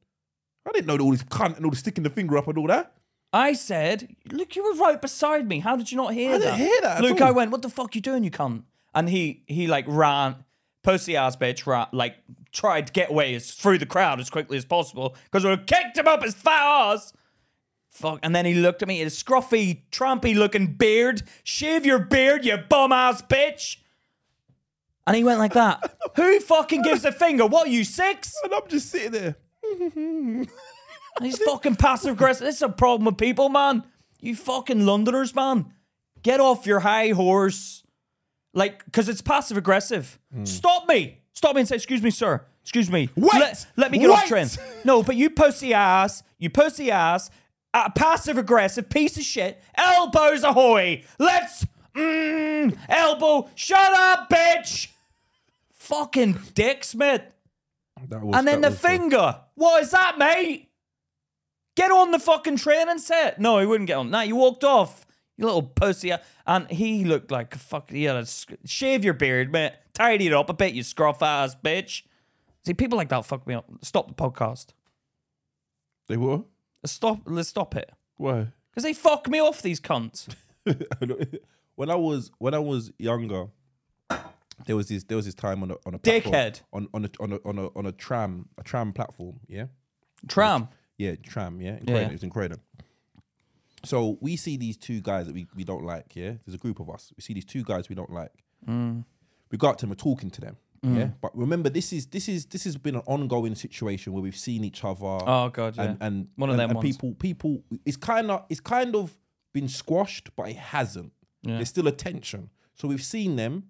Speaker 1: I didn't know that all this cunt and all the sticking the finger up and all that.
Speaker 2: I said, "Look, you were right beside me. How did you not hear
Speaker 1: I
Speaker 2: that?"
Speaker 1: didn't hear that at
Speaker 2: Luke,
Speaker 1: all.
Speaker 2: I went, "What the fuck you doing, you cunt?" And he he like ran, pussy ass bitch, ran, like tried to get away as, through the crowd as quickly as possible because we kicked him up his fat ass. Fuck. And then he looked at me, his scruffy, trampy looking beard. Shave your beard, you bum ass bitch. And he went like that. Who fucking gives a finger? What, you six?
Speaker 1: And I'm just sitting there.
Speaker 2: He's fucking passive aggressive. This is a problem with people, man. You fucking Londoners, man. Get off your high horse. Like, because it's passive aggressive. Stop me. Stop me and say, excuse me, sir. Excuse me.
Speaker 1: Hmm. Wait.
Speaker 2: Let, let me get off
Speaker 1: Wait.
Speaker 2: train. No, but you pussy ass, you pussy ass, uh, passive aggressive piece of shit. Elbows ahoy. Let's, mm, elbow. Shut up, bitch. Fucking dick, Smith.
Speaker 1: That was,
Speaker 2: And then
Speaker 1: that
Speaker 2: the
Speaker 1: was fun.
Speaker 2: finger. What is that, mate? Get on the fucking train and set. No, he wouldn't get on. Nah, you walked off. You little pussy. And he looked like a fuck. He had a sc- shave your beard, mate. Tidy it up a bit, you scruff ass bitch. See, people like that fuck me up. Stop the podcast.
Speaker 1: They were.
Speaker 2: Stop. Let's stop it.
Speaker 1: Why?
Speaker 2: Because they fuck me off. These cunts.
Speaker 1: when I was when I was younger, there was this there was this time on a on a
Speaker 2: Dickhead.
Speaker 1: platform, on on a, on a on a on a tram a tram platform. Yeah.
Speaker 2: Tram.
Speaker 1: Yeah, tram. Yeah, in
Speaker 2: Yeah.
Speaker 1: Croydon. It was in Croydon. So we see these two guys that we, we don't like. Yeah, there's a group of us. We see these two guys we don't like.
Speaker 2: Mm.
Speaker 1: We go up to them, we're talking to them. Yeah, but remember, this is this is this has been an ongoing situation where we've seen each other.
Speaker 2: Oh god. Yeah.
Speaker 1: and and
Speaker 2: One of
Speaker 1: and,
Speaker 2: them
Speaker 1: and
Speaker 2: ones.
Speaker 1: people people it's kind of it's kind of been squashed, but it hasn't. There's still a tension. So we've seen them,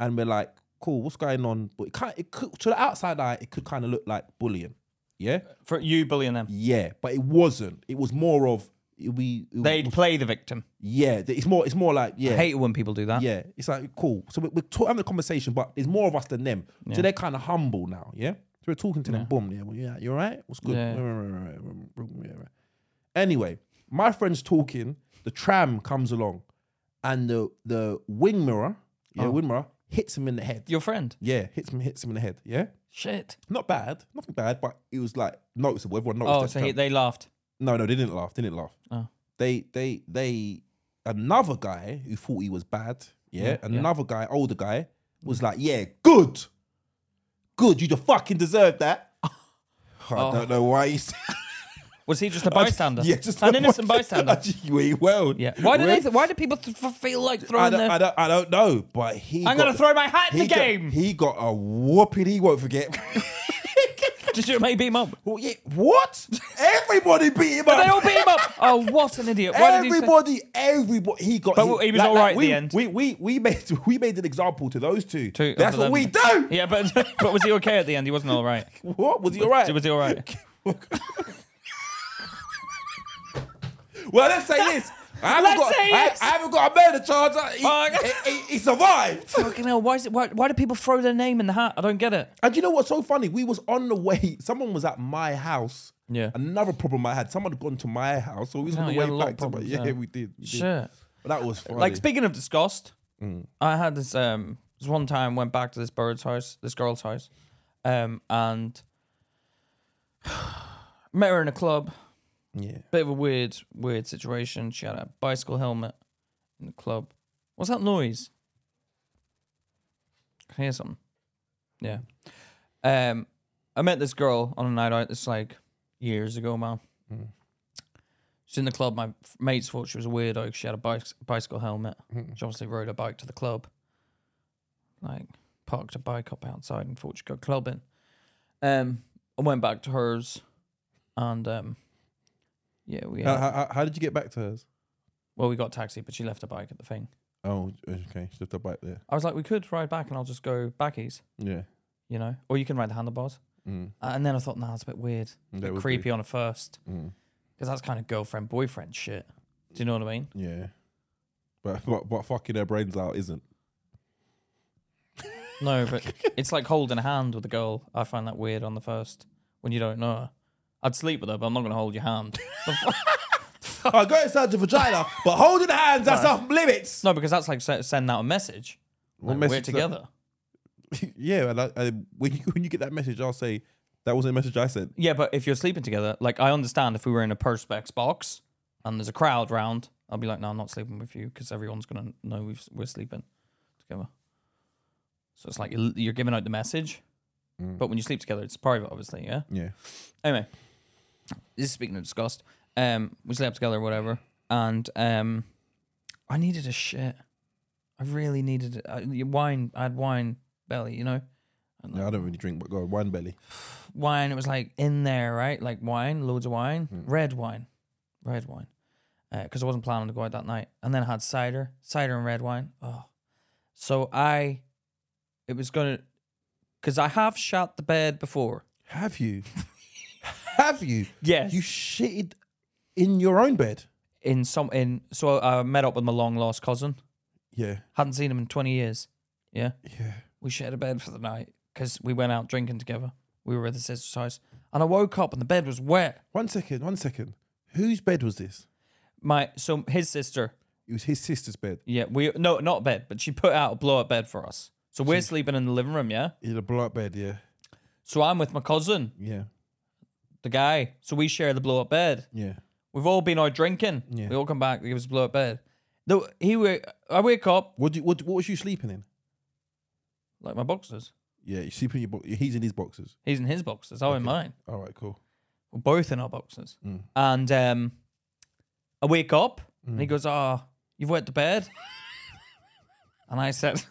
Speaker 1: and we're like, cool, what's going on? But it kind it could, to the outside eye, it could kind of look like bullying. Yeah,
Speaker 2: For you bullying them.
Speaker 1: yeah, but it wasn't. It was more of it- we. It
Speaker 2: They
Speaker 1: was-
Speaker 2: play the victim.
Speaker 1: yeah. th- It's more. It's more like yeah,
Speaker 2: I hate it when people do that.
Speaker 1: yeah. It's like cool. So we- we're, talk, having a conversation, but it's more of us than them. So they're kind of humble now. Yeah. So we're talking to them. Boom. Yeah. Well, yeah. You're right. What's good?
Speaker 2: Yeah.
Speaker 1: Right, right, right, right, right, right, right, right, right. Anyway, my friend's
Speaker 2: Oh.
Speaker 1: talking. The tram comes along, and the the wing mirror, yeah, wing mirror hits him in the head.
Speaker 2: Your friend.
Speaker 1: Yeah, hits him, hits him in the head. Yeah,
Speaker 2: Shit.
Speaker 1: not bad, nothing bad, but it was like noticeable. Everyone noticed.
Speaker 2: Oh,
Speaker 1: that
Speaker 2: so
Speaker 1: jump.
Speaker 2: he, they laughed.
Speaker 1: No, no, they didn't laugh. They didn't laugh.
Speaker 2: Oh.
Speaker 1: They, they, they. Another guy who thought he was bad. Yeah.
Speaker 2: Yeah, yeah.
Speaker 1: another guy, older guy, was like, "Yeah, good, good. You just fucking deserve that." I
Speaker 2: Oh.
Speaker 1: don't know why he said.
Speaker 2: Was he just a bystander?
Speaker 1: Yeah, just
Speaker 2: an innocent bystander.
Speaker 1: We well.
Speaker 2: Yeah. Why do
Speaker 1: Well,
Speaker 2: they? Th- why do people th- f- feel like
Speaker 1: I
Speaker 2: throwing
Speaker 1: don't, I
Speaker 2: their?
Speaker 1: don't. I don't know. But he.
Speaker 2: I'm
Speaker 1: got-
Speaker 2: gonna throw my hat in
Speaker 1: he
Speaker 2: the
Speaker 1: got-
Speaker 2: game.
Speaker 1: he got a whooping. He won't forget.
Speaker 2: Did you maybe beat him up?
Speaker 1: Well, yeah, what? Everybody beat him up.
Speaker 2: They all beat him up. Oh, what an idiot! Why did he say-
Speaker 1: everybody, everybody, he got.
Speaker 2: But he was all right at
Speaker 1: we,
Speaker 2: the end.
Speaker 1: We, we we made we made an example to those two.
Speaker 2: Two
Speaker 1: That's
Speaker 2: of
Speaker 1: what
Speaker 2: them.
Speaker 1: we do.
Speaker 2: Yeah, but but was he okay at the end? He wasn't all right.
Speaker 1: What was he all right?
Speaker 2: Was he all right?
Speaker 1: well, let's say this. I haven't
Speaker 2: Let's
Speaker 1: got.
Speaker 2: say
Speaker 1: I,
Speaker 2: yes.
Speaker 1: I haven't got a murder charge. I- He,
Speaker 2: Oh,
Speaker 1: he, he- he survived.
Speaker 2: Fucking hell! Why is it? Why, why do people throw their name in the hat? I don't get it.
Speaker 1: And you know what's so funny? We was on the way. Someone was at my house.
Speaker 2: Yeah.
Speaker 1: Another problem I had. Someone had gone to my house, so we was
Speaker 2: No,
Speaker 1: on
Speaker 2: you
Speaker 1: the way
Speaker 2: had a lot
Speaker 1: back.
Speaker 2: of
Speaker 1: to my,
Speaker 2: problems,
Speaker 1: yeah,
Speaker 2: yeah.
Speaker 1: we did. we did.
Speaker 2: Sure.
Speaker 1: But that was funny.
Speaker 2: Like speaking of disgust,
Speaker 1: Mm.
Speaker 2: I had this um this one time went back to this bird's house, this girl's house, um and met her in a club.
Speaker 1: yeah.
Speaker 2: Bit of a weird weird situation. She had a bicycle helmet in the club. What's that noise? Can I hear something? Yeah. Um, I met this girl on a night out. It's like years ago, man.
Speaker 1: Hmm.
Speaker 2: She's in the club. My f- mates thought she was a weirdo. 'cause She had a bike, bicycle helmet.
Speaker 1: Hmm.
Speaker 2: She obviously rode her bike to the club. Like parked a bike up outside and thought she would go clubbing. Um, I went back to hers, and um, yeah, we
Speaker 1: How,
Speaker 2: uh,
Speaker 1: how, how- how did you get back to hers?
Speaker 2: well we got a taxi, but she left her bike at the thing.
Speaker 1: Oh, okay. She left her bike there.
Speaker 2: I was like, we could ride back, and I'll just go backies,
Speaker 1: Yeah.
Speaker 2: you know, or you can ride the handlebars. Uh,
Speaker 1: Mm.
Speaker 2: And then I thought, nah, it's a bit weird, a
Speaker 1: That
Speaker 2: bit
Speaker 1: would be-
Speaker 2: creepy on a first,
Speaker 1: Mm.
Speaker 2: because that's kind of girlfriend boyfriend shit. Do you know what I mean?
Speaker 1: Yeah. But, but but fucking their brains out isn't.
Speaker 2: No, but it's like holding a hand with a girl. I find that weird on the first when you don't know her. I'd sleep with her, but I'm not going to hold your hand.
Speaker 1: I go inside the vagina, but holding hands, that's off limits.
Speaker 2: no, because that's like se- sending out a message.
Speaker 1: What
Speaker 2: Like, we're
Speaker 1: message is that?
Speaker 2: together.
Speaker 1: yeah, and I, and when, you, when you get that message, I'll say, that wasn't a message I sent.
Speaker 2: Yeah, but if you're sleeping together, like I understand if we were in a perspex box and there's a crowd round, I'll be like, no, I'm not sleeping with you because everyone's going to know we've, we're sleeping together. So it's like you're, you're giving out the message, but when you sleep together, it's private, obviously, yeah?
Speaker 1: Yeah.
Speaker 2: Anyway, this is speaking of disgust. Um, we slept together, whatever, and um, I needed a shit. I really needed it. I, wine. I had wine belly, you know,
Speaker 1: No, I don't really drink, but go on, wine belly.
Speaker 2: wine. It was like in there, right? Like wine, loads of wine, red wine, red wine, because I wasn't planning to go out that night. And then I had cider, cider and red wine. Oh, so I, it was gonna, because I have shot the bed before.
Speaker 1: Have you? Have you?
Speaker 2: Yes.
Speaker 1: You shitted in your own bed?
Speaker 2: in some in so I met up with my long lost cousin.
Speaker 1: Yeah.
Speaker 2: Hadn't seen him in twenty years. Yeah,
Speaker 1: Yeah.
Speaker 2: we shared a bed for the night because we went out drinking together. We were at the sister's house, and I woke up and the bed was wet.
Speaker 1: One second, one second. Whose bed was this?
Speaker 2: My so his sister.
Speaker 1: It was his sister's bed.
Speaker 2: Yeah, we no not a bed, but she put out a blow up bed for us. So we're sleeping in the living room. Yeah.
Speaker 1: In a blow up bed, yeah.
Speaker 2: So I'm with my cousin,
Speaker 1: Yeah.
Speaker 2: the guy. So we share the blow up bed.
Speaker 1: Yeah.
Speaker 2: We've all been out drinking.
Speaker 1: Yeah.
Speaker 2: We all come back. They give us a blow up bed. Though he, wa- I wake up
Speaker 1: What, do you, what, what was you sleeping in?
Speaker 2: like my boxers.
Speaker 1: Yeah, you sleeping in your bo- He's in his boxes.
Speaker 2: He's in his boxers. I'm in mine.
Speaker 1: All right, cool.
Speaker 2: We're both in our boxers.
Speaker 1: Mm.
Speaker 2: And um, I wake up and he goes, Oh, you've wet the bed? and I said,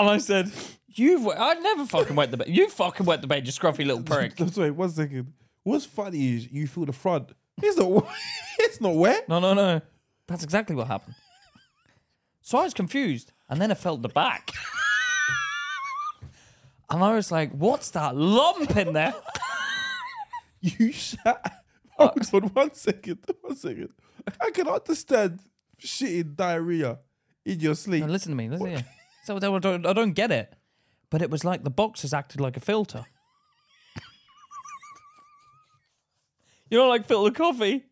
Speaker 2: And I said, You've wet, I never fucking wet the bed. You fucking wet the bed, you scruffy little prick.
Speaker 1: I'm sorry, one second. What's funny is you feel the front. It's not. It's not wet.
Speaker 2: no, no, no. That's exactly what happened. So I was confused. And then I felt the back. and I was like, What's that lump in there?
Speaker 1: You shat. Hold on, one second. One second. I can understand shitting diarrhea in your sleep.
Speaker 2: Now listen to me, listen here. So I don't, I don't get it. But it was like the boxes acted like a filter. you know, like filter coffee.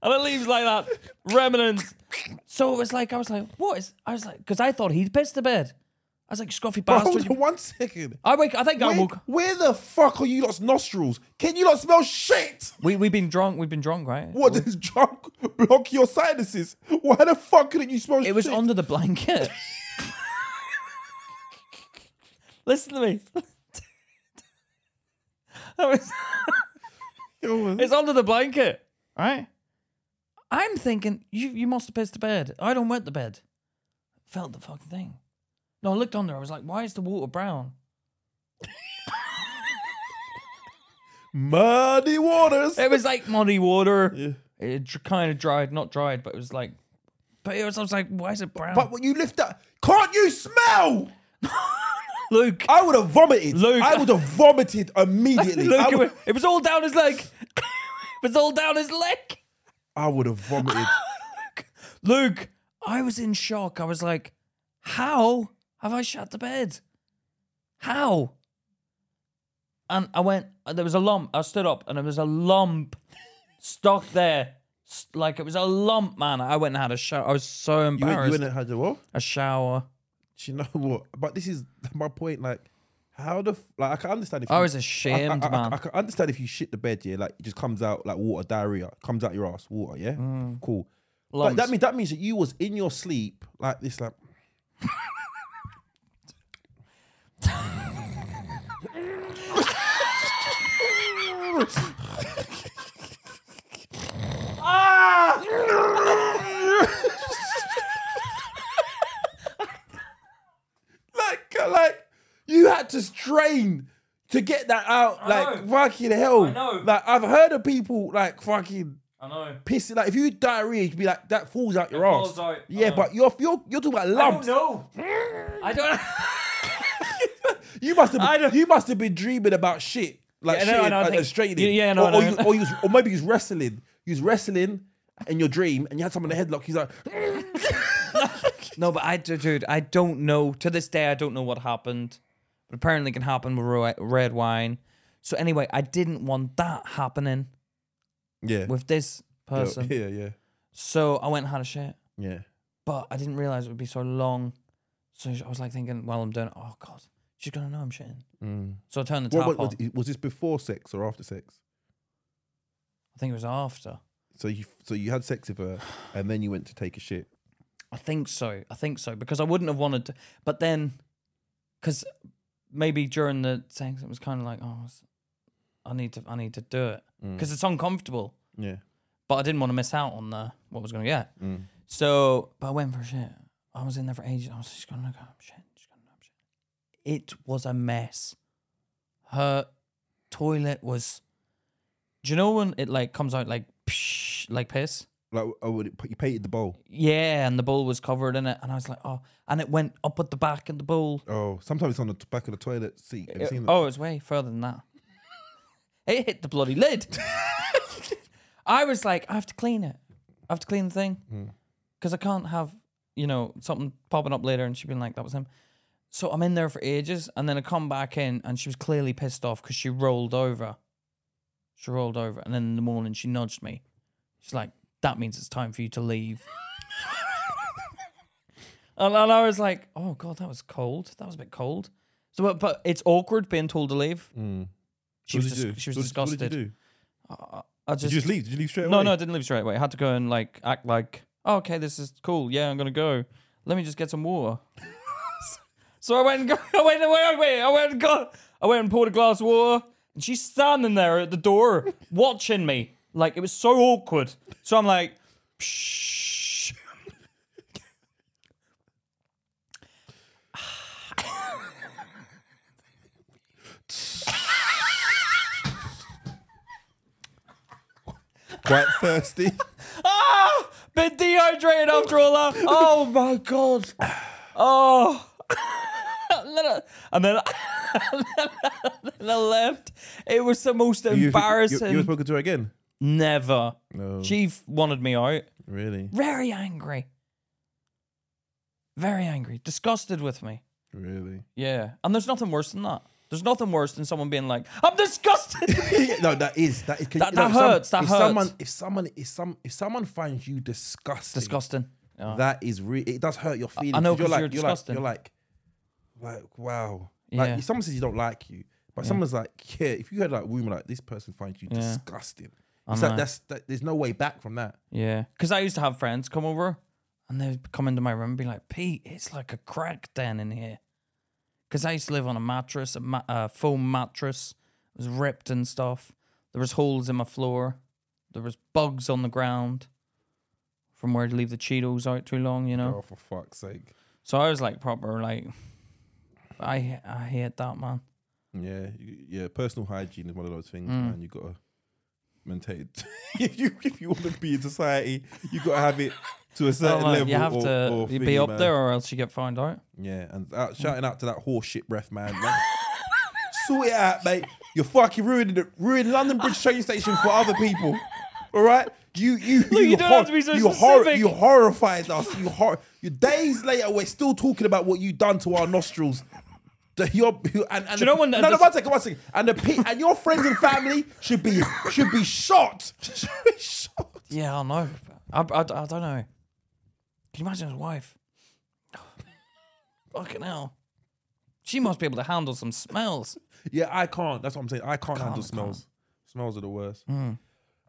Speaker 2: and it leaves like that remnants. So it was like I was like, what is? I was like, because I thought he'd pissed the bed. I was like, scruffy
Speaker 1: Bro, hold
Speaker 2: bastard.
Speaker 1: on
Speaker 2: you-
Speaker 1: one second.
Speaker 2: I wake. I think I
Speaker 1: Where,
Speaker 2: woke.
Speaker 1: where the fuck are you lot's nostrils? Can you not smell shit?
Speaker 2: We we've been drunk. We've been drunk, right?
Speaker 1: What does drunk block your sinuses? Why the fuck couldn't you smell shit?
Speaker 2: It was under the blanket. Listen to me. I was- it's under the blanket, right? I'm thinking you you must have pissed the bed. I don't wet the bed. Felt the fucking thing. No, I looked under. I was like, why is the water brown?
Speaker 1: muddy waters.
Speaker 2: It was like muddy water.
Speaker 1: Yeah.
Speaker 2: It dr- kind of dried, not dried, but it was like. But it was. I was like, why is it brown?
Speaker 1: But when you lift up, can't you smell?
Speaker 2: Luke,
Speaker 1: I would have vomited.
Speaker 2: Luke.
Speaker 1: I would have vomited immediately.
Speaker 2: Luke,
Speaker 1: I
Speaker 2: it,
Speaker 1: would,
Speaker 2: was, it was all down his leg. it was all down his leg.
Speaker 1: I would have vomited.
Speaker 2: Luke, I was in shock. I was like, how have I shut the bed? How? And I went, and there was a lump. I stood up and there was a lump stuck there. S- Like it was a lump, man. I went and had a shower. I was so
Speaker 1: you went,
Speaker 2: embarrassed.
Speaker 1: you went had what?
Speaker 2: a shower.
Speaker 1: Do you know what? But this is my point. Like, how the f- like I can understand if
Speaker 2: I
Speaker 1: you-
Speaker 2: was ashamed,
Speaker 1: I, I,
Speaker 2: man.
Speaker 1: I, I can understand if you shit the bed, yeah. Like it just comes out like water, diarrhea comes out your ass, water, yeah.
Speaker 2: Mm.
Speaker 1: Cool. But that
Speaker 2: Lumps.
Speaker 1: means that means that you was in your sleep like this, like. like, like you had to strain to get that out. like,
Speaker 2: know.
Speaker 1: fucking hell.
Speaker 2: I know.
Speaker 1: Like, I've heard of people like fucking
Speaker 2: I know.
Speaker 1: pissing. Like, if you had diarrhea, you'd be like, that falls out your ass.
Speaker 2: falls out, I
Speaker 1: Yeah,
Speaker 2: know.
Speaker 1: but you're you're you're talking about lumps.
Speaker 2: know. I don't.
Speaker 1: You must
Speaker 2: I
Speaker 1: have
Speaker 2: don't-
Speaker 1: been, you must have been dreaming about shit like
Speaker 2: Yeah, I
Speaker 1: shit
Speaker 2: know, I know, I
Speaker 1: and,
Speaker 2: think-
Speaker 1: and straightening.
Speaker 2: Yeah, yeah, I know,
Speaker 1: or,
Speaker 2: I
Speaker 1: or,
Speaker 2: know.
Speaker 1: you, or you was, or maybe you was wrestling. You was wrestling in your dream and you had someone in a headlock. He's like,
Speaker 2: No, but I, d- dude, I don't know. To this day, I don't know what happened. But apparently, it can happen with ro- red wine. So anyway, I didn't want that happening
Speaker 1: yeah,
Speaker 2: with this person.
Speaker 1: yeah, yeah,
Speaker 2: So I went and had a shit,
Speaker 1: yeah.
Speaker 2: but I didn't realize it would be so long. So I was like thinking, while I'm doing it, oh god, she's gonna know I'm shitting. So I turned the tap
Speaker 1: Mm. What, what-
Speaker 2: on.
Speaker 1: was, was this before sex or after sex?
Speaker 2: I think it was after.
Speaker 1: So you so you had sex with her and then you went to take a shit.
Speaker 2: I think so. I think so because I wouldn't have wanted to. But then, because maybe during the sex, it was kind of like, oh, it's- I need to, I need to do it because it's uncomfortable.
Speaker 1: Yeah.
Speaker 2: But I didn't want to miss out on the what I was going to get. So, but I went for a shit. I was in there for ages. I was just going to go shit. Just going to shit. It was a mess. Her toilet was. Do you know when it like comes out like psh, like piss?
Speaker 1: Like oh, would it, you painted the bowl.
Speaker 2: Yeah, and the bowl was covered in it, and I was like, oh, and it went up at the back in the bowl.
Speaker 1: Oh, sometimes it's on the t- back of the toilet seat. Have you
Speaker 2: It-
Speaker 1: seen that?
Speaker 2: oh, it was way further than that. it hit the bloody lid. I was like, I have to clean it. I have to clean the
Speaker 1: Hmm.
Speaker 2: thing because I can't have you know something popping up later, and she been like, that was him. So I'm in there for ages, and then I come back in, and she was clearly pissed off because she rolled over. She rolled over, and then in the morning she nudged me. She's like, "That means it's time for you to leave." and, and I was like, "Oh god, that was cold. That was a bit cold." So, but, but it's awkward being told to leave. She
Speaker 1: Mm. What
Speaker 2: was
Speaker 1: did you
Speaker 2: dis-
Speaker 1: do?
Speaker 2: she was
Speaker 1: What did-
Speaker 2: disgusted.
Speaker 1: What did you do?
Speaker 2: I
Speaker 1: Did
Speaker 2: just,
Speaker 1: you just leave? Did you leave straight
Speaker 2: no,
Speaker 1: away?
Speaker 2: no, I didn't leave straight away. I had to go and like act like, oh, okay, this is cool. Yeah, I'm gonna go. Let me just get some water. so I went and got, I went away, I went, I went and got, I went and poured a glass of water, and she's standing there at the door watching me. Like it was so awkward. So I'm like, shh.
Speaker 1: Quite thirsty.
Speaker 2: Ah, been dehydrated after all that. Oh my god. Oh. and then, I, and then I- then I left. It was the most
Speaker 1: You-
Speaker 2: embarrassing.
Speaker 1: You, you, you were spoken to her again.
Speaker 2: Never.
Speaker 1: No.
Speaker 2: She f- wanted me out.
Speaker 1: Really,
Speaker 2: Very angry. Very angry. Disgusted with me.
Speaker 1: really.
Speaker 2: Yeah. And there's nothing worse than that. There's nothing worse than someone being like, I'm disgusted.
Speaker 1: no, that is that is.
Speaker 2: That-
Speaker 1: no,
Speaker 2: that
Speaker 1: if some-
Speaker 2: hurts, that
Speaker 1: if
Speaker 2: hurts.
Speaker 1: someone, if someone, if some, if someone finds you disgusting,
Speaker 2: Disgusting. Yeah.
Speaker 1: That is re- it does hurt your feelings.
Speaker 2: Uh-huh. I know,
Speaker 1: 'cause you're
Speaker 2: 'cause
Speaker 1: like
Speaker 2: you're
Speaker 1: you're, like
Speaker 2: disgusting.
Speaker 1: you're like like wow. Like
Speaker 2: Yeah.
Speaker 1: someone says you don't like you, but someone's like, yeah, if you heard like rumor like this person finds you
Speaker 2: Yeah.
Speaker 1: disgusting. It's like
Speaker 2: know.
Speaker 1: that's that, there's no way back from that.
Speaker 2: Yeah. Because I used to have friends come over and they'd come into my room and be like, Pete, it's like a crack den in here. Because I used to live on a mattress, a, ma- a foam mattress. It was ripped and stuff. There was holes in my floor. There was bugs on the ground from where to leave the Cheetos out too long, you know?
Speaker 1: Oh, for fuck's sake.
Speaker 2: So I was like proper like, I I hate that man.
Speaker 1: Yeah, you- yeah. Personal hygiene is one of those things,
Speaker 2: Mm.
Speaker 1: man. You gotta maintain. if you if you want to be in society, you gotta have it to a certain
Speaker 2: Like,
Speaker 1: level.
Speaker 2: Oh, uh, you have
Speaker 1: or-
Speaker 2: to
Speaker 1: or
Speaker 2: you be
Speaker 1: thingy,
Speaker 2: up
Speaker 1: man.
Speaker 2: there or else you get found out.
Speaker 1: Yeah, and
Speaker 2: Mm.
Speaker 1: out, shouting out to that horse shit breath, man. Like, sort it out, mate. You're fucking ruining the ruining London Bridge train station for other people. All right. You you
Speaker 2: Look, you don't have to be so
Speaker 1: you, hor-
Speaker 2: specific.
Speaker 1: you horrified us. You hor- you days later we're still talking about what you done to our nostrils. The, your, you- and, and
Speaker 2: you know when the-
Speaker 1: no, no,
Speaker 2: the-
Speaker 1: one second, one second. And the pe- and your friends and family should be should be shot. Should be shot.
Speaker 2: Yeah, I know. I, I, I don't know. Can you imagine his wife? Fucking hell. She must be able to handle some smells.
Speaker 1: Yeah, I can't. That's what I'm saying. I can't handle smells. Smells are the worst.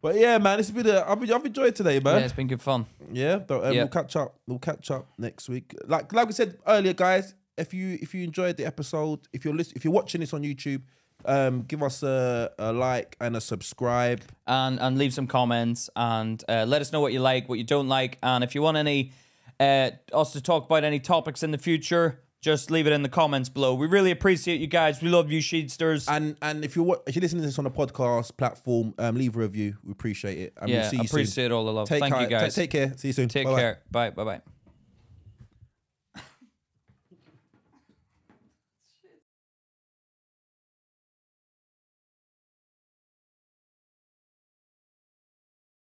Speaker 1: But yeah, man, it's been a, I've, I've enjoyed today,
Speaker 2: Hmm. Yeah,
Speaker 1: man.
Speaker 2: it's been good fun.
Speaker 1: Yeah, but, um,
Speaker 2: Yeah.
Speaker 1: we'll catch up. We'll catch up next week. Like like we said earlier, guys. If you if you enjoyed the episode, if you're listen, if you're watching this on YouTube, um, give us a, a like and a subscribe.
Speaker 2: And and leave some comments and uh, let us know what you like, what you don't like, and if you want any uh, us to talk about any topics in the future, just leave it in the comments below. We really appreciate you guys. We love you, sheedsters.
Speaker 1: And and if you're wa- if you're listening to this on a podcast platform, um, leave a review. We appreciate it. And
Speaker 2: yeah,
Speaker 1: we'll see you
Speaker 2: appreciate
Speaker 1: soon.
Speaker 2: all the love.
Speaker 1: Take
Speaker 2: Thank
Speaker 1: care,
Speaker 2: you guys.
Speaker 1: Take, take care. See you soon.
Speaker 2: Take
Speaker 1: Bye-bye.
Speaker 2: care. Bye. Bye. Bye.